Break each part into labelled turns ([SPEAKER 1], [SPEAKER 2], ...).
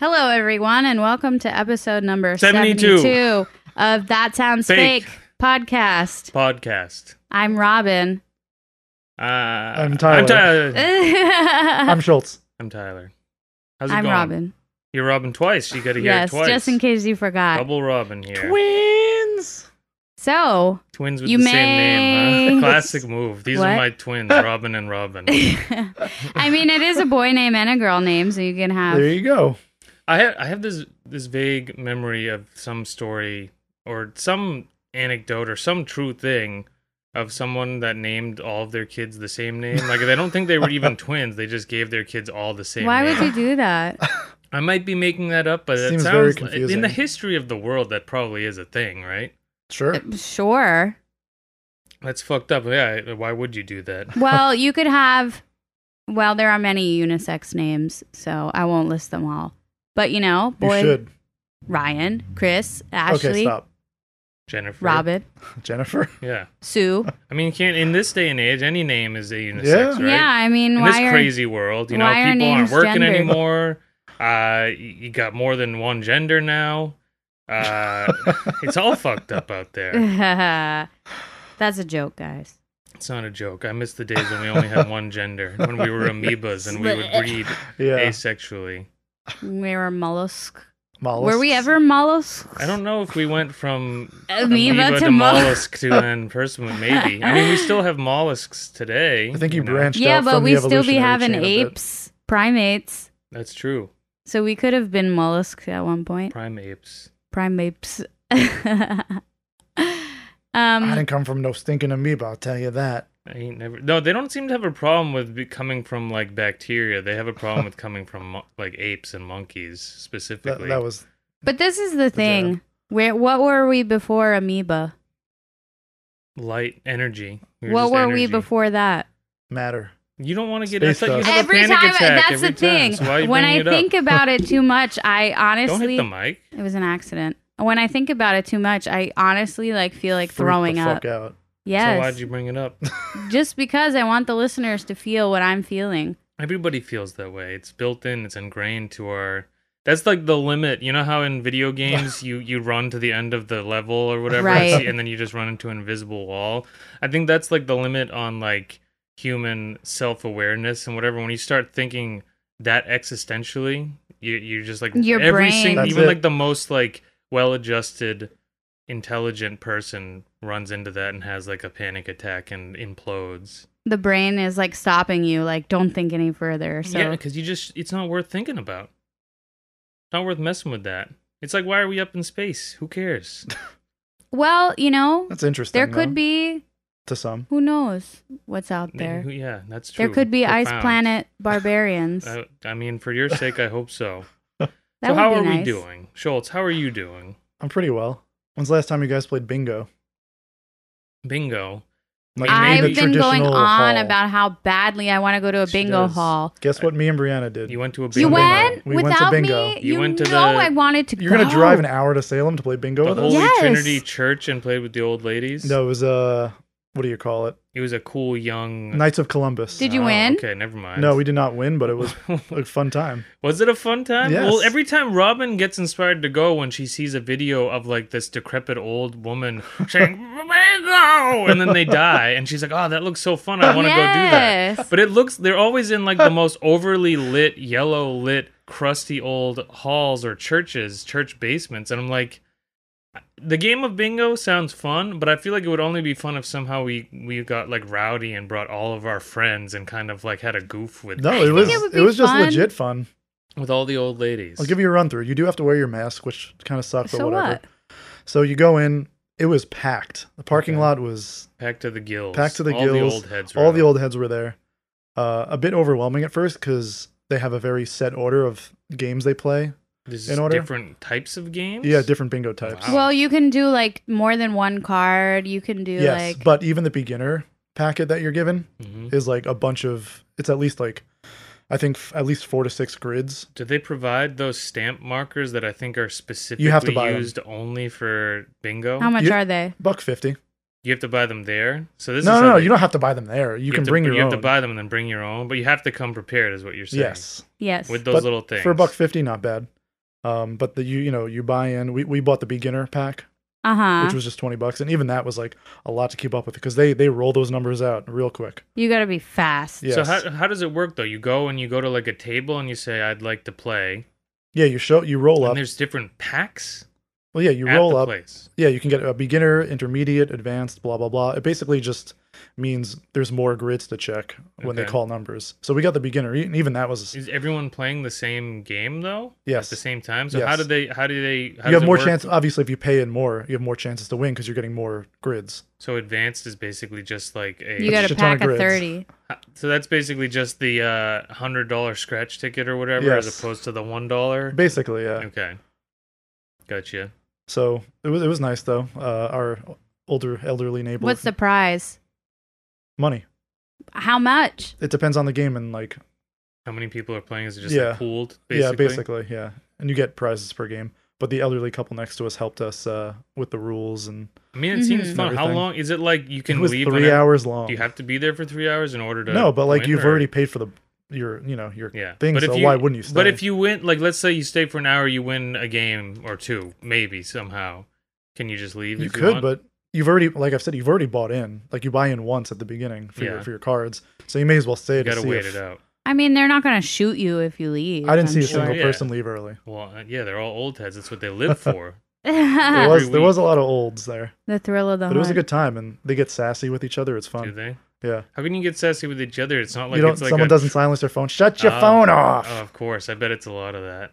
[SPEAKER 1] Hello, everyone, and welcome to episode number
[SPEAKER 2] 72.
[SPEAKER 1] 72, of That Sounds
[SPEAKER 2] Fake.
[SPEAKER 1] Fake, podcast.
[SPEAKER 2] podcast.
[SPEAKER 1] I'm Robin.
[SPEAKER 2] Uh, I'm
[SPEAKER 3] Tyler.
[SPEAKER 2] I'm Tyler.
[SPEAKER 1] Eh.
[SPEAKER 3] I'm
[SPEAKER 1] I'm,
[SPEAKER 3] Schultz.
[SPEAKER 2] I'm Tyler. How's it going?
[SPEAKER 1] Robin.
[SPEAKER 2] You're Robin twice. You got to hear
[SPEAKER 1] Yes,
[SPEAKER 2] it twice.
[SPEAKER 1] just in case you forgot.
[SPEAKER 2] Double Robin here.
[SPEAKER 3] Twins.
[SPEAKER 1] So,
[SPEAKER 2] Twins with
[SPEAKER 1] You
[SPEAKER 2] the same name.
[SPEAKER 1] may-
[SPEAKER 2] Huh? Classic move. These
[SPEAKER 1] What?
[SPEAKER 2] are my twins, Robin and Robin.
[SPEAKER 1] I mean, it is a boy name and a girl name, so you can
[SPEAKER 3] There
[SPEAKER 1] have.
[SPEAKER 3] you go.
[SPEAKER 2] I have I have this this vague memory of some story or some anecdote or some true thing of someone that named all of their kids the same name. Like they don't think they were even twins. They just gave their kids all the same.
[SPEAKER 1] Why
[SPEAKER 2] name.
[SPEAKER 1] would you do that?
[SPEAKER 2] I might be making that up, but it
[SPEAKER 3] Seems
[SPEAKER 2] sounds
[SPEAKER 3] very
[SPEAKER 2] like- in
[SPEAKER 3] confusing.
[SPEAKER 2] the history of the world that probably is a thing, right?
[SPEAKER 3] Sure.
[SPEAKER 1] sure.
[SPEAKER 2] That's fucked up. Yeah, why would you do that?
[SPEAKER 1] Well, you could have. Well, there are many unisex names, so I won't list them all. But you know,
[SPEAKER 3] You
[SPEAKER 1] boy,
[SPEAKER 3] should.
[SPEAKER 1] Ryan, Chris, Ashley,
[SPEAKER 3] okay, stop.
[SPEAKER 2] Jennifer.
[SPEAKER 1] Robin,
[SPEAKER 3] Jennifer.
[SPEAKER 2] Yeah.
[SPEAKER 1] Sue.
[SPEAKER 2] I mean, you can't in this day and age any name is a unisex,
[SPEAKER 3] Yeah.
[SPEAKER 2] right?
[SPEAKER 1] Yeah, I mean,
[SPEAKER 2] in this
[SPEAKER 1] why are
[SPEAKER 2] crazy world, you know,
[SPEAKER 1] why are
[SPEAKER 2] people aren't
[SPEAKER 1] names
[SPEAKER 2] working
[SPEAKER 1] gendered?
[SPEAKER 2] anymore. Uh, y- you got more than one gender now. Uh, it's all fucked up out there.
[SPEAKER 1] that's a joke, guys?
[SPEAKER 2] It's not a joke. I miss the days when we only had one gender, when we were amoebas and we would breed
[SPEAKER 3] Yeah.
[SPEAKER 2] asexually.
[SPEAKER 1] We were mollusk.
[SPEAKER 3] Mollusks.
[SPEAKER 1] Were we ever mollusks? Uh,
[SPEAKER 2] I don't know if we went from
[SPEAKER 1] Amoeba to mol-
[SPEAKER 2] mollusk to an person, maybe. I mean, we still have mollusks today.
[SPEAKER 3] I think you
[SPEAKER 2] know.
[SPEAKER 3] branched
[SPEAKER 1] Yeah,
[SPEAKER 3] out
[SPEAKER 1] but
[SPEAKER 3] from
[SPEAKER 1] we
[SPEAKER 3] the
[SPEAKER 1] still be
[SPEAKER 3] evolutionary
[SPEAKER 1] having
[SPEAKER 3] chain a bit.
[SPEAKER 1] apes, primates.
[SPEAKER 2] That's true.
[SPEAKER 1] So we could have been mollusks at one point.
[SPEAKER 2] Prime apes.
[SPEAKER 1] Primates.
[SPEAKER 3] I
[SPEAKER 1] um,
[SPEAKER 3] didn't come from no stinking amoeba. I'll tell you that.
[SPEAKER 2] I ain't never. No, they don't seem to have a problem with be coming from like bacteria. They have a problem with coming from mo- like apes and monkeys
[SPEAKER 3] That,
[SPEAKER 2] specifically.
[SPEAKER 3] that was
[SPEAKER 1] but this is the thing. Where what were we before amoeba?
[SPEAKER 2] light energy. We were
[SPEAKER 1] what
[SPEAKER 2] just
[SPEAKER 1] were we
[SPEAKER 2] energy.
[SPEAKER 1] before that?
[SPEAKER 3] matter.
[SPEAKER 2] You don't want to get.
[SPEAKER 3] Space
[SPEAKER 2] I thought you
[SPEAKER 3] dust.
[SPEAKER 2] had a
[SPEAKER 1] Every
[SPEAKER 2] panic
[SPEAKER 1] time,
[SPEAKER 2] attack
[SPEAKER 1] that's
[SPEAKER 2] every
[SPEAKER 1] the
[SPEAKER 2] time,
[SPEAKER 1] thing.
[SPEAKER 2] so why are you
[SPEAKER 1] when
[SPEAKER 2] bringing
[SPEAKER 1] I
[SPEAKER 2] it up?
[SPEAKER 1] think about it too much, I
[SPEAKER 2] don't
[SPEAKER 1] honestly
[SPEAKER 2] hit the mic.
[SPEAKER 1] It was an accident. When I think about it too much, I honestly like feel like
[SPEAKER 3] Freak
[SPEAKER 1] throwing
[SPEAKER 3] the
[SPEAKER 1] up.
[SPEAKER 3] Fuck out.
[SPEAKER 2] So
[SPEAKER 1] Yes.
[SPEAKER 2] why'd you bring it up?
[SPEAKER 1] Just because I want the listeners to feel what I'm feeling.
[SPEAKER 2] Everybody feels that way. It's built in. It's ingrained to our. That's like the limit. You know how in video games you you run to the end of the level or whatever,
[SPEAKER 1] Right.
[SPEAKER 2] and then you just run into an invisible wall. I think that's like the limit on like human self awareness and whatever. When you start thinking that existentially, you you just like
[SPEAKER 1] Your
[SPEAKER 2] every
[SPEAKER 1] brain.
[SPEAKER 2] single
[SPEAKER 3] That's
[SPEAKER 2] even
[SPEAKER 3] it.
[SPEAKER 2] like the most like well adjusted, intelligent person runs into that and has like a panic attack and implodes.
[SPEAKER 1] The brain is like stopping you, like, don't think any further. So
[SPEAKER 2] Yeah, because you just it's not worth thinking about. Not worth messing with that. It's like why are we up in space? Who cares?
[SPEAKER 1] well, you know,
[SPEAKER 3] That's interesting.
[SPEAKER 1] there could
[SPEAKER 3] though,
[SPEAKER 1] be
[SPEAKER 3] to some.
[SPEAKER 1] who knows what's out
[SPEAKER 2] Who-
[SPEAKER 1] there.
[SPEAKER 2] yeah, that's true.
[SPEAKER 1] There could be ice
[SPEAKER 2] Profound.
[SPEAKER 1] planet barbarians.
[SPEAKER 2] I, I mean, for your sake, I hope so.
[SPEAKER 1] that
[SPEAKER 2] so
[SPEAKER 1] would
[SPEAKER 2] how
[SPEAKER 1] be
[SPEAKER 2] are
[SPEAKER 1] nice.
[SPEAKER 2] we doing, Schultz? How are you doing?
[SPEAKER 3] I'm pretty well. When's the last time you guys played bingo?
[SPEAKER 2] Bingo.
[SPEAKER 3] Like
[SPEAKER 2] Maybe
[SPEAKER 1] I've
[SPEAKER 3] in the
[SPEAKER 1] been going
[SPEAKER 3] traditional
[SPEAKER 1] on
[SPEAKER 3] hall.
[SPEAKER 1] about how badly I want to go to a
[SPEAKER 2] She
[SPEAKER 1] bingo
[SPEAKER 2] does.
[SPEAKER 1] hall.
[SPEAKER 3] Guess what? Me and Brianna did.
[SPEAKER 2] You went to a bingo.
[SPEAKER 1] You went
[SPEAKER 3] We went to
[SPEAKER 1] without
[SPEAKER 3] bingo.
[SPEAKER 1] me.
[SPEAKER 2] You went to
[SPEAKER 1] know
[SPEAKER 2] the-
[SPEAKER 1] I wanted to.
[SPEAKER 3] You're gonna
[SPEAKER 1] go.
[SPEAKER 3] drive an hour to Salem to play bingo
[SPEAKER 2] The
[SPEAKER 3] with
[SPEAKER 2] Holy
[SPEAKER 3] us?
[SPEAKER 1] Yes.
[SPEAKER 2] Trinity Church and played with the old ladies.
[SPEAKER 3] No, it was uh, what do you call it?
[SPEAKER 2] it was a cool young.
[SPEAKER 3] Knights of Columbus.
[SPEAKER 1] Did you
[SPEAKER 2] Oh,
[SPEAKER 1] win?
[SPEAKER 2] Okay, never mind.
[SPEAKER 3] No, we did not win, but it was a fun time.
[SPEAKER 2] Was it a fun time? Well,
[SPEAKER 3] Yes.
[SPEAKER 2] every time Robin gets inspired to go when she sees a video of like this decrepit old woman saying "Mango," and then they die, and she's like, "Oh, that looks so fun! I want to go do that."
[SPEAKER 1] yes.
[SPEAKER 2] But it looks they're always in like the most overly lit, yellow lit, crusty old halls or churches, church basements, and I'm like. The game of bingo sounds fun, but I feel like it would only be fun if somehow we we got like rowdy and brought all of our friends and kind of like had a goof with
[SPEAKER 3] No, it was
[SPEAKER 1] it would
[SPEAKER 3] it,
[SPEAKER 1] be
[SPEAKER 3] was just
[SPEAKER 1] fun.
[SPEAKER 3] legit fun.
[SPEAKER 2] with all the old ladies.
[SPEAKER 3] I'll give you a run through. You do have to wear your mask, which kind of sucks,
[SPEAKER 1] So
[SPEAKER 3] but whatever.
[SPEAKER 1] what?
[SPEAKER 3] So you go in. It was packed. The parking
[SPEAKER 2] Okay.
[SPEAKER 3] lot was
[SPEAKER 2] Packed to the gills.
[SPEAKER 3] packed to the
[SPEAKER 2] all
[SPEAKER 3] gills.
[SPEAKER 2] The old heads were
[SPEAKER 3] all the
[SPEAKER 2] out.
[SPEAKER 3] old heads were there. Uh, a bit overwhelming at first because they have a very set order of games they play.
[SPEAKER 2] This
[SPEAKER 3] in
[SPEAKER 2] is
[SPEAKER 3] order.
[SPEAKER 2] different types of games.
[SPEAKER 3] Yeah, different bingo types.
[SPEAKER 2] Wow.
[SPEAKER 1] Well, you can do like more than one card. You can do
[SPEAKER 3] yes,
[SPEAKER 1] like
[SPEAKER 3] but even the beginner packet that you're given
[SPEAKER 2] Mhm.
[SPEAKER 3] is like a bunch of. It's at least like, I think f- at least four to six grids.
[SPEAKER 2] Do they provide those stamp markers that I think are specifically
[SPEAKER 3] buy them.
[SPEAKER 2] used only for bingo?
[SPEAKER 1] how much
[SPEAKER 3] You-
[SPEAKER 1] are they?
[SPEAKER 3] Buck fifty.
[SPEAKER 2] you have to buy them there. So this
[SPEAKER 3] no,
[SPEAKER 2] is
[SPEAKER 3] no, no.
[SPEAKER 2] something-
[SPEAKER 3] You don't have to buy them there. You, can
[SPEAKER 2] have to-
[SPEAKER 3] bring your
[SPEAKER 2] You
[SPEAKER 3] own.
[SPEAKER 2] have to buy them and then bring your own, but you have to come prepared, is what you're saying.
[SPEAKER 3] yes,
[SPEAKER 1] Yes.
[SPEAKER 2] With those
[SPEAKER 3] But
[SPEAKER 2] little things.
[SPEAKER 3] for a buck fifty, not bad. Um, but the you you know you buy in. We, we bought the beginner pack,
[SPEAKER 1] Uh huh.
[SPEAKER 3] which was just twenty bucks, and even that was like a lot to keep up with because they they roll those numbers out real quick.
[SPEAKER 1] you got to be fast.
[SPEAKER 3] Yes.
[SPEAKER 2] So how how does it work though? You go and you go to like a table and you say I'd like to play.
[SPEAKER 3] yeah, you show you roll
[SPEAKER 2] And
[SPEAKER 3] up.
[SPEAKER 2] there's different packs.
[SPEAKER 3] Well, yeah, you
[SPEAKER 2] at
[SPEAKER 3] roll
[SPEAKER 2] the
[SPEAKER 3] up.
[SPEAKER 2] Place.
[SPEAKER 3] Yeah, you can get a beginner, intermediate, advanced, blah blah blah. It basically just means there's more grids to check when they
[SPEAKER 2] Okay.
[SPEAKER 3] call numbers. So we got the beginner, e- and even that was
[SPEAKER 2] Is everyone playing the same game though? At
[SPEAKER 3] yes.
[SPEAKER 2] the same time. So
[SPEAKER 3] Yes.
[SPEAKER 2] how do they? How do they? How
[SPEAKER 3] you
[SPEAKER 2] does
[SPEAKER 3] have
[SPEAKER 2] it
[SPEAKER 3] more
[SPEAKER 2] work?
[SPEAKER 3] chance. Obviously, if you pay in more, you have more chances to win because you're getting more grids.
[SPEAKER 2] So advanced is basically just like a.
[SPEAKER 1] You got to
[SPEAKER 3] Shit ton of
[SPEAKER 1] pack a
[SPEAKER 3] grids.
[SPEAKER 1] 30.
[SPEAKER 2] so that's basically just the uh, hundred dollar scratch ticket or whatever, as
[SPEAKER 3] Yes.
[SPEAKER 2] opposed to the one dollar.
[SPEAKER 3] Basically, yeah.
[SPEAKER 2] Okay. Gotcha.
[SPEAKER 3] So it was it was nice though. Uh, our older elderly neighbor.
[SPEAKER 1] What's the prize?
[SPEAKER 3] money?
[SPEAKER 1] How much?
[SPEAKER 3] It depends on the game and like
[SPEAKER 2] How many people are playing? Is it just
[SPEAKER 3] Yeah.
[SPEAKER 2] like pooled?
[SPEAKER 3] yeah, basically yeah. And you get prizes per game. But the elderly couple next to us helped us uh, with the rules, and
[SPEAKER 2] I mean, it
[SPEAKER 1] Mhm.
[SPEAKER 2] seems fun. How
[SPEAKER 3] Everything.
[SPEAKER 2] long is it? Like you
[SPEAKER 3] it
[SPEAKER 2] can
[SPEAKER 3] was
[SPEAKER 2] leave
[SPEAKER 3] three
[SPEAKER 2] whenever-
[SPEAKER 3] hours long.
[SPEAKER 2] Do you have to be there for three hours in order to?
[SPEAKER 3] no, but like
[SPEAKER 2] win,
[SPEAKER 3] you've
[SPEAKER 2] or-
[SPEAKER 3] already paid for the your you know your
[SPEAKER 2] yeah.
[SPEAKER 3] thing,
[SPEAKER 2] but if
[SPEAKER 3] so
[SPEAKER 2] you,
[SPEAKER 3] why wouldn't you stay?
[SPEAKER 2] But if you win, like let's say you stay for an hour, you win a game or two, maybe somehow. Can you just leave?
[SPEAKER 3] you
[SPEAKER 2] if
[SPEAKER 3] could,
[SPEAKER 2] want?
[SPEAKER 3] but you've already like I've said, you've already bought in. Like you buy in once at the beginning for
[SPEAKER 2] Yeah.
[SPEAKER 3] your for your cards, so you may as well stay
[SPEAKER 2] you
[SPEAKER 3] to
[SPEAKER 2] gotta
[SPEAKER 3] see
[SPEAKER 2] wait
[SPEAKER 3] if-
[SPEAKER 2] it out.
[SPEAKER 1] I mean, they're not going to shoot you if you leave.
[SPEAKER 3] I didn't
[SPEAKER 1] I'm
[SPEAKER 3] see a
[SPEAKER 1] sure.
[SPEAKER 3] single
[SPEAKER 2] Yeah.
[SPEAKER 3] person leave early.
[SPEAKER 2] Well, uh, yeah, they're all old heads. That's what they live for.
[SPEAKER 1] Uh-huh.
[SPEAKER 3] There
[SPEAKER 2] Every
[SPEAKER 3] was there
[SPEAKER 2] week.
[SPEAKER 3] was a lot of olds there,
[SPEAKER 1] the thrill of the
[SPEAKER 3] but it was a
[SPEAKER 1] hunt.
[SPEAKER 3] good time, and they get sassy with each other. It's
[SPEAKER 2] do
[SPEAKER 3] fun.
[SPEAKER 2] they?
[SPEAKER 3] Yeah,
[SPEAKER 2] How can you get sassy with each other? It's not like
[SPEAKER 3] you don't.
[SPEAKER 2] it's like
[SPEAKER 3] someone
[SPEAKER 2] a-
[SPEAKER 3] doesn't silence their phone. Shut your
[SPEAKER 2] Oh,
[SPEAKER 3] phone off.
[SPEAKER 2] Oh, of course, I bet it's a lot of that.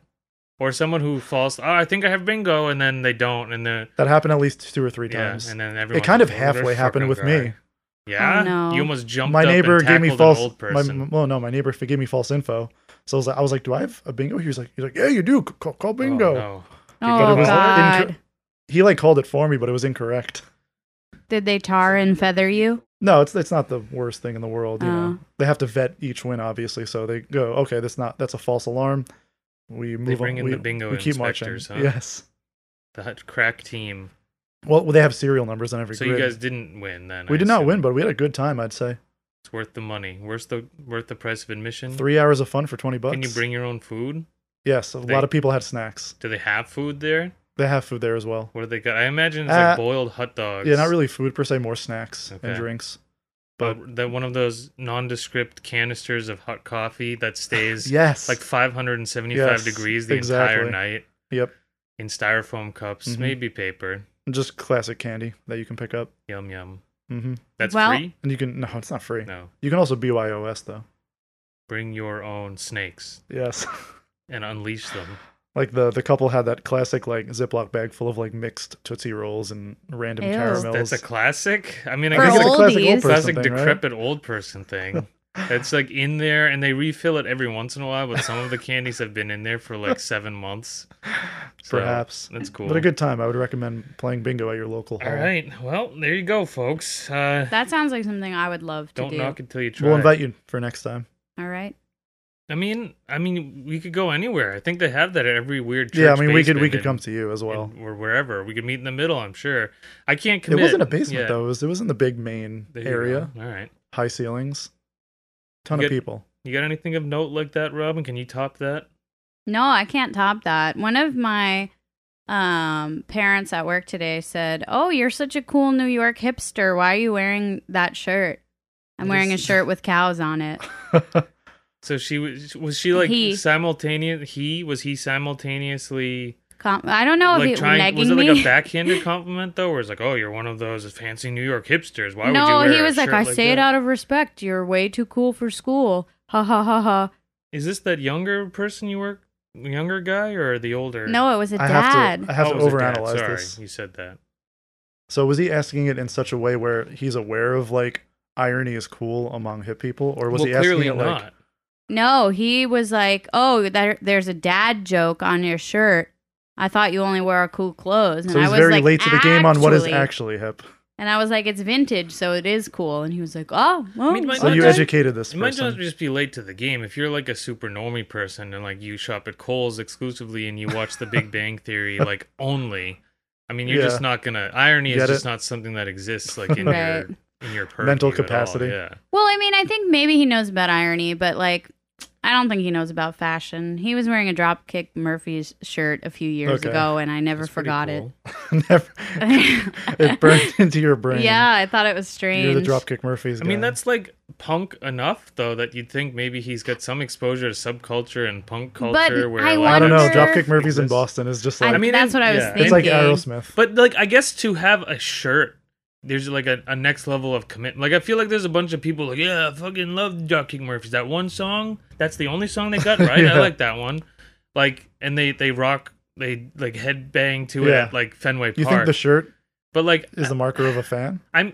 [SPEAKER 2] Or someone who falls. Oh, I think I have bingo, and then they don't, and then
[SPEAKER 3] that happened at least two or three
[SPEAKER 2] yeah,
[SPEAKER 3] times.
[SPEAKER 2] and then everyone.
[SPEAKER 3] It kind of
[SPEAKER 2] "Oh, this
[SPEAKER 3] halfway happened
[SPEAKER 2] fucking
[SPEAKER 3] with
[SPEAKER 2] guy."
[SPEAKER 3] me.
[SPEAKER 2] Yeah,
[SPEAKER 1] Oh, no.
[SPEAKER 2] you almost jumped.
[SPEAKER 3] my
[SPEAKER 2] up and
[SPEAKER 3] neighbor gave me
[SPEAKER 2] tackled an
[SPEAKER 3] false.
[SPEAKER 2] Old
[SPEAKER 3] My,
[SPEAKER 2] person.
[SPEAKER 3] well, no, my neighbor f- gave me false info. So I was like, I was like, do I have a bingo? He was like, he's like, yeah, you do. C- Call, call bingo.
[SPEAKER 2] Oh, no.
[SPEAKER 1] Oh,
[SPEAKER 3] But it was
[SPEAKER 1] God.
[SPEAKER 3] inco- he like called it for me, but it was incorrect.
[SPEAKER 1] Did they tar and feather you?
[SPEAKER 3] No, it's it's not the worst thing in the world. You know,
[SPEAKER 1] Oh.
[SPEAKER 3] they have to vet each win, obviously. So they go, okay, that's not that's a false alarm. We move
[SPEAKER 2] bring
[SPEAKER 3] on.
[SPEAKER 2] in
[SPEAKER 3] we,
[SPEAKER 2] the bingo
[SPEAKER 3] we keep marching.
[SPEAKER 2] inspectors, huh?
[SPEAKER 3] Yes.
[SPEAKER 2] That crack team.
[SPEAKER 3] Well, they have serial numbers on every
[SPEAKER 2] So
[SPEAKER 3] grid.
[SPEAKER 2] you guys didn't win then.
[SPEAKER 3] we
[SPEAKER 2] I
[SPEAKER 3] did not
[SPEAKER 2] assume.
[SPEAKER 3] win, but we had a good time. I'd say
[SPEAKER 2] it's worth the money. Worth the worth the price of admission.
[SPEAKER 3] three hours of fun for twenty bucks.
[SPEAKER 2] Can you bring your own food?
[SPEAKER 3] Yes, a
[SPEAKER 2] They-
[SPEAKER 3] lot of people had snacks.
[SPEAKER 2] Do they have food there?
[SPEAKER 3] They have food there as well.
[SPEAKER 2] What do they got? I imagine it's
[SPEAKER 3] Uh,
[SPEAKER 2] like boiled hot dogs.
[SPEAKER 3] Yeah, not really food per se, more snacks
[SPEAKER 2] Okay. Oh,
[SPEAKER 3] and drinks.
[SPEAKER 2] But
[SPEAKER 3] But
[SPEAKER 2] that one of those nondescript canisters of hot coffee that stays
[SPEAKER 3] yes,
[SPEAKER 2] like 575
[SPEAKER 3] Yes,
[SPEAKER 2] degrees the entire
[SPEAKER 3] exactly.
[SPEAKER 2] night
[SPEAKER 3] yep,
[SPEAKER 2] in styrofoam cups,
[SPEAKER 3] Mhm.
[SPEAKER 2] maybe paper.
[SPEAKER 3] just classic candy that you can pick up.
[SPEAKER 2] Yum yum.
[SPEAKER 3] hmm
[SPEAKER 2] That's
[SPEAKER 1] Well-
[SPEAKER 2] free.
[SPEAKER 3] And you can no, it's not free.
[SPEAKER 2] No,
[SPEAKER 3] You can also BYOS though.
[SPEAKER 2] bring your own snakes
[SPEAKER 3] Yes,
[SPEAKER 2] and unleash them.
[SPEAKER 3] like the the couple had that classic like Ziploc bag full of like mixed Tootsie rolls and random
[SPEAKER 1] Ew.
[SPEAKER 3] caramels.
[SPEAKER 2] That's a classic. I mean, I
[SPEAKER 1] For
[SPEAKER 3] I
[SPEAKER 2] guess
[SPEAKER 3] guess it's
[SPEAKER 2] it's
[SPEAKER 3] a classic old
[SPEAKER 1] oldies.
[SPEAKER 2] a
[SPEAKER 3] person
[SPEAKER 2] classic
[SPEAKER 3] thing, right?
[SPEAKER 2] decrepit old person thing. That's like in there, and they refill it every once in a while. But some of the candies have been in there for like seven months. So,
[SPEAKER 3] Perhaps.
[SPEAKER 2] that's cool.
[SPEAKER 3] But a good time. I would recommend playing bingo at your local hall.
[SPEAKER 2] All right. Well, there you go, folks. Uh,
[SPEAKER 1] That sounds like something I would love to
[SPEAKER 2] don't
[SPEAKER 1] do.
[SPEAKER 2] knock it till you try.
[SPEAKER 3] We'll invite you for next time.
[SPEAKER 1] All right.
[SPEAKER 2] I mean, I mean, we could go anywhere. I think they have that at every weird. Church
[SPEAKER 3] yeah, I mean we could we
[SPEAKER 2] basement
[SPEAKER 3] could
[SPEAKER 2] in-
[SPEAKER 3] come to you as
[SPEAKER 2] in-
[SPEAKER 3] well.
[SPEAKER 2] or wherever. We could meet in the middle. I'm sure. I can't
[SPEAKER 3] It
[SPEAKER 2] commit.
[SPEAKER 3] wasn't a basement
[SPEAKER 2] Yeah,
[SPEAKER 3] though. It was it was in the big main
[SPEAKER 2] there you
[SPEAKER 3] area,
[SPEAKER 2] go. All right.
[SPEAKER 3] high ceilings, ton
[SPEAKER 2] You
[SPEAKER 3] of
[SPEAKER 2] got-
[SPEAKER 3] people.
[SPEAKER 2] You got anything of note like that, Robin? Can you top that?
[SPEAKER 1] No, I can't top that. One of my um, parents at work today said, "Oh, you're such a cool New York hipster. Why are you wearing that shirt?" I'm
[SPEAKER 3] That
[SPEAKER 1] wearing a
[SPEAKER 3] is-
[SPEAKER 1] shirt with cows on it.
[SPEAKER 2] So she was was she like
[SPEAKER 1] He.
[SPEAKER 2] simultaneous? He was he simultaneously
[SPEAKER 1] Com- I don't know
[SPEAKER 2] like
[SPEAKER 1] if it
[SPEAKER 2] trying?
[SPEAKER 1] negging
[SPEAKER 2] Was it like
[SPEAKER 1] me.
[SPEAKER 2] a backhanded compliment though, or is like, oh, you're one of those fancy New York hipsters? Why would you
[SPEAKER 1] no,
[SPEAKER 2] wear
[SPEAKER 1] he
[SPEAKER 2] a
[SPEAKER 1] was like,
[SPEAKER 2] shirt
[SPEAKER 1] "I say it
[SPEAKER 2] that?"
[SPEAKER 1] out of respect. You're way too cool for school." Ha ha ha ha.
[SPEAKER 2] Is this that younger person you work, younger guy, or the older?
[SPEAKER 1] No, it was a
[SPEAKER 3] I
[SPEAKER 1] dad.
[SPEAKER 3] have to I have
[SPEAKER 2] Oh,
[SPEAKER 3] to
[SPEAKER 2] it was a dad.
[SPEAKER 3] overanalyze
[SPEAKER 2] Sorry,
[SPEAKER 3] this.
[SPEAKER 2] you said that.
[SPEAKER 3] So was he asking it in such a way where he's aware of like irony is cool among hip people, or was
[SPEAKER 2] well,
[SPEAKER 3] he asking
[SPEAKER 2] clearly
[SPEAKER 3] it like
[SPEAKER 2] not.
[SPEAKER 1] No, he was like, "Oh, there, there's a dad joke on your shirt. I thought you only wore cool clothes." And
[SPEAKER 3] so
[SPEAKER 1] I
[SPEAKER 3] he's
[SPEAKER 1] was
[SPEAKER 3] very
[SPEAKER 1] like,
[SPEAKER 3] late to the game on what is
[SPEAKER 1] "Actually."
[SPEAKER 3] actually hip.
[SPEAKER 1] And I was like, "It's vintage, so it is cool." And he was like, "Oh, well,
[SPEAKER 2] I mean, my-
[SPEAKER 1] so
[SPEAKER 3] So you
[SPEAKER 2] Okay.
[SPEAKER 3] educated this
[SPEAKER 2] You might just
[SPEAKER 3] person.
[SPEAKER 2] just be late to the game if you're like a super normie person and like you shop at Kohl's exclusively and you watch The Big Bang Theory like only. I mean, you're
[SPEAKER 3] Yeah.
[SPEAKER 2] just not gonna. Irony is
[SPEAKER 3] Get
[SPEAKER 2] just
[SPEAKER 3] it?
[SPEAKER 2] not something that exists like in
[SPEAKER 1] Right.
[SPEAKER 2] your in your
[SPEAKER 3] Mental
[SPEAKER 2] purview at all,
[SPEAKER 3] capacity.
[SPEAKER 2] Yeah.
[SPEAKER 1] Well, I mean, I think maybe he knows about irony, but like, I don't think he knows about fashion. He was wearing a Dropkick Murphys shirt a few years
[SPEAKER 3] Okay.
[SPEAKER 1] ago, and I never
[SPEAKER 2] That's pretty
[SPEAKER 1] forgot
[SPEAKER 2] cool.
[SPEAKER 3] Never- it burned into your brain.
[SPEAKER 1] it. yeah, I thought it was
[SPEAKER 3] You're
[SPEAKER 1] strange.
[SPEAKER 3] the Dropkick Murphys.
[SPEAKER 2] I mean,
[SPEAKER 3] guy.
[SPEAKER 2] that's like punk enough though that you'd think maybe he's got some exposure to subculture and punk
[SPEAKER 1] But
[SPEAKER 2] culture. where
[SPEAKER 1] I
[SPEAKER 2] like,
[SPEAKER 3] I don't know.
[SPEAKER 1] wonder-
[SPEAKER 3] Dropkick Murphys in
[SPEAKER 2] Exists.
[SPEAKER 3] Boston is just
[SPEAKER 1] I,
[SPEAKER 3] like
[SPEAKER 2] I mean,
[SPEAKER 1] that's what I was
[SPEAKER 2] yeah.
[SPEAKER 1] thinking.
[SPEAKER 3] it's like Aerosmith.
[SPEAKER 2] But like, I guess to have a shirt, there's like a, a next level of commitment. Like, I feel like there's a bunch of people like, yeah, I fucking love Dropkick Murphys. That one song, that's the only song they got right.
[SPEAKER 3] Yeah.
[SPEAKER 2] I like that one. Like, and they they rock, they like headbang to it
[SPEAKER 3] Yeah.
[SPEAKER 2] at like Fenway
[SPEAKER 3] You think
[SPEAKER 2] Park.
[SPEAKER 3] the shirt
[SPEAKER 2] but like,
[SPEAKER 3] is the marker of a fan?
[SPEAKER 2] I'm,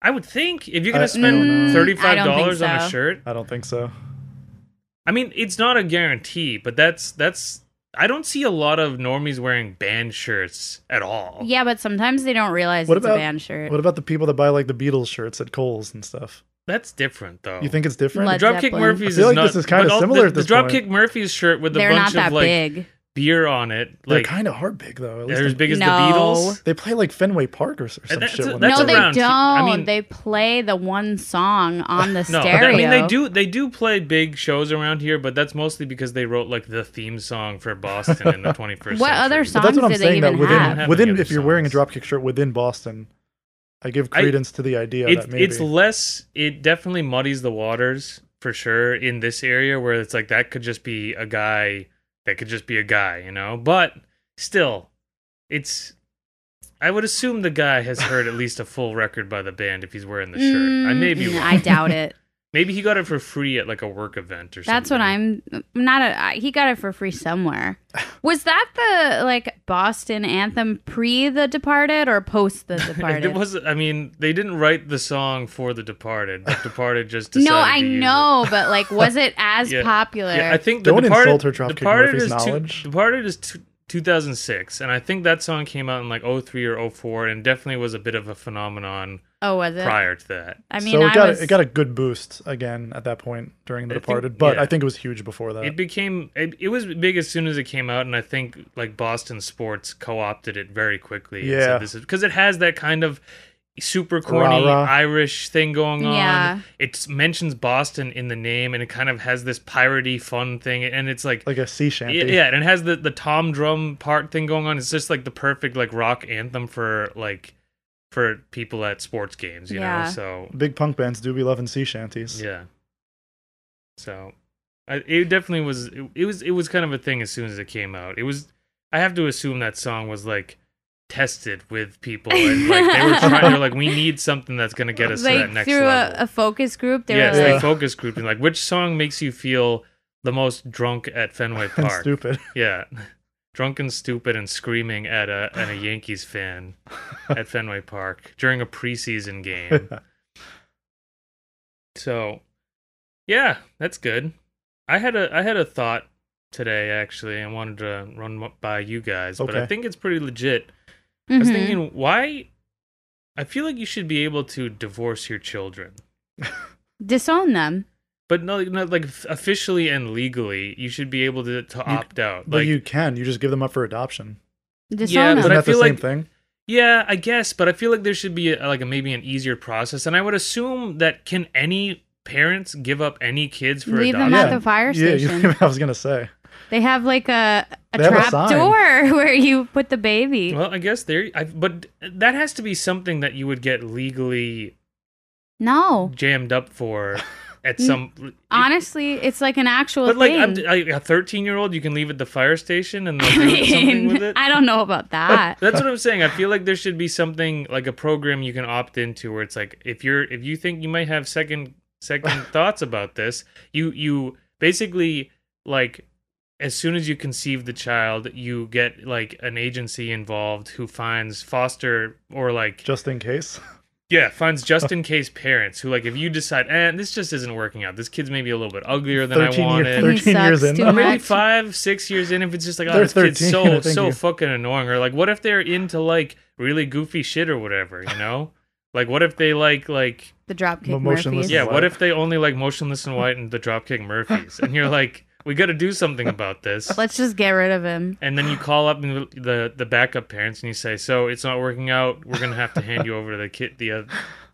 [SPEAKER 2] I would think if you're
[SPEAKER 3] Uh, I-
[SPEAKER 2] gonna
[SPEAKER 3] I don't
[SPEAKER 2] spend
[SPEAKER 3] know.
[SPEAKER 2] thirty
[SPEAKER 1] Mm, I
[SPEAKER 2] five
[SPEAKER 1] don't think
[SPEAKER 2] dollars on a
[SPEAKER 1] so.
[SPEAKER 2] shirt,
[SPEAKER 3] I don't think so.
[SPEAKER 2] I mean, it's not a guarantee, but that's that's. I don't see a lot of normies wearing band shirts at all.
[SPEAKER 1] Yeah, but sometimes they don't realize
[SPEAKER 3] What
[SPEAKER 1] it's
[SPEAKER 3] about-
[SPEAKER 1] a band shirt.
[SPEAKER 3] What about the people that buy like the Beatles shirts at Coles and stuff?
[SPEAKER 2] That's different though.
[SPEAKER 3] You think it's different?
[SPEAKER 1] Led-
[SPEAKER 2] Dropkick
[SPEAKER 1] Zeppelin.
[SPEAKER 2] Murphys
[SPEAKER 3] I feel
[SPEAKER 2] is
[SPEAKER 3] like
[SPEAKER 2] not,
[SPEAKER 3] this is kinda
[SPEAKER 2] but all-
[SPEAKER 3] similar
[SPEAKER 2] The,
[SPEAKER 3] at this
[SPEAKER 2] the Dropkick
[SPEAKER 3] point.
[SPEAKER 2] Murphys shirt with a
[SPEAKER 1] They're not
[SPEAKER 2] bunch
[SPEAKER 1] that
[SPEAKER 2] of like
[SPEAKER 1] big.
[SPEAKER 2] beer on it,
[SPEAKER 3] They're
[SPEAKER 2] like
[SPEAKER 3] kind of hard big though. At
[SPEAKER 2] they're as
[SPEAKER 3] least
[SPEAKER 2] big as
[SPEAKER 1] No.
[SPEAKER 2] the Beatles.
[SPEAKER 3] they play like Fenway Park or, or some
[SPEAKER 2] that's
[SPEAKER 3] shit.
[SPEAKER 2] a-
[SPEAKER 3] when
[SPEAKER 2] that's
[SPEAKER 1] no,
[SPEAKER 2] a
[SPEAKER 1] they
[SPEAKER 3] they're-
[SPEAKER 2] round
[SPEAKER 1] don't.
[SPEAKER 2] te- I mean-
[SPEAKER 1] they play the one song on the
[SPEAKER 2] No, that-
[SPEAKER 1] stereo.
[SPEAKER 2] I mean they do they do play big shows around here, but that's mostly because they wrote like the theme song for Boston in the 21st century.
[SPEAKER 1] What other
[SPEAKER 3] But
[SPEAKER 1] songs
[SPEAKER 3] that's what I'm
[SPEAKER 1] do they
[SPEAKER 3] saying. That
[SPEAKER 1] even
[SPEAKER 3] within
[SPEAKER 1] have?
[SPEAKER 2] have
[SPEAKER 3] within
[SPEAKER 2] any other
[SPEAKER 3] if you're wearing a
[SPEAKER 2] songs.
[SPEAKER 3] Dropkick shirt within Boston, I give
[SPEAKER 2] I-
[SPEAKER 3] credence to the idea
[SPEAKER 2] It's
[SPEAKER 3] that maybe
[SPEAKER 2] it's less. It definitely muddies the waters for sure in this area where it's like that could just be a guy. That could just be a guy, you know. But still, it's. I would assume the guy has heard at least a full record by the band if he's wearing the shirt. I may be
[SPEAKER 1] Mm,
[SPEAKER 2] wrong.
[SPEAKER 1] I doubt it.
[SPEAKER 2] Maybe he got it for free at like a work event or something.
[SPEAKER 1] That's what I'm not. A, I- he got it for free somewhere. Was that the like Boston anthem pre The Departed or post The
[SPEAKER 2] It
[SPEAKER 1] Departed?
[SPEAKER 2] was. I mean, they didn't write the song for The Departed. The Departed just decided
[SPEAKER 1] no, I
[SPEAKER 2] to use it.
[SPEAKER 1] know, but like, was it as
[SPEAKER 2] Yeah.
[SPEAKER 1] popular?
[SPEAKER 2] Yeah, I think
[SPEAKER 3] Don't
[SPEAKER 2] the Departed,
[SPEAKER 3] insult her Dropkick
[SPEAKER 2] Departed
[SPEAKER 3] Murphys
[SPEAKER 2] is two-
[SPEAKER 3] knowledge.
[SPEAKER 2] Departed is two- 2006, and I think that song came out in like 03 or 04, and definitely was a bit of a phenomenon
[SPEAKER 1] oh, was it?
[SPEAKER 2] prior to that.
[SPEAKER 1] I mean,
[SPEAKER 3] so
[SPEAKER 1] I
[SPEAKER 3] it got
[SPEAKER 1] was.
[SPEAKER 3] it got a good boost again at that point during
[SPEAKER 2] I
[SPEAKER 3] The
[SPEAKER 2] think-
[SPEAKER 3] Departed, but
[SPEAKER 2] yeah.
[SPEAKER 3] I think it was huge before that.
[SPEAKER 2] It became it, it was big as soon as it came out, and I think like Boston sports co-opted it very quickly. and said
[SPEAKER 3] Yeah.
[SPEAKER 2] this is because it has that kind of super corny
[SPEAKER 3] Rah-rah.
[SPEAKER 2] Irish thing going on.
[SPEAKER 1] Yeah.
[SPEAKER 2] It mentions Boston in the name, and it kind of has this piratey fun thing, and it's like
[SPEAKER 3] like a sea shanty.
[SPEAKER 2] Yeah, yeah, and it has the the tom drum part thing going on. It's just like the perfect like rock anthem for like for people at sports games, you
[SPEAKER 1] Yeah.
[SPEAKER 2] know. So
[SPEAKER 3] Big punk bands do be loving sea shanties.
[SPEAKER 2] yeah. So I, it definitely was it, it was it was kind of a thing as soon as it came out. It was I have to assume that song was like tested with people and like they were trying they were like we need something that's going to get us
[SPEAKER 1] they
[SPEAKER 2] to that next
[SPEAKER 1] through
[SPEAKER 2] level.
[SPEAKER 1] a, a focus group. They
[SPEAKER 2] yes,
[SPEAKER 1] were
[SPEAKER 2] they
[SPEAKER 1] like,
[SPEAKER 3] Yeah.
[SPEAKER 2] focus grouped and like which song makes you feel the most drunk at Fenway
[SPEAKER 3] And
[SPEAKER 2] Park.
[SPEAKER 3] stupid.
[SPEAKER 2] Yeah. Drunken, stupid, and screaming at a at a Yankees fan at Fenway Park during a preseason game. So yeah, that's good. I had a I had a thought today actually. I wanted to run m- by you guys, but I
[SPEAKER 3] Okay.
[SPEAKER 2] think it's pretty legit. I was
[SPEAKER 1] "Mhm."
[SPEAKER 2] thinking why I feel like you should be able to divorce your children.
[SPEAKER 1] disown them.
[SPEAKER 2] But no, like- not like officially and legally, you should be able to, to opt out.
[SPEAKER 3] but
[SPEAKER 2] Like
[SPEAKER 3] you can. You just give them up for adoption.
[SPEAKER 1] Disown
[SPEAKER 2] but
[SPEAKER 3] Isn't
[SPEAKER 1] them.
[SPEAKER 2] I
[SPEAKER 3] that the
[SPEAKER 2] feel
[SPEAKER 3] same
[SPEAKER 2] like-
[SPEAKER 3] thing?
[SPEAKER 2] Yeah, I guess, but I feel like there should be a, like a, maybe an easier process, and I would assume that can any parents give up any kids for
[SPEAKER 1] Leave
[SPEAKER 2] adoption?
[SPEAKER 1] them at the fire
[SPEAKER 3] Oh, Yeah, you-
[SPEAKER 1] station.
[SPEAKER 3] I was gonna say.
[SPEAKER 1] They have like a, a
[SPEAKER 3] They have a
[SPEAKER 1] trap
[SPEAKER 3] sign.
[SPEAKER 1] door where you put the baby.
[SPEAKER 2] Well, I guess there, I, but that has to be something that you would get legally
[SPEAKER 1] no.
[SPEAKER 2] jammed up for at some.
[SPEAKER 1] Honestly, it's like an actual
[SPEAKER 2] but like
[SPEAKER 1] thing.
[SPEAKER 2] I'm, like, a thirteen-year-old, you can leave at the fire station and they'll
[SPEAKER 1] I
[SPEAKER 2] do something with
[SPEAKER 1] mean,
[SPEAKER 2] it.
[SPEAKER 1] I don't know about that.
[SPEAKER 2] That's what I'm saying. I feel like there should be something like a program you can opt into where it's like if you're if you think you might have second second thoughts about this, you you basically like as soon as you conceive the child, you get like an agency involved who finds foster or like
[SPEAKER 3] Just in case.
[SPEAKER 2] yeah, finds just in case parents who like if you decide, eh, this just isn't working out. This kid's maybe a little bit uglier than I
[SPEAKER 3] year-
[SPEAKER 2] wanted.
[SPEAKER 1] He
[SPEAKER 3] 13 years
[SPEAKER 1] sucks
[SPEAKER 3] in.
[SPEAKER 1] too
[SPEAKER 2] Or
[SPEAKER 3] though.
[SPEAKER 1] much.
[SPEAKER 2] maybe
[SPEAKER 1] Correct.
[SPEAKER 2] five, six years in if it's just like, oh,
[SPEAKER 3] They're
[SPEAKER 2] this kid's
[SPEAKER 3] 13,
[SPEAKER 2] so
[SPEAKER 3] thank
[SPEAKER 2] so
[SPEAKER 3] you.
[SPEAKER 2] fucking annoying. Or like, what if they're into like really goofy shit or whatever, you know? like, what if they like like
[SPEAKER 1] The dropkick
[SPEAKER 3] Emotionless
[SPEAKER 1] Murphys.
[SPEAKER 2] yeah,
[SPEAKER 3] White.
[SPEAKER 2] what if they only like motionless and white and the Dropkick Murphys? And you're like, we got to do something about this.
[SPEAKER 1] Let's just get rid of him.
[SPEAKER 2] And then you call up the the- the backup parents and you say, so it's not working out. We're gonna have to hand you over to the kid the uh,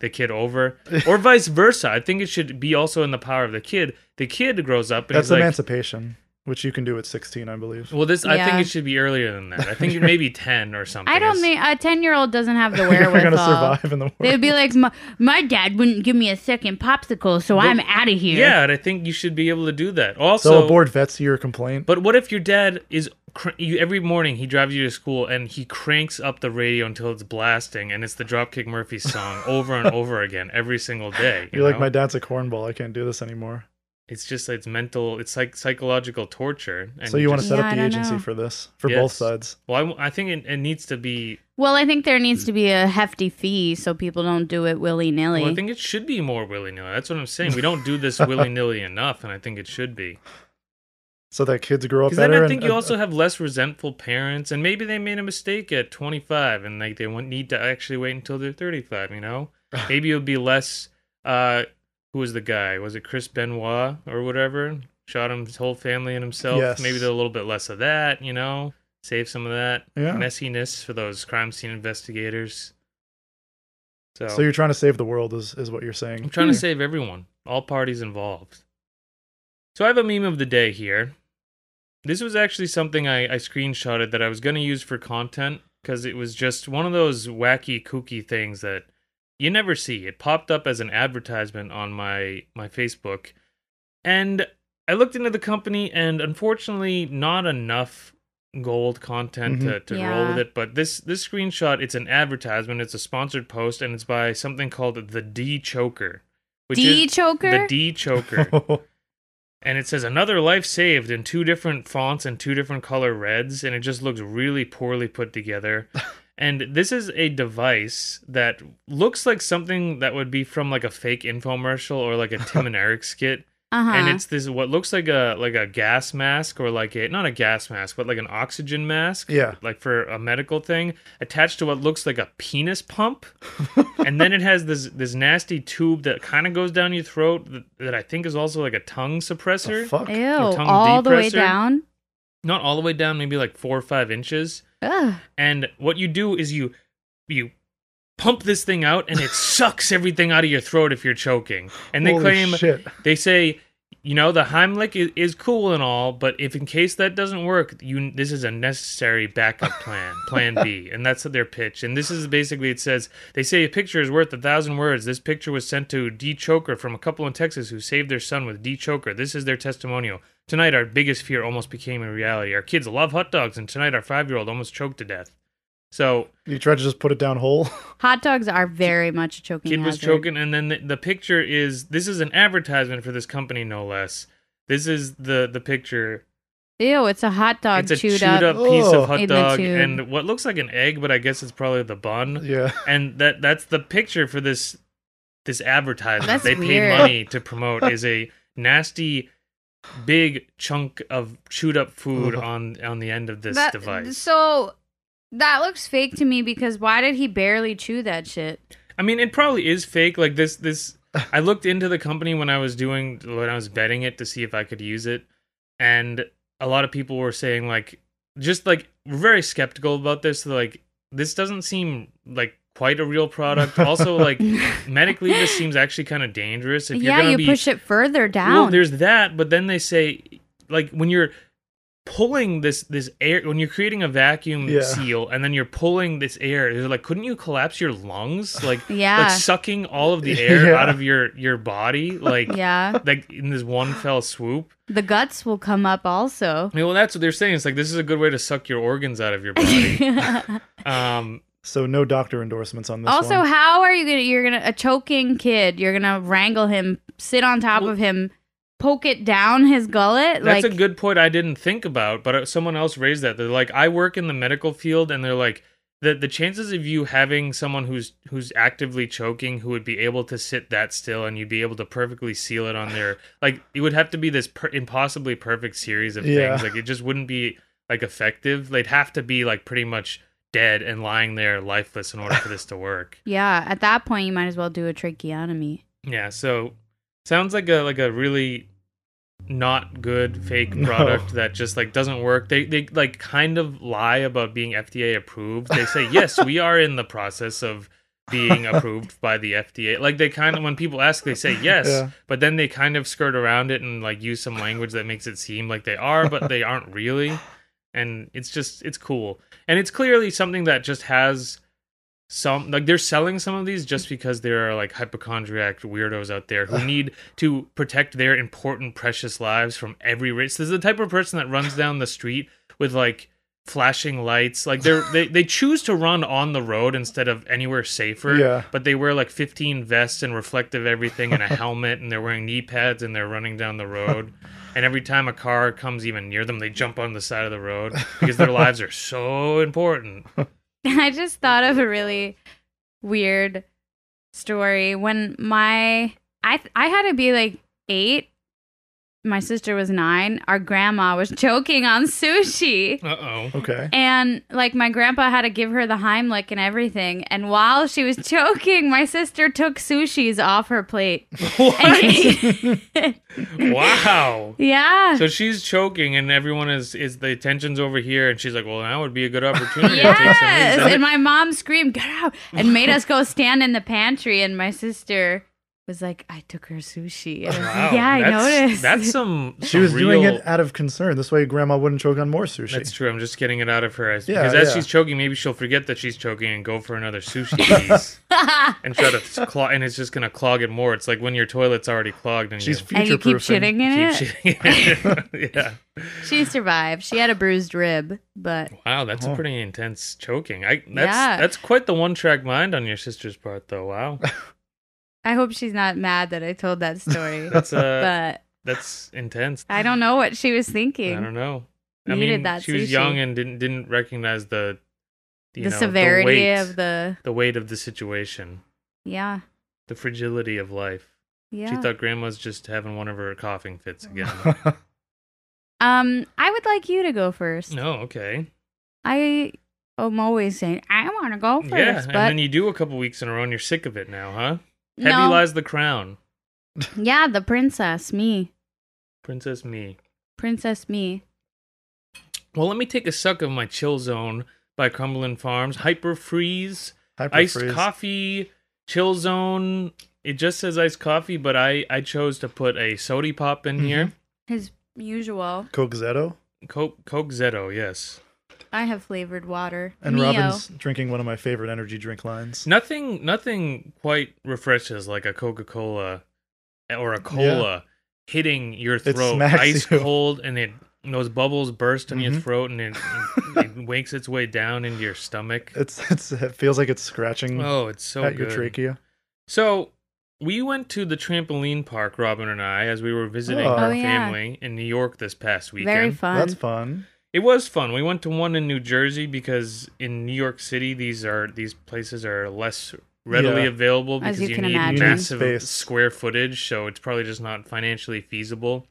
[SPEAKER 2] the kid over, or vice versa. I think it should be also in the power of the kid. The kid grows up and
[SPEAKER 3] That's
[SPEAKER 2] he's like,
[SPEAKER 3] emancipation, which you can do at 16, I believe.
[SPEAKER 2] well, this I think
[SPEAKER 1] Yeah.
[SPEAKER 2] it should be earlier than that. I think maybe ten or something.
[SPEAKER 1] I don't
[SPEAKER 2] It's-
[SPEAKER 1] think a ten-year-old doesn't have the
[SPEAKER 3] You're
[SPEAKER 1] wherewithal.
[SPEAKER 3] going to survive in the world.
[SPEAKER 1] They'd be like, my, my dad wouldn't give me a second popsicle, so I'm out of here.
[SPEAKER 2] Yeah, and I think you should be able to do that. Also,
[SPEAKER 3] so aboard vets your complaint.
[SPEAKER 2] But what if your dad is cr- you, every morning he drives you to school and he cranks up the radio until it's blasting and it's the Dropkick Murphy song over and over again every single day. you
[SPEAKER 3] You're like,
[SPEAKER 2] know?
[SPEAKER 3] my dad's a cornball. I can't do this anymore.
[SPEAKER 2] It's just it's mental. It's like psychological torture. And
[SPEAKER 3] so you want
[SPEAKER 2] just-
[SPEAKER 3] to set
[SPEAKER 1] Yeah,
[SPEAKER 3] up
[SPEAKER 1] I
[SPEAKER 3] the
[SPEAKER 1] don't
[SPEAKER 3] agency
[SPEAKER 1] know.
[SPEAKER 3] for this, for
[SPEAKER 2] Yes.
[SPEAKER 3] both sides.
[SPEAKER 2] Well, I, I think it, it needs to be.
[SPEAKER 1] Well, I think there needs to be a hefty fee so people don't do it willy nilly.
[SPEAKER 2] Well, I think it should be more willy nilly. That's what I'm saying. We don't do this willy nilly enough, and I think it should be.
[SPEAKER 3] So that kids grow up
[SPEAKER 2] Because then
[SPEAKER 3] better. uh,
[SPEAKER 2] I
[SPEAKER 3] and-
[SPEAKER 2] think you
[SPEAKER 3] and-
[SPEAKER 2] also have less resentful parents, and maybe they made a mistake at 25, and like they won't need to actually wait until they're 35. You know, maybe it'll be less. Uh, who was the guy? Was it Chris Benoit or whatever? Shot him, his whole family and himself.
[SPEAKER 3] Yes.
[SPEAKER 2] Maybe they're a little bit less of that. You know, save some of that
[SPEAKER 3] Yeah.
[SPEAKER 2] messiness for those crime scene investigators. So,
[SPEAKER 3] So you're trying to save the world, is, is what you're
[SPEAKER 2] I'm
[SPEAKER 3] saying.
[SPEAKER 2] trying
[SPEAKER 1] Hmm.
[SPEAKER 2] to save everyone, all parties involved. So I have a meme of the day here. This was actually something I, I screenshotted that I was going to use for content because it was just one of those wacky, kooky things that you never see. It popped up as an advertisement on my my Facebook, and I looked into the company, and unfortunately, not enough gold content to, to roll
[SPEAKER 1] Yeah.
[SPEAKER 2] with it. But this this screenshot, it's an advertisement. It's a sponsored post, and it's by something called the D Choker, which
[SPEAKER 1] D
[SPEAKER 2] is
[SPEAKER 1] choker?
[SPEAKER 2] the D Choker and it says another life saved in two different fonts and two different color reds and it just looks really poorly put together and this is a device that looks like something that would be from like a fake infomercial or like a tim and eric skit
[SPEAKER 1] uh-huh.
[SPEAKER 2] and it's this what looks like a like a gas mask or like a not a gas mask but like an oxygen mask
[SPEAKER 3] Yeah.
[SPEAKER 2] like for a medical thing attached to what looks like a penis pump and then it has this this nasty tube that kind of goes down your throat that, that i think is also like a tongue suppressor
[SPEAKER 3] The fuck?
[SPEAKER 1] Ew,
[SPEAKER 2] tongue
[SPEAKER 1] all the way
[SPEAKER 2] depressor.
[SPEAKER 1] down?
[SPEAKER 2] not all the way down, maybe like four or five inches.
[SPEAKER 1] Ugh.
[SPEAKER 2] And what you do is you you pump this thing out, and it sucks everything out of your throat if you're choking. And they
[SPEAKER 3] Holy
[SPEAKER 2] claim
[SPEAKER 3] shit.
[SPEAKER 2] they say, you know, the Heimlich is, is cool and all, but if in case that doesn't work, you this is a necessary backup plan, Plan B, and that's their pitch. And this is basically it says they say a picture is worth a thousand words. This picture was sent to D Choker from a couple in Texas who saved their son with D Choker. This is their testimonial. Tonight, our biggest fear almost became a reality. Our kids love hot dogs, and tonight our five-year-old almost choked to death. So
[SPEAKER 3] You tried to just put it down whole.
[SPEAKER 1] Hot dogs are very much a choking
[SPEAKER 2] kid was
[SPEAKER 1] hazard.
[SPEAKER 2] choking and then the, the picture is this is an advertisement for this company no less this is the the picture
[SPEAKER 1] Ew, it's a hot dog
[SPEAKER 2] it's a
[SPEAKER 1] chewed,
[SPEAKER 2] chewed up,
[SPEAKER 1] up.
[SPEAKER 2] piece
[SPEAKER 3] Oh.
[SPEAKER 2] of hot
[SPEAKER 1] In the
[SPEAKER 2] dog
[SPEAKER 1] tube.
[SPEAKER 2] and what looks like an egg but i guess it's probably the bun
[SPEAKER 3] yeah.
[SPEAKER 2] and that that's the picture for this this advertisement
[SPEAKER 1] That's
[SPEAKER 2] they paid
[SPEAKER 1] weird.
[SPEAKER 2] money to promote is a nasty big chunk of chewed up food on on the end of this
[SPEAKER 1] That-
[SPEAKER 2] device
[SPEAKER 1] So that looks fake to me because why did he barely chew that shit?
[SPEAKER 2] I mean, it probably is fake. Like this, this. I looked into the company when I was doing when I was betting it to see if I could use it, and a lot of people were saying like, just like very skeptical about this. They're like, this doesn't seem like quite a real product. Also, like medically, this seems actually kind of dangerous. If you're
[SPEAKER 1] yeah,
[SPEAKER 2] gonna
[SPEAKER 1] you
[SPEAKER 2] be
[SPEAKER 1] push it further
[SPEAKER 2] well,
[SPEAKER 1] down.
[SPEAKER 2] there's that, but then they say like when you're pulling this this air when you're creating a vacuum
[SPEAKER 3] Yeah.
[SPEAKER 2] seal and then you're pulling this air, they're like, couldn't you collapse your lungs? Like
[SPEAKER 1] yeah.
[SPEAKER 2] like sucking all of the air
[SPEAKER 3] Yeah.
[SPEAKER 2] out of your your body like
[SPEAKER 1] yeah.
[SPEAKER 2] like in this one fell swoop
[SPEAKER 1] The guts will come up also.
[SPEAKER 2] I mean, well that's what they're saying it's like this is a good way to suck your organs out of your body um
[SPEAKER 3] So no doctor endorsements on this
[SPEAKER 1] also,
[SPEAKER 3] one.
[SPEAKER 1] how are you gonna you're gonna a choking kid, you're gonna wrangle him, sit on top
[SPEAKER 2] Well-
[SPEAKER 1] of him, poke it down his gullet?
[SPEAKER 2] that's
[SPEAKER 1] like
[SPEAKER 2] a good point i didn't think about but uh, someone else raised that they're like i work in the medical field and they're like the the chances of you having someone who's who's actively choking who would be able to sit that still and you'd be able to perfectly seal it on their like it would have to be this per- impossibly perfect series of
[SPEAKER 3] Yeah.
[SPEAKER 2] things like it just wouldn't be like effective they'd have to be like pretty much dead and lying there lifeless in order for this to work
[SPEAKER 1] Yeah, at that point you might as well do a tracheotomy.
[SPEAKER 2] yeah so sounds like a like a really not good fake
[SPEAKER 3] No.
[SPEAKER 2] product that just like doesn't work they they like kind of lie about being fda approved they say yes we are in the process of being approved by the FDA. Like they kind of when people ask, they say yes,
[SPEAKER 3] Yeah.
[SPEAKER 2] but then they kind of skirt around it and like use some language that makes it seem like they are, but they aren't really. And it's just it's cool, and it's clearly something that just has some like they're selling some of these just because there are like hypochondriac weirdos out there who need to protect their important precious lives from every risk. This is the type of person that runs down the street with like flashing lights. Like they're they, they choose to run on the road instead of anywhere safer.
[SPEAKER 3] Yeah.
[SPEAKER 2] But they wear like 15 vests and reflective everything and a helmet and they're wearing knee pads and they're running down the road. And every time a car comes even near them, they jump on the side of the road because their lives are so important.
[SPEAKER 1] I just thought of a really weird story when my I I had to be like 8. My sister was 9. Our grandma was choking on sushi.
[SPEAKER 2] Uh oh.
[SPEAKER 3] Okay.
[SPEAKER 1] And like my grandpa had to give her the Heimlich and everything. And while she was choking, my sister took sushis off her plate and ate it.
[SPEAKER 2] Wow.
[SPEAKER 1] Yeah.
[SPEAKER 2] So she's choking, and everyone is is the attention's over here, and she's like, "Well, that would be a good opportunity to take some." of
[SPEAKER 1] Yes.
[SPEAKER 2] these
[SPEAKER 1] And my mom screamed, Get out and made us go stand in the pantry and my sister was like, I took her sushi. And I was like,
[SPEAKER 2] Wow,
[SPEAKER 1] yeah, I
[SPEAKER 2] that's-
[SPEAKER 1] noticed.
[SPEAKER 2] That's some.
[SPEAKER 3] She
[SPEAKER 2] some
[SPEAKER 3] was doing
[SPEAKER 2] real-
[SPEAKER 3] it out of concern. This way, grandma wouldn't choke on more sushi.
[SPEAKER 2] That's true. I'm just getting it out of her. As,
[SPEAKER 3] Yeah,
[SPEAKER 2] because as
[SPEAKER 3] yeah.
[SPEAKER 2] she's choking, maybe she'll forget that she's choking and go for another sushi piece and try to clog, and it's just gonna clog it more. It's like when your toilet's already clogged and
[SPEAKER 3] She's
[SPEAKER 1] and you
[SPEAKER 3] future
[SPEAKER 1] keep
[SPEAKER 3] proofing.
[SPEAKER 1] shitting in
[SPEAKER 2] you
[SPEAKER 1] it.
[SPEAKER 2] keep shitting it. yeah.
[SPEAKER 1] She survived. She had a bruised rib, but
[SPEAKER 2] Wow, that's
[SPEAKER 3] Uh-huh.
[SPEAKER 2] a pretty intense choking. I that's
[SPEAKER 1] Yeah.
[SPEAKER 2] that's quite the one track mind on your sister's part, though. Wow,
[SPEAKER 1] I hope she's not mad that I told that story.
[SPEAKER 2] that's uh,
[SPEAKER 1] but
[SPEAKER 2] that's intense.
[SPEAKER 1] I don't know what she was
[SPEAKER 2] I
[SPEAKER 1] thinking.
[SPEAKER 2] don't know. I
[SPEAKER 1] Needed
[SPEAKER 2] mean,
[SPEAKER 1] that
[SPEAKER 2] she was
[SPEAKER 1] sushi.
[SPEAKER 2] young and didn't didn't recognize the you
[SPEAKER 1] The
[SPEAKER 2] know,
[SPEAKER 1] severity
[SPEAKER 2] weight-
[SPEAKER 1] of the
[SPEAKER 2] the weight of the situation,
[SPEAKER 1] yeah
[SPEAKER 2] the fragility of life. She
[SPEAKER 1] yeah. Oh
[SPEAKER 2] thought grandma's just having one of her coughing fits again.
[SPEAKER 1] um, I would like you to go first.
[SPEAKER 2] no, okay.
[SPEAKER 1] I am always saying I want to go first,
[SPEAKER 2] yeah, and
[SPEAKER 1] but
[SPEAKER 2] then you do a couple weeks in a row and you're sick of it now, huh? Heavy
[SPEAKER 1] no.
[SPEAKER 2] lies the crown.
[SPEAKER 1] yeah, the princess me,
[SPEAKER 2] Princess me.
[SPEAKER 1] princess me.
[SPEAKER 2] Well, let me take a suck of my chill zone by Cumberland Farms. Hyper freeze.
[SPEAKER 3] Hyper
[SPEAKER 2] iced
[SPEAKER 3] freeze.
[SPEAKER 2] coffee chill zone it just says iced coffee but i i chose to put a sody pop in here
[SPEAKER 3] Mm-hmm.
[SPEAKER 1] His usual.
[SPEAKER 3] Coke Zero.
[SPEAKER 2] coke coke zero yes
[SPEAKER 1] I have flavored water.
[SPEAKER 3] And
[SPEAKER 1] Mio.
[SPEAKER 3] Robin's drinking one of my favorite energy drink lines.
[SPEAKER 2] nothing nothing quite refreshes like a coca-cola or a cola hitting your throat
[SPEAKER 3] smacks
[SPEAKER 2] ice
[SPEAKER 3] you.
[SPEAKER 2] cold and it and those bubbles burst in your
[SPEAKER 3] Mhm.
[SPEAKER 2] throat and it, it, it wakes its way down into your stomach
[SPEAKER 3] It's, it's it feels like it's scratching
[SPEAKER 2] oh it's so
[SPEAKER 3] at
[SPEAKER 2] good
[SPEAKER 3] your trachea.
[SPEAKER 2] So we went to the trampoline park, Robin and I, as we were visiting
[SPEAKER 3] Oh.
[SPEAKER 2] our
[SPEAKER 1] Oh, yeah.
[SPEAKER 2] family in New York this past weekend.
[SPEAKER 1] Very fun.
[SPEAKER 3] That's fun.
[SPEAKER 2] It was fun. We went to one in New Jersey because in New York City these are these places are less readily
[SPEAKER 3] Yeah.
[SPEAKER 2] available
[SPEAKER 1] As
[SPEAKER 2] because
[SPEAKER 1] you
[SPEAKER 2] you,
[SPEAKER 1] can
[SPEAKER 2] need
[SPEAKER 1] imagine.
[SPEAKER 2] massive
[SPEAKER 3] Space.
[SPEAKER 2] square footage, so it's probably just not financially feasible.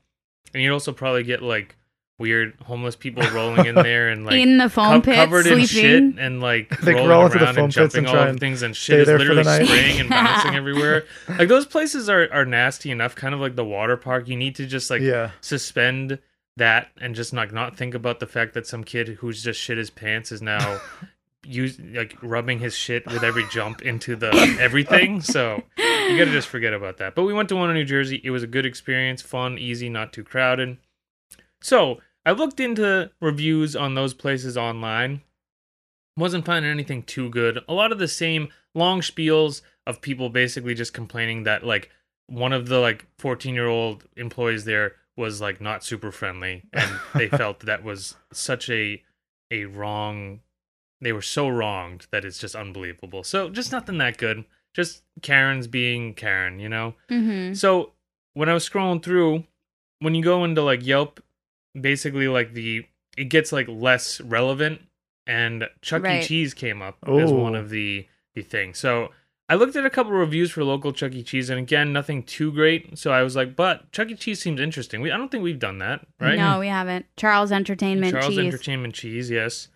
[SPEAKER 2] And you'd also probably get like weird homeless people rolling in there and like
[SPEAKER 1] in the foam
[SPEAKER 2] co-
[SPEAKER 1] pit,
[SPEAKER 2] covered
[SPEAKER 1] sleeping.
[SPEAKER 2] in shit and like
[SPEAKER 3] They
[SPEAKER 2] rolling
[SPEAKER 3] crawl
[SPEAKER 2] around
[SPEAKER 3] into the foam
[SPEAKER 2] and
[SPEAKER 3] pits
[SPEAKER 2] jumping
[SPEAKER 3] and
[SPEAKER 2] all
[SPEAKER 3] try
[SPEAKER 2] over
[SPEAKER 3] and
[SPEAKER 2] things and
[SPEAKER 3] stay
[SPEAKER 2] shit is
[SPEAKER 3] there for the
[SPEAKER 2] literally
[SPEAKER 3] night.
[SPEAKER 2] spraying and bouncing everywhere. Like those places are are nasty enough, kind of like the water park. You need to just like
[SPEAKER 3] yeah.
[SPEAKER 2] suspend that and just like not think about the fact that some kid who's just shit his pants is now use like rubbing his shit with every jump into the everything. So you gotta just forget about that. But we went to one in New Jersey. It was a good experience, fun, easy, not too crowded. So I looked into reviews on those places online. Wasn't finding anything too good. A lot of the same long spiels of people basically just complaining that like one of the like 14 year old employees there was like not super friendly and they felt that was such a a wrong they were so wronged that it's just unbelievable so just nothing that good just karen's being karen you know
[SPEAKER 1] mm-hmm.
[SPEAKER 2] so when I was scrolling through, when you go into like Yelp, basically like the it gets like less relevant, and Chuck
[SPEAKER 1] Right.
[SPEAKER 2] E. Cheese came up as
[SPEAKER 3] Ooh.
[SPEAKER 2] one of the the things. So I looked at a couple reviews for local Chuck E. Cheese, and again, nothing too great. So I was like, but Chuck E. Cheese seems interesting. We I don't think we've done that, right?
[SPEAKER 1] No, we haven't. Charles Entertainment
[SPEAKER 2] Charles
[SPEAKER 1] Cheese.
[SPEAKER 2] Entertainment Cheese, yes.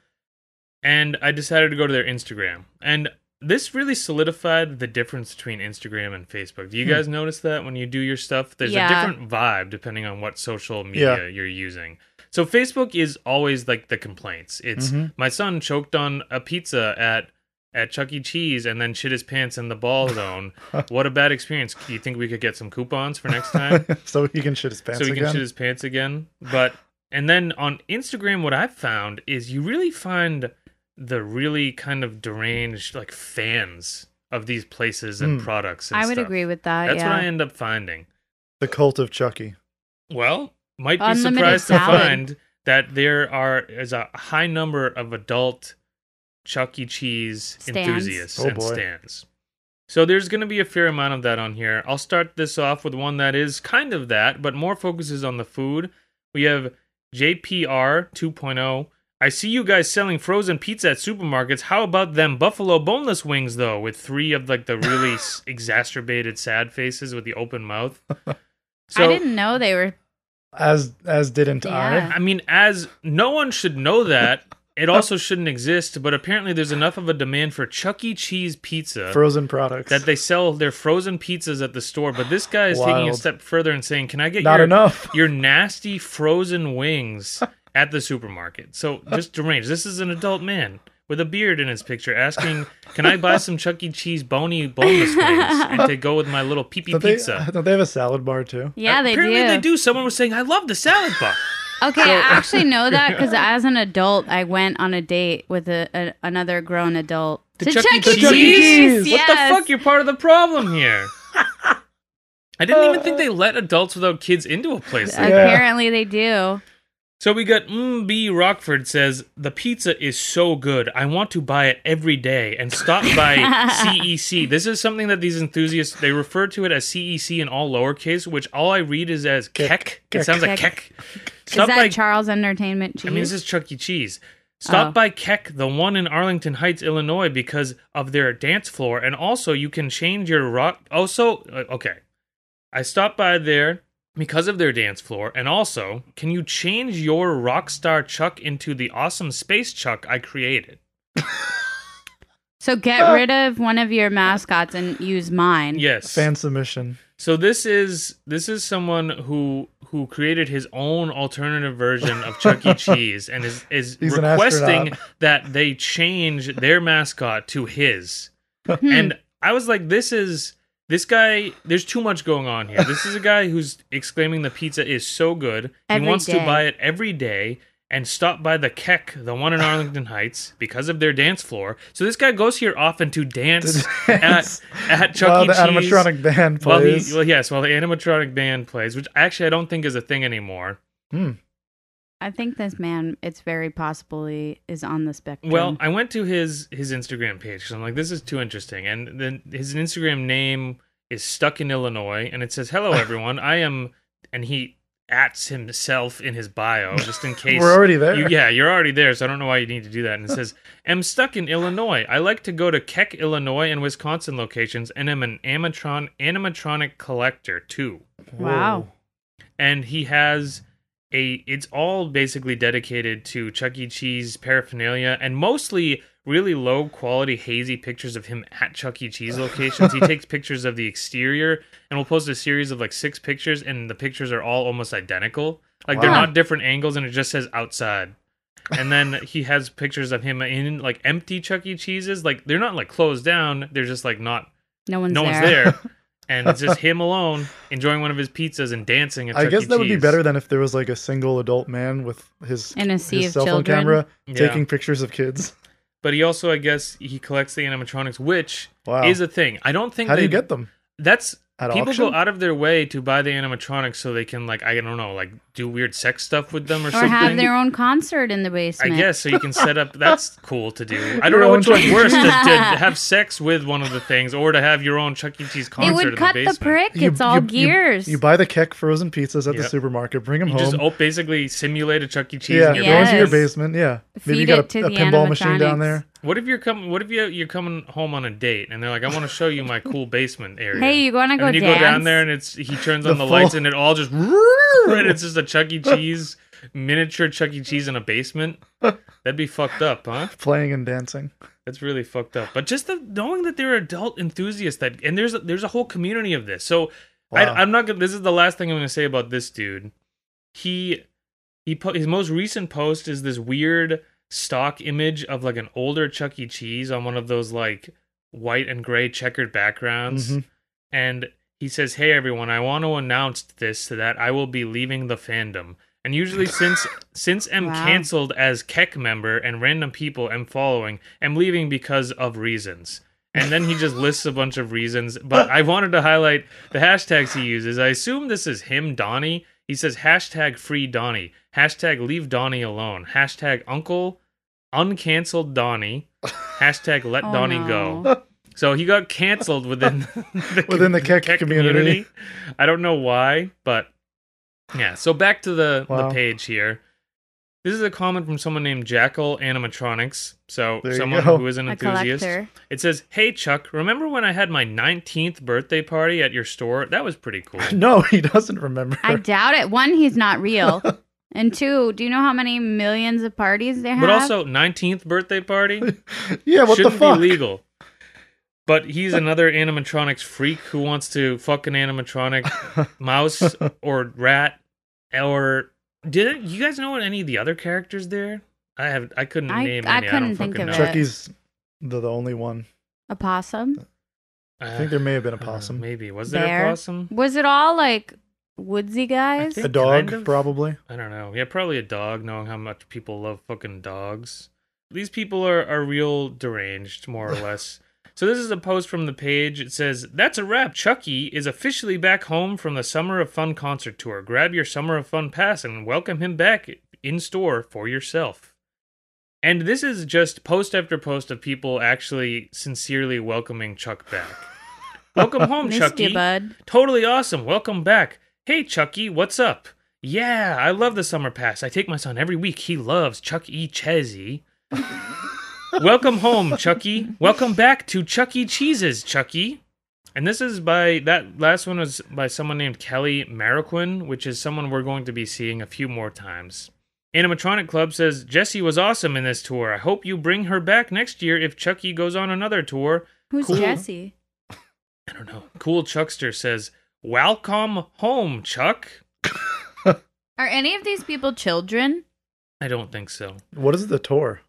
[SPEAKER 2] And I decided to go to their Instagram. And this really solidified the difference between Instagram and Facebook. Do you
[SPEAKER 3] Hmm.
[SPEAKER 2] guys notice that when you do your stuff? There's
[SPEAKER 1] Yeah.
[SPEAKER 2] a different vibe depending on what social media you're using. So Facebook is always like the complaints. It's
[SPEAKER 3] Mhm.
[SPEAKER 2] my son choked on a pizza at at Chuck E. Cheese and then shit his pants in the ball zone. what a bad experience. Do you think we could get some coupons for next time?
[SPEAKER 3] so he can shit his pants
[SPEAKER 2] so he
[SPEAKER 3] again.
[SPEAKER 2] can shit his pants again. But and then on Instagram, what I've found is you really find the really kind of deranged like fans of these places and
[SPEAKER 3] Hmm.
[SPEAKER 2] products. And
[SPEAKER 1] I would
[SPEAKER 2] stuff.
[SPEAKER 1] agree with that.
[SPEAKER 2] That's
[SPEAKER 1] yeah.
[SPEAKER 2] what I end up finding.
[SPEAKER 3] the cult of Chucky.
[SPEAKER 2] Well, might be
[SPEAKER 1] Unlimited
[SPEAKER 2] surprised
[SPEAKER 1] salad.
[SPEAKER 2] to find that there are is a high number of adult Chuck E. Cheese
[SPEAKER 1] Stands.
[SPEAKER 2] enthusiasts
[SPEAKER 3] Oh,
[SPEAKER 2] and
[SPEAKER 3] boy.
[SPEAKER 2] stands. So there's going to be a fair amount of that on here. I'll start this off with one that is kind of that, but more focuses on the food. We have JPR 2.0. oh. I see you guys selling frozen pizza at supermarkets. How about them buffalo boneless wings though, with three of like the really s- exacerbated sad faces with the open mouth? So
[SPEAKER 1] I didn't know they were.
[SPEAKER 3] As as didn't
[SPEAKER 1] Yeah.
[SPEAKER 2] I mean, as no one should know that, it also shouldn't exist, but apparently there's enough of a demand for Chuck E. Cheese
[SPEAKER 3] I.
[SPEAKER 2] pizza
[SPEAKER 3] Frozen products.
[SPEAKER 2] that they sell their frozen pizzas at the store. But this guy is taking a
[SPEAKER 3] Wild.
[SPEAKER 2] step further and saying, Can I get
[SPEAKER 3] Not
[SPEAKER 2] your,
[SPEAKER 3] enough.
[SPEAKER 2] your nasty frozen wings at the supermarket? So just deranged. This is an adult man with a beard in his picture asking, Can I buy some Chuck E. Cheese bony boneless wings and to go with my little pee pee
[SPEAKER 3] Don't they,
[SPEAKER 2] pizza?
[SPEAKER 3] don't they have a salad bar too?
[SPEAKER 1] Yeah, they
[SPEAKER 2] uh, Apparently
[SPEAKER 1] do.
[SPEAKER 2] they do. Someone was saying, I love the salad bar.
[SPEAKER 1] Okay, I actually know that because as an adult, I went on a date with a, a, another grown adult
[SPEAKER 2] To
[SPEAKER 1] to
[SPEAKER 2] Chuck E.
[SPEAKER 1] Chuck E.
[SPEAKER 2] Cheese? What the
[SPEAKER 1] Cheese.
[SPEAKER 2] What
[SPEAKER 3] fuck?
[SPEAKER 2] the fuck? You're part of the problem here. Uh. I didn't even think they let adults without kids into a place like that.
[SPEAKER 1] Apparently they do.
[SPEAKER 2] So we got MB Rockford says, The pizza is so good. I want to buy it every day and stop by CEC. This is something that these enthusiasts, they refer to it as CEC in all lowercase, which all I read is as
[SPEAKER 3] Kek.
[SPEAKER 2] kek. It
[SPEAKER 3] Kek.
[SPEAKER 2] sounds like
[SPEAKER 1] Kek.
[SPEAKER 2] kek. Stop
[SPEAKER 1] Is that
[SPEAKER 2] by
[SPEAKER 1] Charles Entertainment Cheese?
[SPEAKER 2] I mean, this is Chuck E. Cheese. Stop
[SPEAKER 1] Oh.
[SPEAKER 2] by Keck, the one in Arlington Heights, Illinois, because of their dance floor, and also you can change your rock. Also, uh, okay, I stopped by there because of their dance floor, and also, can you change your rock star Chuck into the awesome space Chuck I created?
[SPEAKER 1] so
[SPEAKER 3] Ah.
[SPEAKER 1] get rid of one of your mascots and use mine.
[SPEAKER 2] Yes.
[SPEAKER 3] Fan submission.
[SPEAKER 2] So this is this is someone who who created his own alternative version of Chuck E. Cheese and is is
[SPEAKER 3] He's an
[SPEAKER 2] requesting
[SPEAKER 3] astronaut.
[SPEAKER 2] that they change their mascot to his.
[SPEAKER 1] Hmm.
[SPEAKER 2] And I was like, this is this guy. There's too much going on here. This is a guy who's exclaiming the pizza is so good.
[SPEAKER 1] Every
[SPEAKER 2] he wants
[SPEAKER 1] day.
[SPEAKER 2] to buy it every day and stop by the Keck, the one in Arlington Heights, because of their dance floor. So this guy goes here often to dance,
[SPEAKER 3] dance.
[SPEAKER 2] at at Chuck
[SPEAKER 3] while
[SPEAKER 2] E.
[SPEAKER 3] the
[SPEAKER 2] Cheese.
[SPEAKER 3] animatronic band
[SPEAKER 2] While the,
[SPEAKER 3] plays.
[SPEAKER 2] well, yes, while the animatronic band plays, which actually I don't think is a thing anymore.
[SPEAKER 3] Hmm.
[SPEAKER 1] I think this man, it's very possibly, is on the spectrum.
[SPEAKER 2] Well, I went to his his Instagram page because I'm like, this is too interesting. And then his Instagram name is stuck in Illinois, and it says, "Hello everyone, I am," and he ats himself in his bio just in case.
[SPEAKER 3] We're already there.
[SPEAKER 2] You, yeah, you're already there, so I don't know why you need to do that. And it says, "I'm stuck in Illinois. I like to go to Keck, Illinois, and Wisconsin locations, and I'm an animatron animatronic collector too."
[SPEAKER 1] Wow.
[SPEAKER 3] Whoa.
[SPEAKER 2] and he has a it's all basically dedicated to Chuck E. Cheese paraphernalia and mostly really low quality hazy pictures of him at Chuck E. Cheese locations. he takes pictures of the exterior and will post a series of like six pictures and the pictures are all almost identical. Like they're
[SPEAKER 1] Wow.
[SPEAKER 2] not different angles and it just says outside. And then he has pictures of him in like empty Chuck E. Cheeses. Like they're not like closed down. They're just like not
[SPEAKER 1] no one's
[SPEAKER 2] no
[SPEAKER 1] there.
[SPEAKER 2] one's there. And it's just him alone enjoying one of his pizzas and dancing at
[SPEAKER 3] I
[SPEAKER 2] Chuck
[SPEAKER 3] guess
[SPEAKER 2] E.
[SPEAKER 3] that would be
[SPEAKER 2] Cheese.
[SPEAKER 3] better than if there was like a single adult man with his,
[SPEAKER 1] In a sea
[SPEAKER 3] his
[SPEAKER 1] of
[SPEAKER 3] cell phone
[SPEAKER 1] children.
[SPEAKER 3] camera
[SPEAKER 2] Yeah.
[SPEAKER 3] taking pictures of kids.
[SPEAKER 2] But he also, I guess, he collects the animatronics, which
[SPEAKER 3] Wow.
[SPEAKER 2] is a thing. I don't think
[SPEAKER 3] How do you
[SPEAKER 2] they-
[SPEAKER 3] get them?
[SPEAKER 2] That's
[SPEAKER 3] At
[SPEAKER 2] people
[SPEAKER 3] auction?
[SPEAKER 2] go out of their way to buy the animatronics so they can like I don't know, like do weird sex stuff with them or,
[SPEAKER 1] Or
[SPEAKER 2] something.
[SPEAKER 1] have their own concert in the
[SPEAKER 2] I
[SPEAKER 1] basement.
[SPEAKER 2] guess so you can set up. That's cool to do. I
[SPEAKER 3] Your
[SPEAKER 2] don't know
[SPEAKER 3] own
[SPEAKER 2] which one's
[SPEAKER 3] Chuck E.
[SPEAKER 2] worse to, to
[SPEAKER 1] Cheese.
[SPEAKER 2] have sex with one of the things or to have your own Chuck E. Cheese
[SPEAKER 1] It
[SPEAKER 2] concert in
[SPEAKER 1] would cut the,
[SPEAKER 2] basement.
[SPEAKER 1] prick.
[SPEAKER 3] You-
[SPEAKER 1] it's all
[SPEAKER 3] you- you-
[SPEAKER 1] gears.
[SPEAKER 3] You, buy the Keck frozen pizzas at the
[SPEAKER 2] Yeah.
[SPEAKER 3] supermarket, bring them
[SPEAKER 2] You
[SPEAKER 3] home.
[SPEAKER 2] just oh, basically simulate a Chuck E. Cheese.
[SPEAKER 3] yeah,
[SPEAKER 2] in
[SPEAKER 3] go
[SPEAKER 2] your
[SPEAKER 1] Yes.
[SPEAKER 3] into your basement. Yeah, maybe you
[SPEAKER 1] Feed
[SPEAKER 3] got
[SPEAKER 1] it to
[SPEAKER 3] a, a
[SPEAKER 1] the
[SPEAKER 3] pinball machine down
[SPEAKER 1] animatronics.
[SPEAKER 3] there.
[SPEAKER 2] What if you're coming? What if you you're coming home on a date and they're like, "I want to show you my cool basement area."
[SPEAKER 1] Hey, you wanna
[SPEAKER 2] And
[SPEAKER 1] go
[SPEAKER 2] then you
[SPEAKER 1] dance?
[SPEAKER 2] go down there and it's he turns
[SPEAKER 3] The
[SPEAKER 2] on the lights
[SPEAKER 3] full-
[SPEAKER 2] and it all just and it's just a Chuck E. Cheese miniature Chuck E. Cheese in a basement. That'd be fucked up, huh?
[SPEAKER 3] playing and dancing.
[SPEAKER 2] That's really fucked up. But just the, knowing that there are adult enthusiasts that and there's a, there's a whole community of this. So
[SPEAKER 3] Wow.
[SPEAKER 2] I, I'm not gonna. This is the last thing I'm gonna say about this dude. He he po- his most recent post is this weird stock image of like an older Chuck E. Cheese on one of those like white and gray checkered backgrounds.
[SPEAKER 3] Mhm.
[SPEAKER 2] And he says, Hey everyone, I want to announce this that I will be leaving the fandom. And usually since since I'm
[SPEAKER 1] Wow.
[SPEAKER 2] canceled as Keck member and random people am following, I'm leaving because of reasons. And then he just lists a bunch of reasons. But I wanted to highlight the hashtags he uses. I assume this is him, Donnie. He says hashtag free Donnie, hashtag leave Donnie alone, hashtag uncle, uncanceled Donnie, hashtag let
[SPEAKER 1] Oh,
[SPEAKER 2] Donnie
[SPEAKER 1] no.
[SPEAKER 2] go. So he got canceled within the,
[SPEAKER 3] Within the Keck community.
[SPEAKER 2] I don't know why, but yeah. So back to the,
[SPEAKER 3] Wow.
[SPEAKER 2] the page here. This is a comment from someone named Jackal Animatronics. So
[SPEAKER 3] There you
[SPEAKER 2] someone
[SPEAKER 3] go.
[SPEAKER 2] who is an
[SPEAKER 1] A
[SPEAKER 2] enthusiast.
[SPEAKER 1] collector.
[SPEAKER 2] It says, "Hey Chuck, remember when I had my 19th birthday party at your store? That was pretty cool."
[SPEAKER 3] No, he doesn't remember.
[SPEAKER 1] I doubt it. One, he's not real. and two, do you know how many millions of parties they have?
[SPEAKER 2] But also, 19th birthday party
[SPEAKER 3] yeah, what the
[SPEAKER 2] shouldn't
[SPEAKER 3] fuck?
[SPEAKER 2] be legal. But he's another animatronics freak who wants to fuck an animatronic mouse or rat or did you guys know any of the other characters there? I have I couldn't
[SPEAKER 1] I-
[SPEAKER 2] name
[SPEAKER 1] I
[SPEAKER 2] any.
[SPEAKER 1] couldn't
[SPEAKER 2] don't
[SPEAKER 1] think
[SPEAKER 2] fucking
[SPEAKER 1] of
[SPEAKER 2] know.
[SPEAKER 1] it.
[SPEAKER 3] Chuck E's the, the only one.
[SPEAKER 1] a possum.
[SPEAKER 3] I think there may have been a
[SPEAKER 2] Uh,
[SPEAKER 3] possum.
[SPEAKER 2] maybe was there
[SPEAKER 1] Bear.
[SPEAKER 2] a possum?
[SPEAKER 1] Was it all like woodsy guys?
[SPEAKER 2] think-
[SPEAKER 3] a dog,
[SPEAKER 2] kind of.
[SPEAKER 3] probably.
[SPEAKER 2] I don't know. Yeah, probably a dog, knowing how much people love fucking dogs. These people are, are real deranged, more or less. So this is a post from the page. It says, That's a wrap. Chucky is officially back home from the Summer of Fun concert tour. Grab your Summer of Fun pass and welcome him back in store for yourself. And this is just post after post of people actually sincerely welcoming Chuck back. welcome home,
[SPEAKER 1] Missed
[SPEAKER 2] Chucky.
[SPEAKER 1] you, bud.
[SPEAKER 2] Totally awesome. Welcome back. Hey, Chucky, what's up? Yeah, I love the summer pass. I take my son every week. He loves Chuck E. Chezzy. Welcome home, Chucky. Welcome back to Chuck E. Cheese's, Chucky. And this is by that last one was by someone named Kelly Mariquin, which is someone we're going to be seeing a few more times. Animatronic Club says Jessie was awesome in this tour. I hope you bring her back next year if Chucky goes on another tour.
[SPEAKER 1] Who's
[SPEAKER 2] Cool.
[SPEAKER 1] Jesse?
[SPEAKER 2] I don't know. Cool Chuckster says, Welcome home, Chuck.
[SPEAKER 1] Are any of these people children?
[SPEAKER 2] I don't think so.
[SPEAKER 3] What is the tour?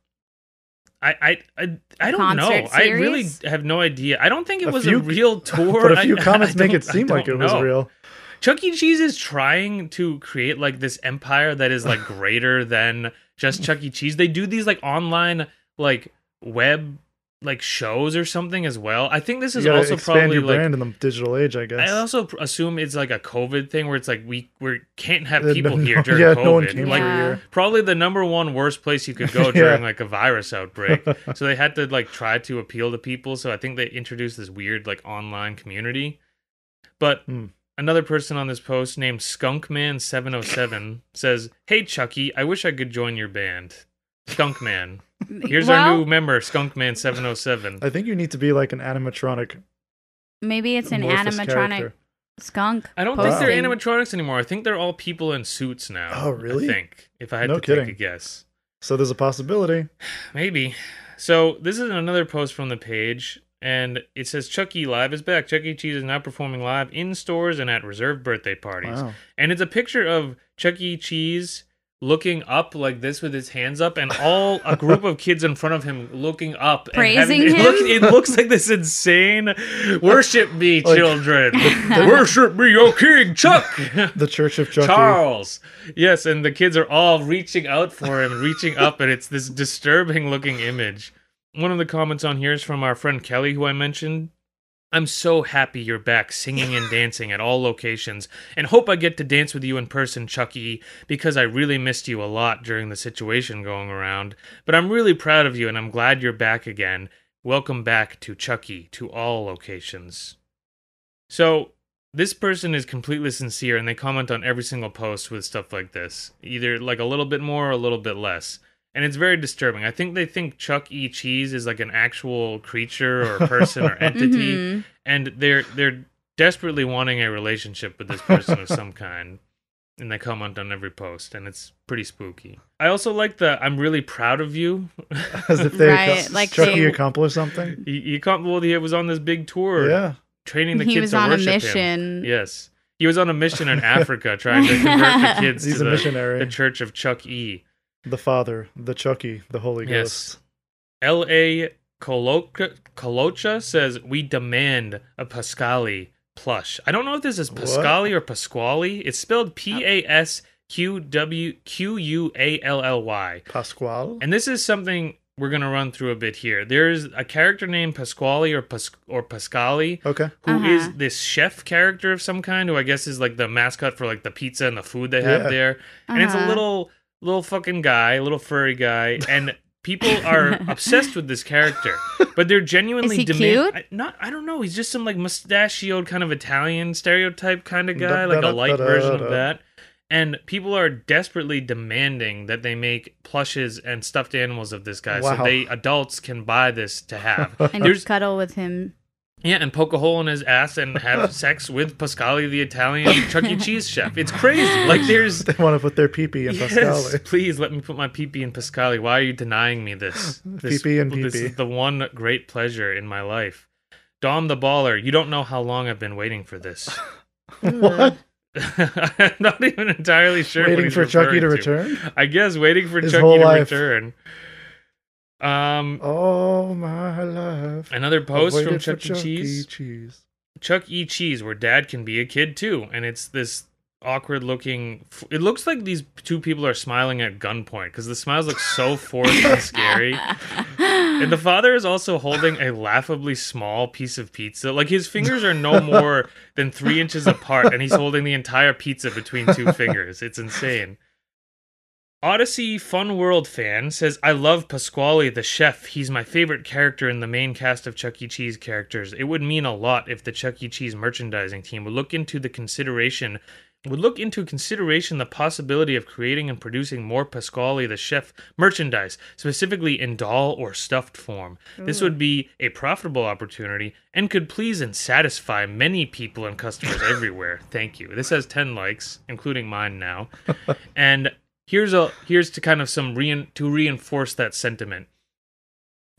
[SPEAKER 2] I I I, I don't know.
[SPEAKER 1] Concert
[SPEAKER 2] I really
[SPEAKER 1] series?
[SPEAKER 2] have no idea. I don't think it
[SPEAKER 3] A
[SPEAKER 2] was
[SPEAKER 3] few-
[SPEAKER 2] a real tour.
[SPEAKER 3] But a few
[SPEAKER 2] I-
[SPEAKER 3] comments
[SPEAKER 2] I
[SPEAKER 3] make it
[SPEAKER 2] don't- I
[SPEAKER 3] seem like it
[SPEAKER 2] don't
[SPEAKER 3] was
[SPEAKER 2] know.
[SPEAKER 3] real.
[SPEAKER 2] Chuck E. Cheese is trying to create like this empire that is like greater than just Chuck E. Cheese. They do these like online like web like shows or something as well. I think this
[SPEAKER 3] You
[SPEAKER 2] is
[SPEAKER 3] gotta
[SPEAKER 2] also
[SPEAKER 3] expand
[SPEAKER 2] probably
[SPEAKER 3] your
[SPEAKER 2] like
[SPEAKER 3] brand in the digital age, I guess.
[SPEAKER 2] I also pr- assume it's like a COVID thing where it's like we we can't have
[SPEAKER 3] Uh,
[SPEAKER 2] people
[SPEAKER 3] no-
[SPEAKER 2] here during
[SPEAKER 3] yeah,
[SPEAKER 2] COVID.
[SPEAKER 3] no one came
[SPEAKER 2] like
[SPEAKER 3] for a
[SPEAKER 1] Yeah.
[SPEAKER 3] year.
[SPEAKER 2] probably the number one worst place you could go during like a virus outbreak. so they had to like try to appeal to people. So I think they introduced this weird like online community. But
[SPEAKER 3] Hmm.
[SPEAKER 2] another person on this post named Skunkman707 says, "Hey Chucky, I wish I could join your band, Skunkman. Here's our new member, Skunkman707."
[SPEAKER 3] I think you need to be like an animatronic.
[SPEAKER 1] Maybe it's an
[SPEAKER 3] amorphous
[SPEAKER 1] animatronic
[SPEAKER 3] character.
[SPEAKER 1] skunk.
[SPEAKER 2] I don't think they're
[SPEAKER 1] posting.
[SPEAKER 2] animatronics anymore. I think they're all people in suits now.
[SPEAKER 3] Oh, really?
[SPEAKER 2] I think if I had
[SPEAKER 3] No
[SPEAKER 2] to
[SPEAKER 3] kidding.
[SPEAKER 2] take a guess.
[SPEAKER 3] So there's a possibility.
[SPEAKER 2] Maybe. So this is another post from the page, and it says Chuck E. Live is back. Chuck E. Cheese is now performing live in stores and at reserved birthday parties.
[SPEAKER 3] Wow.
[SPEAKER 2] And it's a picture of Chuck E. Cheese looking up like this with his hands up, and all a group of kids in front of him looking up,
[SPEAKER 1] Praising
[SPEAKER 2] and having,
[SPEAKER 1] him?
[SPEAKER 2] It, look, it looks like this insane worship me,
[SPEAKER 3] Like-
[SPEAKER 2] children, worship me, your king, Chuck.
[SPEAKER 3] The Church of Chucky.
[SPEAKER 2] Charles. Yes, and the kids are all reaching out for him, reaching up, and it's this disturbing looking image. One of the comments on here is from our friend Kelly, who I mentioned. I'm so happy you're back singing and dancing at all locations, and hope I get to dance with you in person, Chucky, because I really missed you a lot during the situation going around. But I'm really proud of you, and I'm glad you're back again. Welcome back to Chucky, to all locations. So this person is completely sincere and they comment on every single post with stuff like this either like a little bit more or a little bit less and it's very disturbing i think they think chuck e cheese is like an actual creature or person or entity
[SPEAKER 1] Mhm.
[SPEAKER 2] and they're they're desperately wanting a relationship with this person of some kind and they comment on every post and it's pretty spooky i also like the i'm really proud of you
[SPEAKER 3] As if they
[SPEAKER 1] Right,
[SPEAKER 3] ac-
[SPEAKER 1] like
[SPEAKER 3] Chucky
[SPEAKER 1] they-
[SPEAKER 3] accomplished something.
[SPEAKER 2] you, you can't well he was on this big tour
[SPEAKER 3] Yeah.
[SPEAKER 2] training the
[SPEAKER 1] He
[SPEAKER 2] kids
[SPEAKER 1] was
[SPEAKER 2] to
[SPEAKER 1] on a
[SPEAKER 2] worship him.
[SPEAKER 1] mission.
[SPEAKER 2] Yes. He was on a mission in Africa trying to convert the kids
[SPEAKER 3] He's
[SPEAKER 2] to
[SPEAKER 3] a
[SPEAKER 2] the,
[SPEAKER 3] missionary.
[SPEAKER 2] the Church of Chuck E.
[SPEAKER 3] The Father, the Chucky, the Holy
[SPEAKER 2] Yes.
[SPEAKER 3] Ghost.
[SPEAKER 2] L.A. Coloca, Colocha says, We demand a Pascali plush. I don't know if this is
[SPEAKER 3] What?
[SPEAKER 2] Pascali or Pasquale. It's spelled P A S Q W Q U A L L Y.
[SPEAKER 3] Pasquale?
[SPEAKER 2] And this is something we're going to run through a bit here. There's a character named Pasquale or, Pas- or Pascali
[SPEAKER 3] okay.
[SPEAKER 2] who is
[SPEAKER 1] Uh-huh.
[SPEAKER 2] this chef character of some kind who I guess is like the mascot for like the pizza and the food they
[SPEAKER 3] Yeah.
[SPEAKER 2] have there. And it's a
[SPEAKER 1] Uh-huh.
[SPEAKER 2] little little fucking guy, a little furry guy, and people are obsessed with this character. But they're genuinely
[SPEAKER 1] Is he
[SPEAKER 2] demand-
[SPEAKER 1] cute?
[SPEAKER 2] I, not I don't know, he's just some like mustachioed kind of Italian stereotype kind of guy, like a light
[SPEAKER 3] Da-da-da-da-da.
[SPEAKER 2] version of that. And people are desperately demanding that they make plushes and stuffed animals of this guy
[SPEAKER 3] Wow.
[SPEAKER 2] so they adults can buy this to have.
[SPEAKER 1] and
[SPEAKER 2] There's-
[SPEAKER 1] cuddle with him.
[SPEAKER 2] Yeah, and poke a hole in his ass and have sex with Pascali the Italian Chuck E. Cheese chef. It's crazy. Like there's
[SPEAKER 3] They want to put their pee pee in
[SPEAKER 2] Yes,
[SPEAKER 3] Pasquale.
[SPEAKER 2] please let me put my peepee in Pascali. Why are you denying me this? this
[SPEAKER 3] Pee-pee and
[SPEAKER 2] This
[SPEAKER 3] pee-pee.
[SPEAKER 2] is the one great pleasure in my life. Dom the baller, you don't know how long I've been waiting for this.
[SPEAKER 3] What?
[SPEAKER 2] I'm not even entirely sure. what
[SPEAKER 3] Waiting
[SPEAKER 2] he's
[SPEAKER 3] for Chucky to
[SPEAKER 2] referring
[SPEAKER 3] return?
[SPEAKER 2] I guess waiting for
[SPEAKER 3] His
[SPEAKER 2] Chucky
[SPEAKER 3] whole
[SPEAKER 2] to
[SPEAKER 3] life.
[SPEAKER 2] return. Um,
[SPEAKER 3] All my life.
[SPEAKER 2] another
[SPEAKER 3] I
[SPEAKER 2] post from
[SPEAKER 3] waited
[SPEAKER 2] Chuck
[SPEAKER 3] for
[SPEAKER 2] E. Cheese.
[SPEAKER 3] Cheese.
[SPEAKER 2] Chuck E. Cheese, where Dad can be a kid too, and it's this awkward looking. It looks like these two people are smiling at gunpoint because the smiles look so forced and scary. And the father is also holding a laughably small piece of pizza. Like his fingers are no more than three inches apart, and he's holding the entire pizza between two fingers. It's insane. Odyssey Fun World fan says, I love Pasquale the chef. He's my favorite character in the main cast of Chuck E. Cheese characters. It would mean a lot if the Chuck E. Cheese merchandising team would look into the consideration would look into consideration the possibility of creating and producing more Pasquale the chef merchandise, specifically in doll or stuffed form. This would be a profitable opportunity and could please and satisfy many people and customers everywhere. Thank you. This has 10 likes, including mine now. and here's a here's to kind of some rein, to reinforce that sentiment.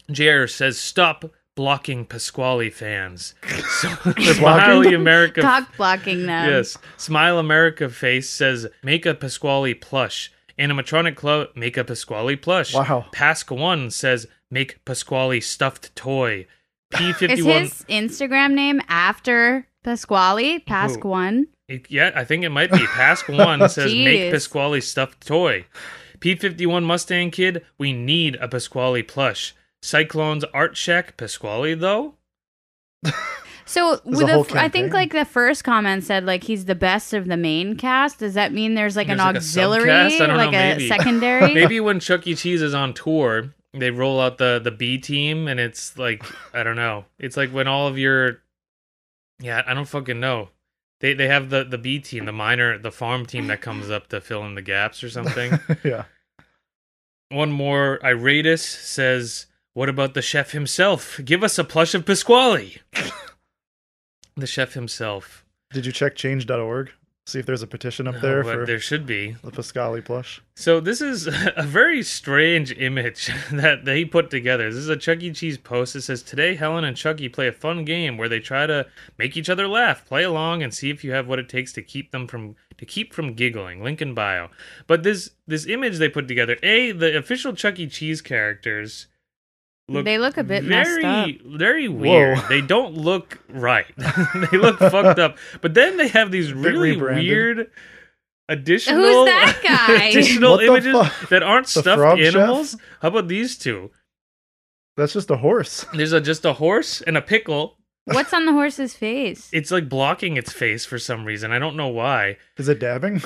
[SPEAKER 2] JR says stop blocking Pasquale fans. So the Smiley America
[SPEAKER 1] cock blocking them.
[SPEAKER 2] Yes. Smile America face says, make a Pasquale plush. Animatronic Club, make a Pasquale plush.
[SPEAKER 3] Wow.
[SPEAKER 2] Pasc One says, make Pasquale stuffed toy.
[SPEAKER 1] Is
[SPEAKER 2] P51.
[SPEAKER 1] his Instagram name after Pasquale? Pasq one.
[SPEAKER 2] It- yeah, I think it might be. Pasc One says, make
[SPEAKER 1] Jeez.
[SPEAKER 2] Pasquale stuffed toy. P51 Mustang Kid, we need a Pasquale plush. Cyclones Art Shack, Pasquale though?
[SPEAKER 1] So
[SPEAKER 3] There's
[SPEAKER 1] with
[SPEAKER 3] a
[SPEAKER 1] the,
[SPEAKER 3] whole
[SPEAKER 1] f- I think
[SPEAKER 3] campaign.
[SPEAKER 1] like the first comment said like he's the best of the main cast. Does that mean there's like
[SPEAKER 2] There's,
[SPEAKER 1] an
[SPEAKER 2] like, a
[SPEAKER 1] auxiliary,
[SPEAKER 2] subcast? I don't
[SPEAKER 1] like
[SPEAKER 2] know,
[SPEAKER 1] a
[SPEAKER 2] maybe.
[SPEAKER 1] secondary?
[SPEAKER 2] Maybe when Chuck E. Cheese is on tour, they roll out the the B team, and it's like I don't know. It's like when all of your yeah, I don't fucking know. They they have the the B team, the minor, the farm team that comes up to fill in the gaps or something.
[SPEAKER 3] yeah.
[SPEAKER 2] One more, Iratus says, "What about the chef himself? Give us a plush of Pasquale." the chef himself.
[SPEAKER 3] Did you check change.org? See if there's a petition up
[SPEAKER 2] No,
[SPEAKER 3] there
[SPEAKER 2] but
[SPEAKER 3] for
[SPEAKER 2] there should be.
[SPEAKER 3] the Pasquale plush.
[SPEAKER 2] So this is a very strange image that they put together. This is a Chuck E. Cheese post that says, "Today, Helen and Chucky play a fun game where they try to make each other laugh. Play along and see if you have what it takes to keep them from to keep from giggling." Link in bio. But this this image they put together, a the official Chuck E. Cheese characters look
[SPEAKER 1] they look a bit
[SPEAKER 2] very
[SPEAKER 1] messed up.
[SPEAKER 2] very weird. They don't look right. they look fucked up. But then they have these really
[SPEAKER 3] rebranded.
[SPEAKER 2] weird additional
[SPEAKER 1] that guy?
[SPEAKER 2] additional
[SPEAKER 3] What the
[SPEAKER 2] images
[SPEAKER 3] fuck?
[SPEAKER 2] that aren't
[SPEAKER 3] The
[SPEAKER 2] stuffed
[SPEAKER 3] frog chef?
[SPEAKER 2] animals. How about these two?
[SPEAKER 3] That's just a horse.
[SPEAKER 2] There's a, just a horse and a pickle.
[SPEAKER 1] What's on the horse's face?
[SPEAKER 2] It's like blocking its face for some reason. I don't know why.
[SPEAKER 3] Is it dabbing?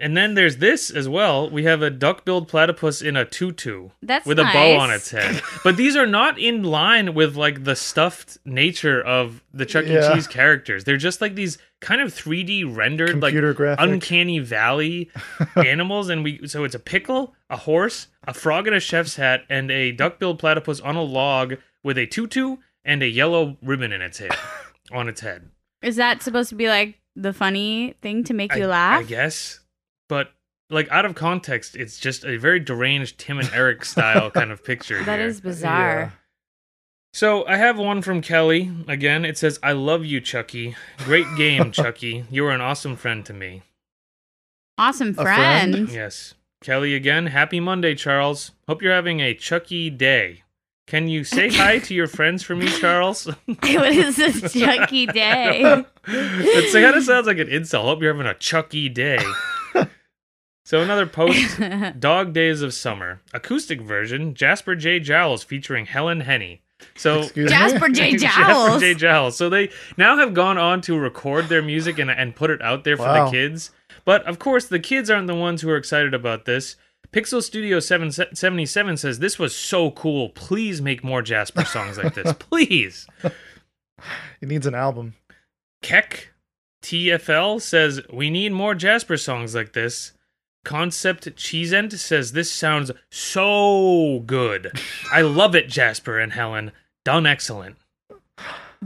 [SPEAKER 2] And then there's this as well. We have a duck-billed platypus in a tutu.
[SPEAKER 1] That's
[SPEAKER 2] with a bow on
[SPEAKER 1] nice.
[SPEAKER 2] its head. But these are not in line with like the stuffed nature of the Chuck
[SPEAKER 3] Yeah.
[SPEAKER 2] E. Cheese characters. They're just like these kind of 3D rendered
[SPEAKER 3] Computer
[SPEAKER 2] like
[SPEAKER 3] graphic.
[SPEAKER 2] uncanny valley animals and we so it's a pickle, a horse, a frog in a chef's hat and a duck-billed platypus on a log with a tutu and a yellow ribbon in its head on its head.
[SPEAKER 1] Is that supposed to be like the funny thing to make
[SPEAKER 2] I-
[SPEAKER 1] you
[SPEAKER 2] I
[SPEAKER 1] laugh?
[SPEAKER 2] guess. But like out of context, it's just a very deranged Tim and Eric style kind of picture.
[SPEAKER 1] That
[SPEAKER 2] here.
[SPEAKER 1] is bizarre.
[SPEAKER 2] So I have one from Kelly. Again, it says, I love you, Chucky. Great game, Chucky. You are an awesome friend to me.
[SPEAKER 1] Awesome
[SPEAKER 3] friend?
[SPEAKER 1] friend.
[SPEAKER 2] Yes. Kelly again, happy Monday, Charles. Hope you're having a chucky day. Can you say hi to your friends for me, Charles?
[SPEAKER 1] what is this chucky day?
[SPEAKER 2] it kind of sounds like an insult. Hope you're having a chucky day. so another post Dog Days of Summer. Acoustic version, Jasper J. Jowls featuring Helen Henny. So
[SPEAKER 3] Excuse
[SPEAKER 1] Jasper
[SPEAKER 3] me.
[SPEAKER 1] J.
[SPEAKER 2] Jasper
[SPEAKER 1] Jowls.
[SPEAKER 2] J. Jowls. So they now have gone on to record their music and, and put it out there for
[SPEAKER 3] Wow.
[SPEAKER 2] the kids. But of course, the kids aren't the ones who are excited about this. Pixel Studio 777 says, This was so cool. Please make more Jasper songs like this. Please.
[SPEAKER 3] It needs an album.
[SPEAKER 2] Keck TFL says, We need more Jasper songs like this. Concept Cheesent says, This sounds so good. I love it, Jasper and Helen. Done excellent.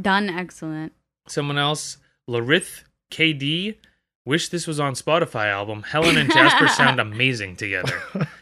[SPEAKER 1] Done excellent.
[SPEAKER 2] Someone else, Larith KD, wish this was on Spotify album. Helen and Jasper sound amazing together.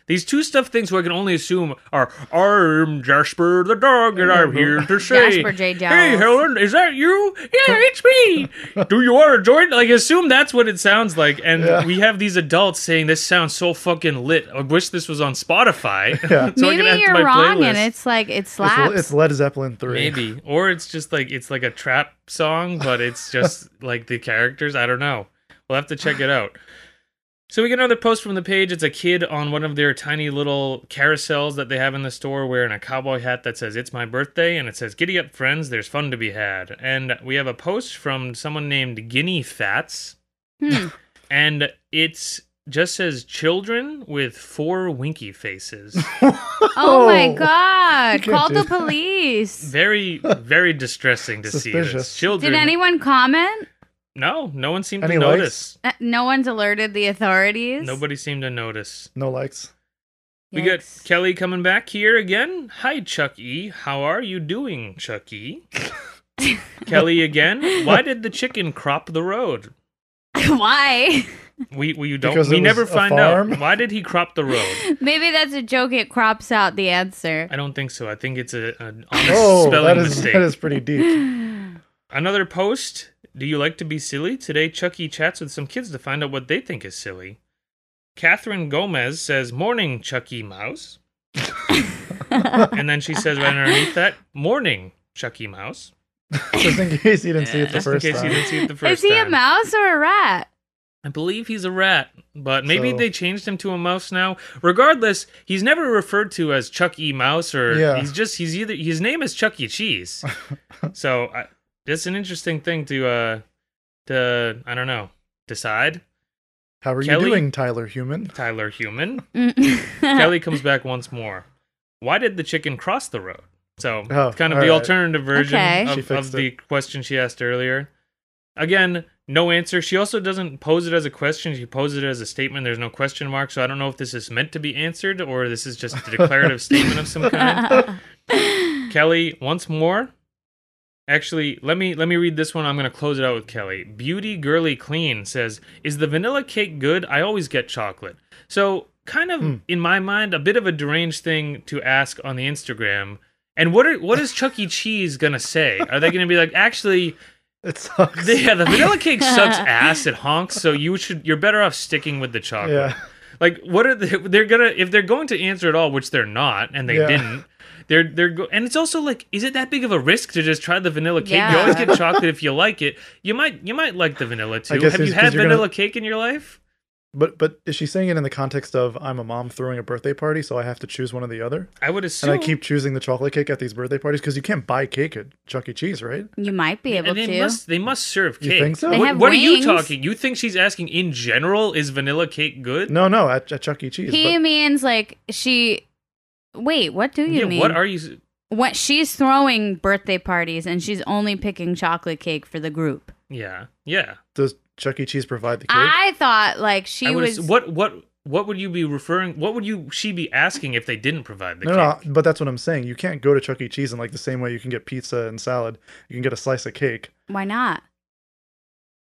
[SPEAKER 2] These two stuff things who I can only assume are I'm Jasper the dog and I'm here to say
[SPEAKER 1] Jasper J. Jowls.
[SPEAKER 2] Hey Helen, is that you? Yeah, it's me. Do you want to join? Like assume that's what it sounds like. And
[SPEAKER 3] Yeah.
[SPEAKER 2] we have these adults saying this sounds so fucking lit. I wish this was on Spotify.
[SPEAKER 3] Yeah.
[SPEAKER 2] so I
[SPEAKER 1] Maybe
[SPEAKER 2] can add to
[SPEAKER 1] you're
[SPEAKER 2] my
[SPEAKER 1] wrong and
[SPEAKER 2] playlist.
[SPEAKER 1] it's like it
[SPEAKER 3] It's,
[SPEAKER 1] slaps.
[SPEAKER 3] it's Led Zeppelin 3.
[SPEAKER 2] Maybe. Or it's just like it's like a trap song, but it's just like the characters. I don't know. We'll have to check it out. So we get another post from the page. It's a kid on one of their tiny little carousels that they have in the store wearing a cowboy hat that says it's my birthday and it says giddy up friends, there's fun to be had. And we have a post from someone named Guinea Fats
[SPEAKER 1] Hmm.
[SPEAKER 2] and it's just says children with four winky faces.
[SPEAKER 1] Oh my
[SPEAKER 3] You
[SPEAKER 1] god!
[SPEAKER 3] can't
[SPEAKER 1] Call
[SPEAKER 3] do
[SPEAKER 1] the
[SPEAKER 3] that.
[SPEAKER 1] police.
[SPEAKER 2] Very very distressing to see. It's
[SPEAKER 3] Suspicious.
[SPEAKER 2] children.
[SPEAKER 1] Did anyone comment?
[SPEAKER 2] No, no one seemed
[SPEAKER 3] Any
[SPEAKER 2] to
[SPEAKER 3] likes?
[SPEAKER 2] notice.
[SPEAKER 1] Uh, No one's alerted the authorities.
[SPEAKER 2] Nobody seemed to notice.
[SPEAKER 3] No likes.
[SPEAKER 2] We got
[SPEAKER 1] Yikes.
[SPEAKER 2] Kelly coming back here again. Hi, Chuck E. How are you doing, Chuck E? Kelly again. Why did the chicken crop the road?
[SPEAKER 1] Why?
[SPEAKER 2] We we don't
[SPEAKER 3] Because it
[SPEAKER 2] we
[SPEAKER 3] was
[SPEAKER 2] never
[SPEAKER 3] a
[SPEAKER 2] find out.
[SPEAKER 3] farm?
[SPEAKER 2] Why did he crop the road?
[SPEAKER 1] Maybe that's a joke. It crops out the answer.
[SPEAKER 2] I don't think so. I think it's a an honest
[SPEAKER 3] Oh,
[SPEAKER 2] spelling
[SPEAKER 3] that is,
[SPEAKER 2] mistake.
[SPEAKER 3] that is pretty deep.
[SPEAKER 2] Another post. Do you like to be silly? Today, Chucky chats with some kids to find out what they think is silly. Catherine Gomez says, Morning, Chucky Mouse. and then she says right underneath that, Morning, Chucky Mouse.
[SPEAKER 3] Just in case you didn't see it the
[SPEAKER 2] Just
[SPEAKER 3] first
[SPEAKER 2] in case
[SPEAKER 3] time.
[SPEAKER 2] you didn't see it the first
[SPEAKER 1] Is he a
[SPEAKER 2] time.
[SPEAKER 1] mouse or a rat?
[SPEAKER 2] I believe he's a rat, but maybe
[SPEAKER 3] So-
[SPEAKER 2] they changed him to a mouse now. Regardless, he's never referred to as Chuck E. Mouse or
[SPEAKER 3] Yeah.
[SPEAKER 2] he's just he's either his name is Chuck E. Cheese. so I, that's an interesting thing to uh to I don't know decide.
[SPEAKER 3] How are
[SPEAKER 2] Kelly?
[SPEAKER 3] you doing, Tyler Human?
[SPEAKER 2] Tyler Human.
[SPEAKER 1] Kelly.
[SPEAKER 2] Kelly comes back once more. Why did the chicken cross the road? So
[SPEAKER 3] Oh,
[SPEAKER 2] it's kind of the
[SPEAKER 3] alright.
[SPEAKER 2] alternative version
[SPEAKER 1] Okay.
[SPEAKER 3] She
[SPEAKER 2] of,
[SPEAKER 3] fixed
[SPEAKER 2] of the question she asked earlier. Again, no answer. She also doesn't pose it as a question. She poses it as a statement. There's no question mark. So I don't know if this is meant to be answered or this is just a declarative statement of some kind. Kelly, once more. Actually, let me let me read this one. I'm gonna close it out with Kelly. Beauty Girly Clean says, "Is the vanilla cake good? I always get chocolate." So, kind of
[SPEAKER 3] Hmm.
[SPEAKER 2] in my mind, a bit of a deranged thing to ask on the Instagram. And what are what is Chuck E. Cheese gonna say? Are they gonna be like, actually,
[SPEAKER 3] It sucks.
[SPEAKER 2] yeah, the vanilla cake sucks ass, it honks, so you should you're better off sticking with the chocolate.
[SPEAKER 3] yeah.
[SPEAKER 2] Like, what are they? They're gonna if they're going to answer at all, which they're not, and they
[SPEAKER 3] Yeah.
[SPEAKER 2] didn't. They're they're go- and it's also like, is it that big of a risk to just try the vanilla cake? You
[SPEAKER 1] Yeah.
[SPEAKER 2] always get chocolate if you like it. You might you might like the vanilla too.
[SPEAKER 3] guess
[SPEAKER 2] Have you
[SPEAKER 3] it's
[SPEAKER 2] had
[SPEAKER 3] 'cause you're gonna-
[SPEAKER 2] vanilla cake in your life?
[SPEAKER 3] But but is she saying it in the context of I'm a mom throwing a birthday party, so I have to choose one or the other?
[SPEAKER 2] I would
[SPEAKER 3] And
[SPEAKER 2] assume.
[SPEAKER 3] I keep choosing the chocolate cake at these birthday parties because you can't buy cake at Chuck E. Cheese, right?
[SPEAKER 1] You might be able
[SPEAKER 2] and they
[SPEAKER 1] to.
[SPEAKER 2] must they must serve
[SPEAKER 3] You
[SPEAKER 2] cake.
[SPEAKER 3] think so? They
[SPEAKER 2] What,
[SPEAKER 1] have
[SPEAKER 2] what are you
[SPEAKER 1] wings.
[SPEAKER 2] talking? You think she's asking in general is vanilla cake good?
[SPEAKER 3] No, no, at, at Chuck E. Cheese.
[SPEAKER 1] he
[SPEAKER 3] but-
[SPEAKER 1] means like she. Wait, what do you
[SPEAKER 2] Yeah,
[SPEAKER 1] mean?
[SPEAKER 2] what are you?
[SPEAKER 1] What she's throwing birthday parties and she's only picking chocolate cake for the group.
[SPEAKER 2] Yeah, yeah.
[SPEAKER 3] does Chuck E. Cheese provide the cake?
[SPEAKER 1] I thought like she
[SPEAKER 2] I would
[SPEAKER 1] was
[SPEAKER 2] ass- what what what would you be referring? What would you she be asking if they didn't provide the
[SPEAKER 3] no,
[SPEAKER 2] cake?
[SPEAKER 3] no, but that's what I'm saying. You can't go to Chuck E. Cheese in like the same way you can get pizza and salad. You can get a slice of cake.
[SPEAKER 1] why not?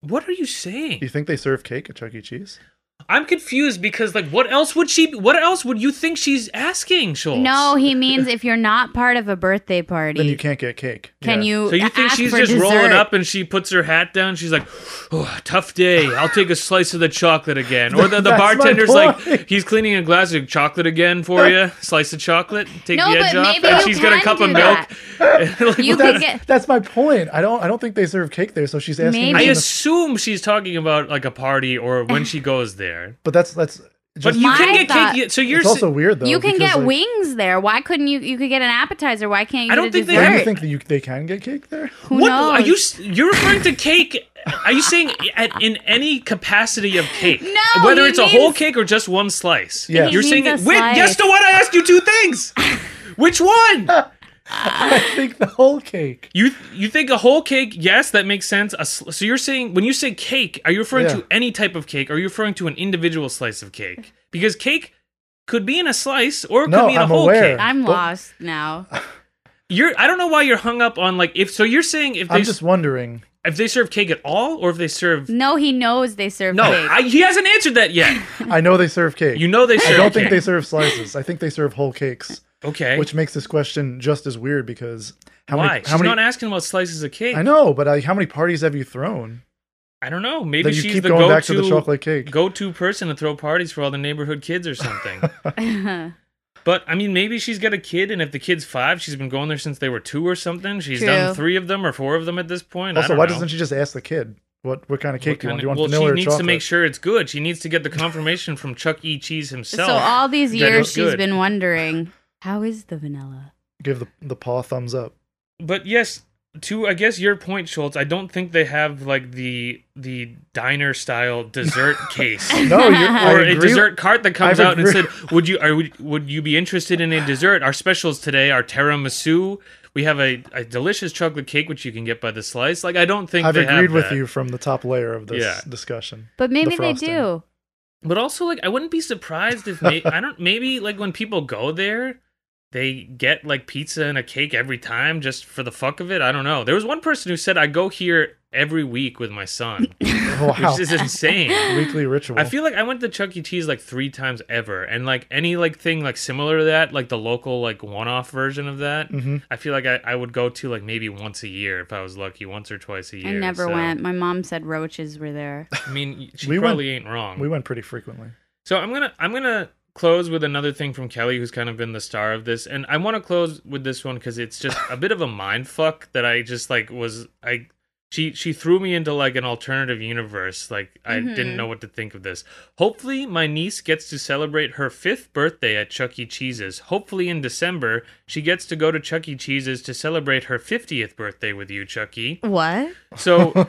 [SPEAKER 2] What are you
[SPEAKER 3] Do you
[SPEAKER 2] saying?
[SPEAKER 3] think they serve cake at Chuck E. Cheese?
[SPEAKER 2] I'm confused because like what else would she what else would you think she's asking, Schultz?
[SPEAKER 1] No, he means if you're not part of a birthday party,
[SPEAKER 3] Then you can't get cake.
[SPEAKER 1] can
[SPEAKER 3] Yeah.
[SPEAKER 1] you?
[SPEAKER 2] So you think
[SPEAKER 1] ask
[SPEAKER 2] she's
[SPEAKER 1] for
[SPEAKER 2] just rolling
[SPEAKER 1] dessert?
[SPEAKER 2] up and she puts her hat down? She's like, oh, "Tough day. I'll take a slice of the chocolate again." Or the, the
[SPEAKER 3] That's my
[SPEAKER 2] bartender's
[SPEAKER 3] point.
[SPEAKER 2] like, "He's cleaning a glass of chocolate again for you. Slice of chocolate. Take
[SPEAKER 1] No,
[SPEAKER 2] the
[SPEAKER 1] but
[SPEAKER 2] edge off."
[SPEAKER 1] maybe
[SPEAKER 2] and
[SPEAKER 1] you
[SPEAKER 2] she's got a
[SPEAKER 1] can
[SPEAKER 2] cup
[SPEAKER 1] do
[SPEAKER 2] of milk.
[SPEAKER 1] You
[SPEAKER 2] Like, what-
[SPEAKER 1] could
[SPEAKER 3] That's,
[SPEAKER 1] get-
[SPEAKER 3] that's my point. I don't. I don't think they serve cake there. So she's asking.
[SPEAKER 1] Maybe.
[SPEAKER 3] me
[SPEAKER 2] I
[SPEAKER 3] in the-
[SPEAKER 2] assume she's talking about like a party or when she goes there.
[SPEAKER 3] but that's that's.
[SPEAKER 2] But
[SPEAKER 3] Just,
[SPEAKER 2] you
[SPEAKER 1] My
[SPEAKER 2] can get
[SPEAKER 1] thought-
[SPEAKER 2] cake. yet- So you're
[SPEAKER 3] it's
[SPEAKER 2] s-
[SPEAKER 3] also weird though.
[SPEAKER 1] you can
[SPEAKER 3] because,
[SPEAKER 1] get
[SPEAKER 3] like,
[SPEAKER 1] wings there. Why couldn't you? You could get an appetizer. Why can't you?
[SPEAKER 2] I don't
[SPEAKER 1] get a
[SPEAKER 2] think they
[SPEAKER 1] dessert?
[SPEAKER 2] have-
[SPEAKER 3] Do you think that you they can get cake there?
[SPEAKER 1] Who
[SPEAKER 2] what
[SPEAKER 1] knows?
[SPEAKER 2] are you? s- You're referring to cake. Are you saying at, in any capacity of cake?
[SPEAKER 1] No,
[SPEAKER 2] Whether
[SPEAKER 1] he
[SPEAKER 2] it's a whole
[SPEAKER 1] means-
[SPEAKER 2] cake or just one slice.
[SPEAKER 3] Yeah. He
[SPEAKER 2] You're saying
[SPEAKER 1] means a
[SPEAKER 2] wait.
[SPEAKER 1] slice.
[SPEAKER 2] Yes to what I asked you two things. Which one?
[SPEAKER 3] I think the whole cake.
[SPEAKER 2] You you think a whole cake? Yes, that makes sense. A sl- so you're saying when you say cake, are you referring
[SPEAKER 3] Yeah.
[SPEAKER 2] to any type of cake? Or are you referring to an individual slice of cake? Because cake could be in a slice or it could
[SPEAKER 3] No,
[SPEAKER 2] be in a
[SPEAKER 3] I'm
[SPEAKER 2] whole
[SPEAKER 3] aware.
[SPEAKER 2] cake.
[SPEAKER 1] I'm
[SPEAKER 3] But-
[SPEAKER 1] lost now.
[SPEAKER 2] You're I don't know why you're hung up on like if so you're saying if they
[SPEAKER 3] I'm just wondering.
[SPEAKER 2] if they serve cake at all or if they serve
[SPEAKER 1] No, he knows they serve
[SPEAKER 2] No,
[SPEAKER 1] cake.
[SPEAKER 2] I, he hasn't answered that yet.
[SPEAKER 3] I know they serve cake.
[SPEAKER 2] You know they
[SPEAKER 3] I
[SPEAKER 2] serve.
[SPEAKER 3] don't think they
[SPEAKER 2] cake.
[SPEAKER 3] serve slices. I think they serve whole cakes,
[SPEAKER 2] Okay.
[SPEAKER 3] which makes this question just as weird because how
[SPEAKER 2] Why?
[SPEAKER 3] many?
[SPEAKER 2] she's
[SPEAKER 3] How many?
[SPEAKER 2] not asking about slices of cake.
[SPEAKER 3] I know, but like, how many parties have you thrown
[SPEAKER 2] I don't know. Maybe
[SPEAKER 3] that you
[SPEAKER 2] she's
[SPEAKER 3] keep
[SPEAKER 2] the
[SPEAKER 3] going
[SPEAKER 2] go-to
[SPEAKER 3] back to the chocolate cake?
[SPEAKER 2] go-to person to throw parties for all the neighborhood kids or something. but I mean, maybe she's got a kid, and if the kid's five, she's been going there since they were two or something. She's done
[SPEAKER 1] True.
[SPEAKER 2] three of them or four of them at this point. I
[SPEAKER 3] also,
[SPEAKER 2] don't
[SPEAKER 3] why
[SPEAKER 2] know.
[SPEAKER 3] doesn't she just ask the kid what what kind of cake
[SPEAKER 2] What
[SPEAKER 3] do
[SPEAKER 2] kind
[SPEAKER 3] you want? Do you want
[SPEAKER 2] of- well,
[SPEAKER 3] vanilla
[SPEAKER 2] she
[SPEAKER 3] or
[SPEAKER 2] needs
[SPEAKER 3] chocolate?
[SPEAKER 2] to make sure it's good. She needs to get the confirmation from Chuck E. Cheese
[SPEAKER 1] so
[SPEAKER 2] himself.
[SPEAKER 1] all these
[SPEAKER 2] That
[SPEAKER 1] years
[SPEAKER 2] looks
[SPEAKER 1] she's
[SPEAKER 2] good.
[SPEAKER 1] been wondering, how is the vanilla?
[SPEAKER 3] Give the the paw thumbs up.
[SPEAKER 2] but yes to i guess your point schultz i don't think they have like the the diner style dessert case
[SPEAKER 3] No, you're, I
[SPEAKER 2] or a
[SPEAKER 3] agree.
[SPEAKER 2] dessert cart that comes
[SPEAKER 3] I've
[SPEAKER 2] out
[SPEAKER 3] agree-
[SPEAKER 2] and said would you are, would, would you be interested in a dessert our specials today are tiramisu we have a, a delicious chocolate cake which you can get by the slice like i don't think
[SPEAKER 3] I've
[SPEAKER 2] they have
[SPEAKER 3] agreed with
[SPEAKER 2] that.
[SPEAKER 3] you from the top layer of this
[SPEAKER 2] Yeah.
[SPEAKER 3] discussion.
[SPEAKER 1] But maybe they
[SPEAKER 3] frosting.
[SPEAKER 1] do.
[SPEAKER 2] but also like i wouldn't be surprised if may- i don't maybe like when people go there they get like pizza and a cake every time just for the fuck of it i don't know there was one person who said i go here every week with my son
[SPEAKER 3] Oh, Wow,
[SPEAKER 2] which is insane.
[SPEAKER 3] weekly ritual.
[SPEAKER 2] I feel like I went to Chuck E. Cheese like three times ever, and like any like thing like similar to that, like the local like one-off version of that,
[SPEAKER 3] hmm
[SPEAKER 2] I feel like I, I would go to like maybe once a year if I was lucky, once or twice a
[SPEAKER 1] I
[SPEAKER 2] year.
[SPEAKER 1] never
[SPEAKER 2] so-
[SPEAKER 1] went. My mom said roaches were there.
[SPEAKER 2] I mean, she
[SPEAKER 3] We went-
[SPEAKER 2] probably ain't wrong.
[SPEAKER 3] We went pretty frequently.
[SPEAKER 2] So I'm gonna I'm gonna close with another thing from Kelly, who's kind of been the star of this, and I want to close with this one because it's just a bit of a mind fuck that I just like was I she she threw me into like an alternative universe, like I didn't
[SPEAKER 1] Mhm.
[SPEAKER 2] know what to think of this. Hopefully, my niece gets to celebrate her fifth birthday at Chuck E. Cheese's. Hopefully, in December, she gets to go to Chuck E. Cheese's to celebrate her fiftieth birthday with you, Chuck E.
[SPEAKER 1] What?
[SPEAKER 2] So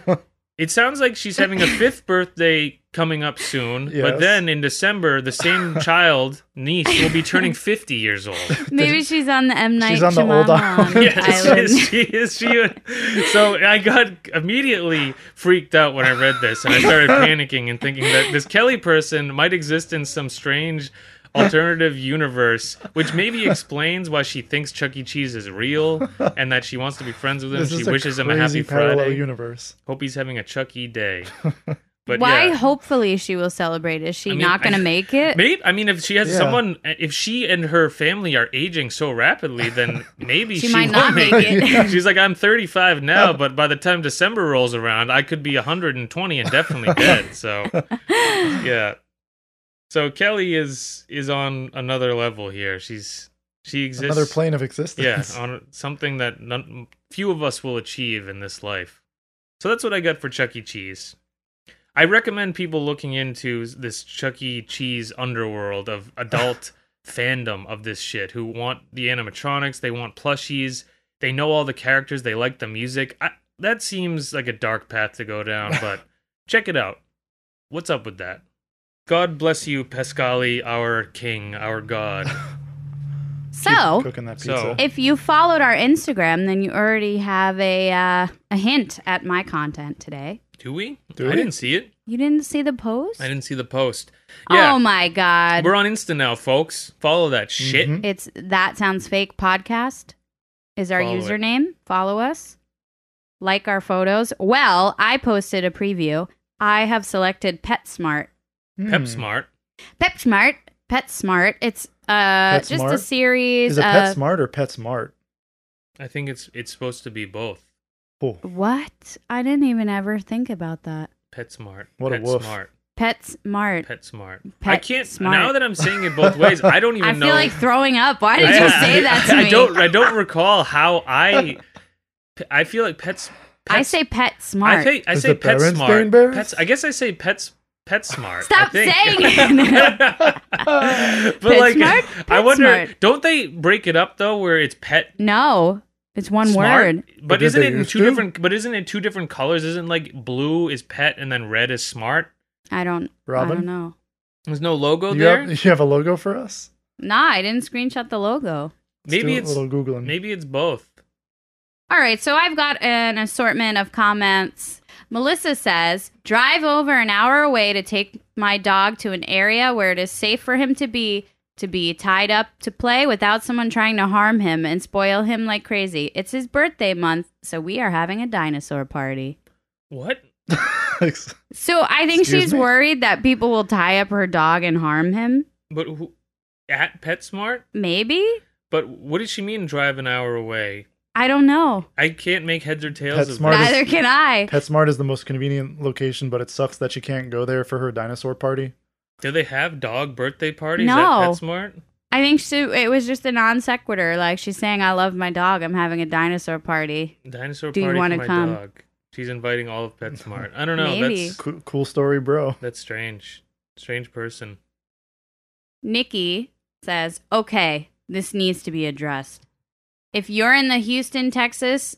[SPEAKER 2] it sounds like she's having a fifth birthday coming up soon.
[SPEAKER 3] Yes.
[SPEAKER 2] But then in December, the same child, niece, will be turning 50 years old.
[SPEAKER 1] Maybe she's on the M Night
[SPEAKER 3] She's on the old
[SPEAKER 1] Shyamalan
[SPEAKER 3] island.
[SPEAKER 2] Yes,
[SPEAKER 1] island.
[SPEAKER 2] yes, she is. She So I got immediately freaked out when I read this and I started panicking and thinking that this Kelly person might exist in some strange alternative universe, which maybe explains why she thinks Chuck E. Cheese is real and that she wants to be friends with him.
[SPEAKER 3] This
[SPEAKER 2] She
[SPEAKER 3] is a
[SPEAKER 2] wishes him a
[SPEAKER 3] crazy
[SPEAKER 2] happy
[SPEAKER 3] parallel
[SPEAKER 2] Friday.
[SPEAKER 3] universe.
[SPEAKER 2] Hope he's having a Chuck E. day. But
[SPEAKER 1] Why?
[SPEAKER 2] yeah.
[SPEAKER 1] Hopefully, she will celebrate. Is she
[SPEAKER 2] I mean,
[SPEAKER 1] not going
[SPEAKER 2] I-
[SPEAKER 1] to make it?
[SPEAKER 2] Maybe I mean if she has
[SPEAKER 3] Yeah.
[SPEAKER 2] someone, if she and her family are aging so rapidly, then maybe
[SPEAKER 1] She might
[SPEAKER 2] will
[SPEAKER 1] not make it.
[SPEAKER 3] Yeah.
[SPEAKER 2] She's like, I'm 35 now, but by the time December rolls around, I could be 120 and definitely dead. So yeah, so Kelly is is on another level here. She's she exists.
[SPEAKER 3] Another plane of existence.
[SPEAKER 2] Yeah, um, on something that none, few of us will achieve in this life. So that's what I got for Chuck E. Cheese. I recommend people looking into this Chuck E. Cheese underworld of adult fandom of this shit who want the animatronics, they want plushies, they know all the characters, they like the music. I, that seems like a dark path to go down, but check it out. What's up with that? God bless you, Pascali, our king, our god.
[SPEAKER 3] Keep
[SPEAKER 1] So,
[SPEAKER 3] cooking that pizza.
[SPEAKER 2] So-
[SPEAKER 1] if you followed our Instagram, then you already have a uh, a hint at my content today.
[SPEAKER 2] Do we?
[SPEAKER 3] Do
[SPEAKER 2] I
[SPEAKER 3] we?
[SPEAKER 2] didn't see it.
[SPEAKER 1] You didn't see the post?
[SPEAKER 2] I didn't see the post. Yeah,
[SPEAKER 1] Oh my god!
[SPEAKER 2] we're on Insta now, folks. Follow that shit.
[SPEAKER 3] Mhm.
[SPEAKER 1] It's that sounds fake podcast is our
[SPEAKER 2] Follow it.
[SPEAKER 1] username. Follow us. Like our photos. Well, I posted a preview. I have selected PetSmart
[SPEAKER 3] Mm-hmm. Mm.
[SPEAKER 2] Pep Smart.
[SPEAKER 1] Pet Smart. Pet Smart. It's uh just a
[SPEAKER 3] PetSmart?
[SPEAKER 1] series
[SPEAKER 3] Is it
[SPEAKER 1] of
[SPEAKER 3] Pet Smart or Pet Smart?
[SPEAKER 2] I think it's it's supposed to be both.
[SPEAKER 3] Oh,
[SPEAKER 1] what? I didn't even ever think about that.
[SPEAKER 2] Pet Smart.
[SPEAKER 3] What a
[SPEAKER 2] Pet
[SPEAKER 3] woof.
[SPEAKER 2] Smart.
[SPEAKER 1] Pet Smart.
[SPEAKER 2] Pet Smart. I
[SPEAKER 1] Pet
[SPEAKER 2] can't
[SPEAKER 1] Smart.
[SPEAKER 2] now that I'm saying it both ways. I don't even
[SPEAKER 1] I
[SPEAKER 2] know.
[SPEAKER 1] feel like throwing up. Why did
[SPEAKER 2] I-
[SPEAKER 1] you
[SPEAKER 2] I-
[SPEAKER 1] say that to
[SPEAKER 2] I,
[SPEAKER 1] me?
[SPEAKER 2] don't. I don't recall how I. I feel like pets.
[SPEAKER 1] I
[SPEAKER 2] pets-
[SPEAKER 1] say Pet Smart.
[SPEAKER 2] I say I
[SPEAKER 3] Is
[SPEAKER 2] say
[SPEAKER 3] the
[SPEAKER 2] pet
[SPEAKER 3] parents
[SPEAKER 2] smart.
[SPEAKER 3] being bears?
[SPEAKER 2] Pets. I guess I say pets. Pet smart.
[SPEAKER 1] Stop
[SPEAKER 2] I think.
[SPEAKER 1] saying it.
[SPEAKER 2] but
[SPEAKER 1] Pet
[SPEAKER 2] like,
[SPEAKER 1] smart?
[SPEAKER 2] I
[SPEAKER 1] Pet
[SPEAKER 2] wonder.
[SPEAKER 1] smart.
[SPEAKER 2] Don't they break it up though, where it's pet
[SPEAKER 1] no, it's one
[SPEAKER 2] smart?
[SPEAKER 1] word.
[SPEAKER 2] But
[SPEAKER 3] did
[SPEAKER 2] isn't
[SPEAKER 3] they
[SPEAKER 2] it in
[SPEAKER 3] used
[SPEAKER 2] two
[SPEAKER 3] to?
[SPEAKER 2] different? But isn't it two different colors? Isn't like blue is pet and then red is smart?
[SPEAKER 1] I don't. I don't
[SPEAKER 3] Robin,
[SPEAKER 1] know.
[SPEAKER 2] There's no logo
[SPEAKER 3] you
[SPEAKER 2] there.
[SPEAKER 3] have, you have a logo for us?
[SPEAKER 1] Nah, I didn't screenshot the logo.
[SPEAKER 3] Let's
[SPEAKER 2] maybe
[SPEAKER 3] do
[SPEAKER 2] it's
[SPEAKER 3] a little googling.
[SPEAKER 2] maybe it's both.
[SPEAKER 1] All right, so I've got an assortment of comments. Melissa says, drive over an hour away to take my dog to an area where it is safe for him to be to be tied up to play without someone trying to harm him and spoil him like crazy. It's his birthday month, so we are having a dinosaur party.
[SPEAKER 2] What?
[SPEAKER 1] So I think
[SPEAKER 3] Excuse
[SPEAKER 1] she's
[SPEAKER 3] me?
[SPEAKER 1] worried that people will tie up her dog and harm him.
[SPEAKER 2] But who, at PetSmart?
[SPEAKER 1] Maybe?
[SPEAKER 2] But what does she mean drive an hour away?
[SPEAKER 1] I don't know.
[SPEAKER 2] I can't make heads or tails of
[SPEAKER 3] PetSmart
[SPEAKER 2] that.
[SPEAKER 3] is-
[SPEAKER 1] Neither can I.
[SPEAKER 3] PetSmart is the most convenient location, but it sucks that she can't go there for her dinosaur party.
[SPEAKER 2] Do they have dog birthday parties
[SPEAKER 1] No.
[SPEAKER 2] at PetSmart?
[SPEAKER 1] I think she, it was just a non sequitur. Like she's saying, I love my dog. I'm having a dinosaur party.
[SPEAKER 2] Dinosaur
[SPEAKER 1] Do you
[SPEAKER 2] party
[SPEAKER 1] wanna
[SPEAKER 2] for my
[SPEAKER 1] come?
[SPEAKER 2] dog. She's inviting all of PetSmart. I don't know.
[SPEAKER 1] Maybe.
[SPEAKER 2] That's
[SPEAKER 3] Cool, cool story, bro.
[SPEAKER 2] that's strange. Strange person.
[SPEAKER 1] Nikki says, okay, this needs to be addressed. If you're in the Houston, Texas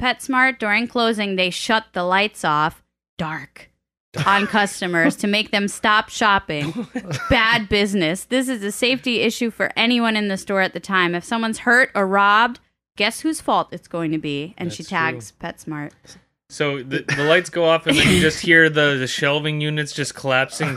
[SPEAKER 1] PetSmart, during closing, they shut the lights off dark on customers to make them stop shopping. Bad business. This is a safety issue for anyone in the store at the time. If someone's hurt or robbed, guess whose fault it's going to be? And she
[SPEAKER 2] That's
[SPEAKER 1] tags PetSmart.
[SPEAKER 2] So the, the lights go off and then you just hear the, the shelving units just collapsing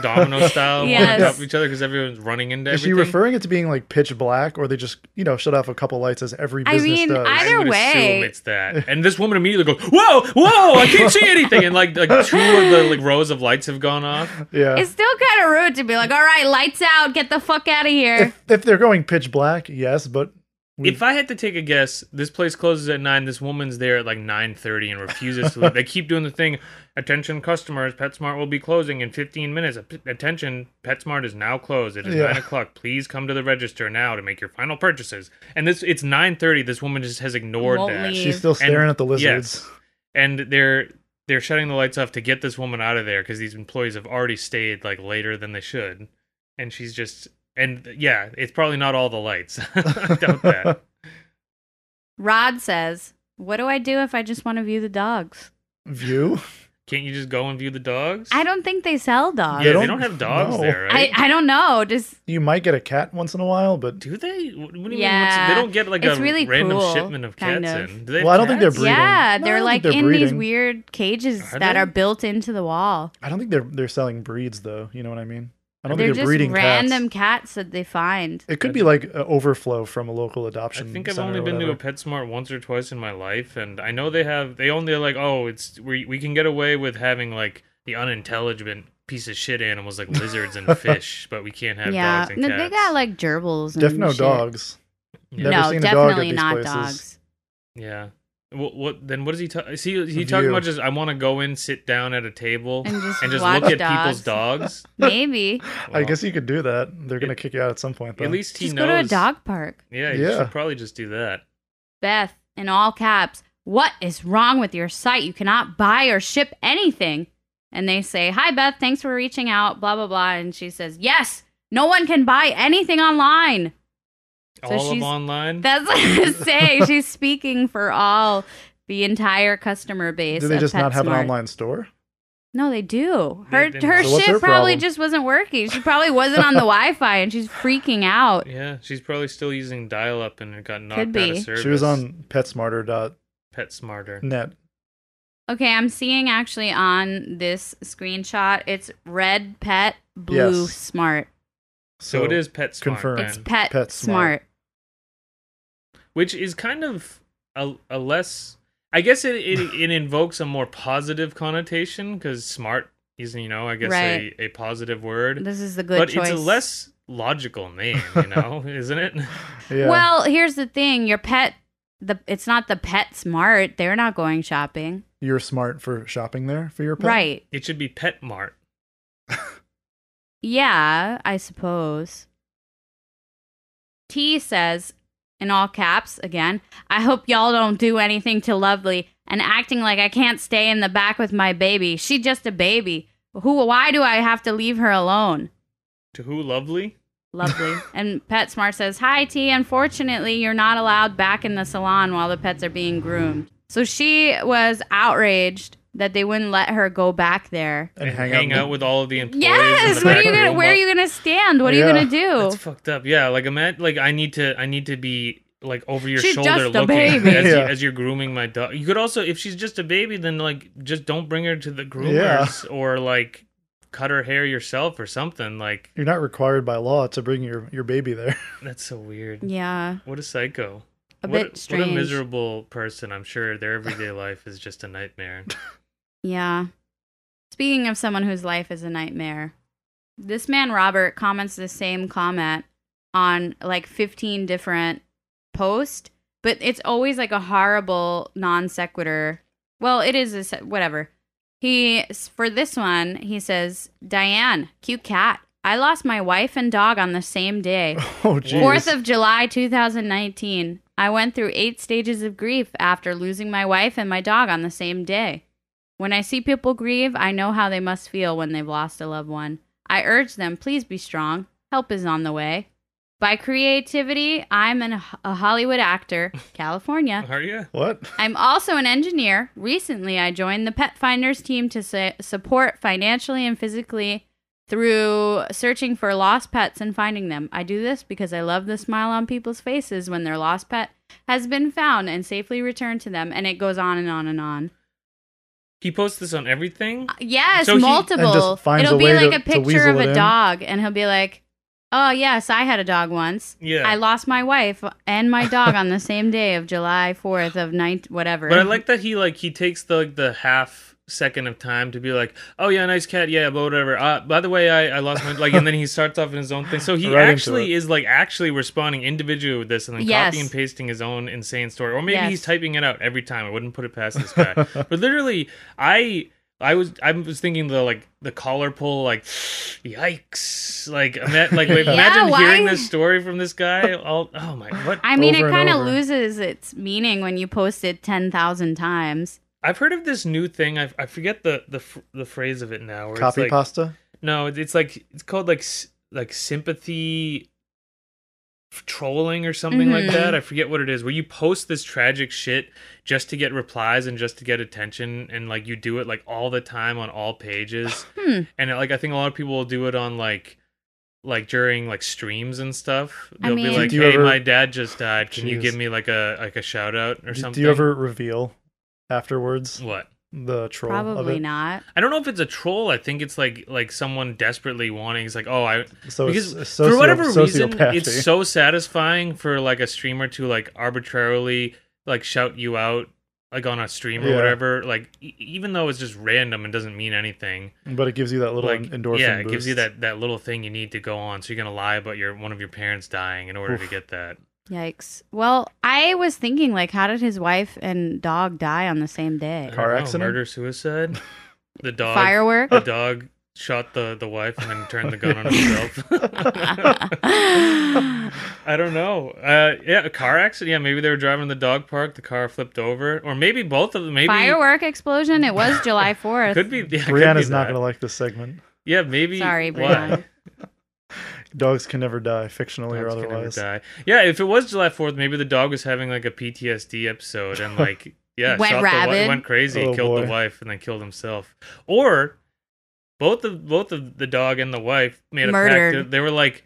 [SPEAKER 2] domino style one on
[SPEAKER 1] Yes.
[SPEAKER 2] top of each other because everyone's running into
[SPEAKER 3] Is she
[SPEAKER 2] everything.
[SPEAKER 3] referring it to being like pitch black, or they just you know shut off a couple lights as every
[SPEAKER 1] I
[SPEAKER 3] business
[SPEAKER 1] mean,
[SPEAKER 3] does?
[SPEAKER 1] I
[SPEAKER 2] I
[SPEAKER 1] Either
[SPEAKER 2] would
[SPEAKER 1] way.
[SPEAKER 2] assume it's that. And this woman immediately goes, "Whoa, whoa! I can't see anything!" And like, like two of the like rows of lights have gone off.
[SPEAKER 3] yeah.
[SPEAKER 1] It's still kind of rude to be like, all right, lights out, get the fuck out of here.
[SPEAKER 3] If, if they're going pitch black, yes, but we-
[SPEAKER 2] If I had to take a guess, this place closes at nine. This woman's there at like nine thirty and refuses to leave. they keep doing the thing. Attention, customers! PetSmart will be closing in fifteen minutes. At- Attention, PetSmart is now closed. It is
[SPEAKER 3] Yeah.
[SPEAKER 2] nine o'clock. Please come to the register now to make your final purchases. And this, it's nine thirty. This woman just has ignored
[SPEAKER 1] Won't
[SPEAKER 2] that,
[SPEAKER 1] leave.
[SPEAKER 3] she's still staring at the lizards.
[SPEAKER 2] and they're they're shutting the lights off to get this woman out of there because these employees have already stayed like later than they should, and she's just. And yeah, it's probably not all the lights. I doubt that.
[SPEAKER 1] Rod says, What do I do if I just want to view the dogs?
[SPEAKER 3] View.
[SPEAKER 2] Can't you just go and view the dogs?
[SPEAKER 1] I don't think they sell dogs.
[SPEAKER 2] Yeah, they
[SPEAKER 3] They
[SPEAKER 2] don't,
[SPEAKER 3] don't-
[SPEAKER 2] have dogs
[SPEAKER 3] no.
[SPEAKER 2] there, right?
[SPEAKER 1] I, I don't know. Just
[SPEAKER 3] You might get a cat once in a while, but
[SPEAKER 2] do they? What do you mean?
[SPEAKER 1] Yeah,
[SPEAKER 2] What's, they don't get like
[SPEAKER 1] it's
[SPEAKER 2] a
[SPEAKER 1] really
[SPEAKER 2] random
[SPEAKER 1] cruel,
[SPEAKER 2] shipment of
[SPEAKER 1] kind
[SPEAKER 2] cats
[SPEAKER 1] of.
[SPEAKER 2] in. Do they
[SPEAKER 3] Well, I
[SPEAKER 2] have
[SPEAKER 3] don't think they're
[SPEAKER 2] cats?
[SPEAKER 3] breeding.
[SPEAKER 1] yeah,
[SPEAKER 3] No, I
[SPEAKER 1] they're
[SPEAKER 3] don't
[SPEAKER 1] like
[SPEAKER 3] think they're
[SPEAKER 1] in these
[SPEAKER 3] breeding.
[SPEAKER 1] weird cages
[SPEAKER 2] Are
[SPEAKER 1] that
[SPEAKER 2] they?
[SPEAKER 1] are built into the wall.
[SPEAKER 3] I don't think they're they're selling breeds though. You know what I mean? I don't
[SPEAKER 1] They're
[SPEAKER 3] think
[SPEAKER 1] just
[SPEAKER 3] they're breeding
[SPEAKER 1] random cats
[SPEAKER 3] cats.
[SPEAKER 1] that they find.
[SPEAKER 3] It could be like an overflow from a local
[SPEAKER 2] I
[SPEAKER 3] adoption.
[SPEAKER 2] think I've
[SPEAKER 3] center
[SPEAKER 2] only
[SPEAKER 3] or
[SPEAKER 2] been to a
[SPEAKER 3] whatever.
[SPEAKER 2] PetSmart once or twice in my life, and I know they have. They only like, oh, it's we we can get away with having like the unintelligent piece of shit animals like lizards and fish, but we can't have
[SPEAKER 1] yeah,
[SPEAKER 2] dogs and
[SPEAKER 1] No,
[SPEAKER 2] cats.
[SPEAKER 1] they got like gerbils. And
[SPEAKER 3] Def no
[SPEAKER 1] shit.
[SPEAKER 3] dogs.
[SPEAKER 2] yeah.
[SPEAKER 3] Never
[SPEAKER 1] no,
[SPEAKER 3] seen a dog at
[SPEAKER 1] definitely
[SPEAKER 3] these
[SPEAKER 1] not
[SPEAKER 3] places.
[SPEAKER 1] dogs.
[SPEAKER 2] yeah. What, what then? What is he? Ta- see, is he talking
[SPEAKER 3] View.
[SPEAKER 2] about just I want to go in, sit down at a table,
[SPEAKER 1] And just watch
[SPEAKER 2] look at
[SPEAKER 1] dogs.
[SPEAKER 2] people's dogs.
[SPEAKER 1] Maybe
[SPEAKER 3] I
[SPEAKER 2] Well,
[SPEAKER 3] guess you could do that. They're gonna
[SPEAKER 2] it-
[SPEAKER 3] kick you out at some point. Though.
[SPEAKER 2] at least he
[SPEAKER 1] just
[SPEAKER 2] knows.
[SPEAKER 1] go to a dog park.
[SPEAKER 2] Yeah, you
[SPEAKER 3] Yeah.
[SPEAKER 2] should probably just do that.
[SPEAKER 1] Beth, in all caps, what is wrong with your site? You cannot buy or ship anything. And they say, Hi, Beth, thanks for reaching out, blah, blah, blah. And she says, Yes, no one can buy anything online. So
[SPEAKER 2] All of
[SPEAKER 1] she's-
[SPEAKER 2] online.
[SPEAKER 1] That's what I'm saying. She's speaking for all the entire customer base.
[SPEAKER 3] do they
[SPEAKER 1] of
[SPEAKER 3] just not have an
[SPEAKER 1] PetSmart.
[SPEAKER 3] online store?
[SPEAKER 1] No, they do.
[SPEAKER 2] They-
[SPEAKER 1] Her
[SPEAKER 2] they
[SPEAKER 1] her
[SPEAKER 3] must. So what's
[SPEAKER 1] shit
[SPEAKER 3] her
[SPEAKER 1] probably
[SPEAKER 3] problem?
[SPEAKER 1] just wasn't working. She probably wasn't on the Wi-Fi, and she's freaking out.
[SPEAKER 2] yeah, she's probably still using dial up and it got knocked
[SPEAKER 1] Could
[SPEAKER 2] out
[SPEAKER 1] be.
[SPEAKER 2] of service.
[SPEAKER 3] She was on PetSmarter.net.
[SPEAKER 2] Pet Smarter.
[SPEAKER 1] Okay, I'm seeing actually on this screenshot, it's red pet, blue
[SPEAKER 3] Yes.
[SPEAKER 1] smart.
[SPEAKER 2] So it is Pet Smart.
[SPEAKER 3] confirmed.
[SPEAKER 2] then,
[SPEAKER 1] It's pet, smart.
[SPEAKER 3] Pet smart.
[SPEAKER 2] which is kind of a, a less. I guess it, it it invokes a more positive connotation because smart is you know I guess
[SPEAKER 1] Right.
[SPEAKER 2] a, a positive word,
[SPEAKER 1] This is the good
[SPEAKER 2] but
[SPEAKER 1] choice.
[SPEAKER 2] it's a less logical name, you know, isn't it?
[SPEAKER 3] Yeah.
[SPEAKER 1] Well, here's the thing: your pet, the it's not the pet smart. They're not going shopping,
[SPEAKER 3] You're smart for shopping there for your pet.
[SPEAKER 1] right?
[SPEAKER 2] It should be Petmart.
[SPEAKER 1] Yeah, I suppose. T says, in all caps again, I hope y'all don't do anything to Lovely and acting like I can't stay in the back with my baby. She just a baby. Who? Why do I have to leave her alone?
[SPEAKER 2] To who lovely?
[SPEAKER 1] Lovely. and PetSmart says, Hi, T. Unfortunately, you're not allowed back in the salon while the pets are being groomed. So she was outraged that they wouldn't let her go back there.
[SPEAKER 3] And, hang,
[SPEAKER 2] hang
[SPEAKER 3] out. in
[SPEAKER 2] out with all of the employees. in
[SPEAKER 1] Yes.
[SPEAKER 2] the
[SPEAKER 1] What are
[SPEAKER 2] back
[SPEAKER 1] you gonna?
[SPEAKER 2] room.
[SPEAKER 1] Where are you gonna stand? What are
[SPEAKER 3] Yeah.
[SPEAKER 1] you gonna do?
[SPEAKER 2] That's fucked up. Yeah, like I'm at like I need to I need to be like over your
[SPEAKER 1] She's
[SPEAKER 2] shoulder
[SPEAKER 1] just a
[SPEAKER 2] looking
[SPEAKER 1] baby.
[SPEAKER 2] as,
[SPEAKER 3] Yeah.
[SPEAKER 2] you, as you're grooming my dog. You could also if she's just a baby, then like just don't bring her to the groomers or like cut her hair yourself or something. Like
[SPEAKER 3] the- You're not required by law to bring your, your baby there.
[SPEAKER 2] that's so weird.
[SPEAKER 1] Yeah,
[SPEAKER 2] What a psycho.
[SPEAKER 1] a
[SPEAKER 2] what,
[SPEAKER 1] bit strange.
[SPEAKER 2] what a miserable person. I'm sure their everyday life is just a nightmare.
[SPEAKER 1] Yeah. Speaking of someone whose life is a nightmare, this man Robert comments the same comment on like 15 different posts, but it's always like a horrible non sequitur. Well, it is a se- whatever. He for this one, he says, "Diane, cute cat. I lost my wife and dog on the same day."
[SPEAKER 3] Oh, jeez.
[SPEAKER 1] Fourth of July, 2019. I went through eight stages of grief after losing my wife and my dog on the same day. When I see people grieve, I know how they must feel when they've lost a loved one. I urge them, please be strong. Help is on the way. By creativity, I'm an, a Hollywood actor, California.
[SPEAKER 2] Are you?
[SPEAKER 3] What?
[SPEAKER 1] I'm also an engineer. Recently, I joined the Pet Finders team to su- support financially and physically through searching for lost pets and finding them. I do this because I love the smile on people's faces when their lost pet has been found and safely returned to them. And it goes on and on and on.
[SPEAKER 2] He posts this on everything.
[SPEAKER 1] Yes,
[SPEAKER 2] So he-
[SPEAKER 1] multiple.
[SPEAKER 3] And just finds
[SPEAKER 1] It'll
[SPEAKER 3] a
[SPEAKER 1] be
[SPEAKER 3] way
[SPEAKER 1] like
[SPEAKER 3] to-
[SPEAKER 1] a
[SPEAKER 3] to
[SPEAKER 1] picture
[SPEAKER 3] weasel
[SPEAKER 1] of
[SPEAKER 3] it
[SPEAKER 1] a
[SPEAKER 3] in.
[SPEAKER 1] dog, and he'll be like, "Oh yes, I had a dog once."
[SPEAKER 2] Yeah.
[SPEAKER 1] I lost my wife and my dog on the same day of July 4th of 9 whatever.
[SPEAKER 2] But I like that he like he takes the like, the half second of time to be like, oh yeah, nice cat, yeah, but whatever. Uh, by the way, I, I lost my like, and then he starts off in his own thing. So he
[SPEAKER 3] Right into
[SPEAKER 2] actually
[SPEAKER 3] it.
[SPEAKER 2] is like actually responding individually with this, and then
[SPEAKER 1] Yes.
[SPEAKER 2] copying and pasting his own insane story, or maybe
[SPEAKER 1] Yes.
[SPEAKER 2] he's typing it out every time. I wouldn't put it past this guy. but literally, I. I was I was thinking the like the collar pull like yikes like ima- like wait,
[SPEAKER 1] Yeah,
[SPEAKER 2] imagine
[SPEAKER 1] why-
[SPEAKER 2] hearing this story from this guy all oh my what
[SPEAKER 1] I mean,
[SPEAKER 3] over
[SPEAKER 1] it
[SPEAKER 3] and
[SPEAKER 1] kind of
[SPEAKER 3] over.
[SPEAKER 1] loses its meaning when you post it 10,000 times.
[SPEAKER 2] I've heard of this new thing. I, I forget the the ph- the phrase of it now. Where
[SPEAKER 3] Copy
[SPEAKER 2] it's like,
[SPEAKER 3] pasta?
[SPEAKER 2] No, it- it's like it's called like s- like sympathy f- trolling or something
[SPEAKER 1] Mhm.
[SPEAKER 2] like that. I forget what it is. Where you post this tragic shit just to get replies and just to get attention, and like you do it like all the time on all pages.
[SPEAKER 1] Hmm.
[SPEAKER 2] And like I think a lot of people will do it on like like during like streams and stuff.
[SPEAKER 1] I
[SPEAKER 2] They'll be
[SPEAKER 1] mean-
[SPEAKER 2] like,
[SPEAKER 3] Do you
[SPEAKER 2] "Hey,
[SPEAKER 3] ever-
[SPEAKER 2] my dad just died. Can you
[SPEAKER 3] Jeez.
[SPEAKER 2] give me like a like a shout out or
[SPEAKER 3] Do,
[SPEAKER 2] something?"
[SPEAKER 3] do you ever reveal afterwards
[SPEAKER 2] what?
[SPEAKER 3] the troll of
[SPEAKER 1] Probably
[SPEAKER 3] it?
[SPEAKER 1] not.
[SPEAKER 2] I don't know if it's a troll. I think it's like like someone desperately wanting. It's like, oh, I
[SPEAKER 3] So
[SPEAKER 2] because
[SPEAKER 3] it's socio-
[SPEAKER 2] for whatever reason,
[SPEAKER 3] sociopathy.
[SPEAKER 2] it's so satisfying for like a streamer to like arbitrarily like shout you out like on a stream or
[SPEAKER 3] Yeah.
[SPEAKER 2] whatever. Like e- even though it's just random and doesn't mean anything.
[SPEAKER 3] but it gives you that little
[SPEAKER 2] like
[SPEAKER 3] endorphin
[SPEAKER 2] yeah, it gives you
[SPEAKER 3] boost.
[SPEAKER 2] that that little thing you need to go on. So you're gonna lie about your one of your parents dying in order to
[SPEAKER 3] Oof.
[SPEAKER 2] get that.
[SPEAKER 1] Yikes. Well, I was thinking, like, how did his wife and dog die on the same day?
[SPEAKER 2] I
[SPEAKER 3] Car
[SPEAKER 2] don't know,
[SPEAKER 3] accident?
[SPEAKER 2] murder, suicide. The dog,
[SPEAKER 1] Firework?
[SPEAKER 2] the dog shot the the wife and then turned the gun on himself. I don't know. Uh, yeah, a car accident. Yeah, maybe they were driving to the dog park. The car flipped over, or maybe both of them. Maybe
[SPEAKER 1] Firework explosion? It was July 4th.
[SPEAKER 2] could be. Yeah, could be
[SPEAKER 3] Brianna's not
[SPEAKER 2] that.
[SPEAKER 3] going to like this segment.
[SPEAKER 2] Yeah, maybe.
[SPEAKER 1] Sorry,
[SPEAKER 2] why?
[SPEAKER 1] Brianna.
[SPEAKER 3] Dogs can never die, fictionally or
[SPEAKER 2] Dogs can never
[SPEAKER 3] otherwise.
[SPEAKER 2] die. Yeah, if it was July Fourth, maybe the dog was having like a PTSD episode and like yeah,
[SPEAKER 1] Went
[SPEAKER 2] shot The,
[SPEAKER 1] rabid.
[SPEAKER 2] wi- went crazy,
[SPEAKER 3] Oh,
[SPEAKER 2] killed
[SPEAKER 3] boy.
[SPEAKER 2] the wife, and then killed himself. Or both of both of the dog and the wife made a
[SPEAKER 1] Murdered.
[SPEAKER 2] pact. They they were like,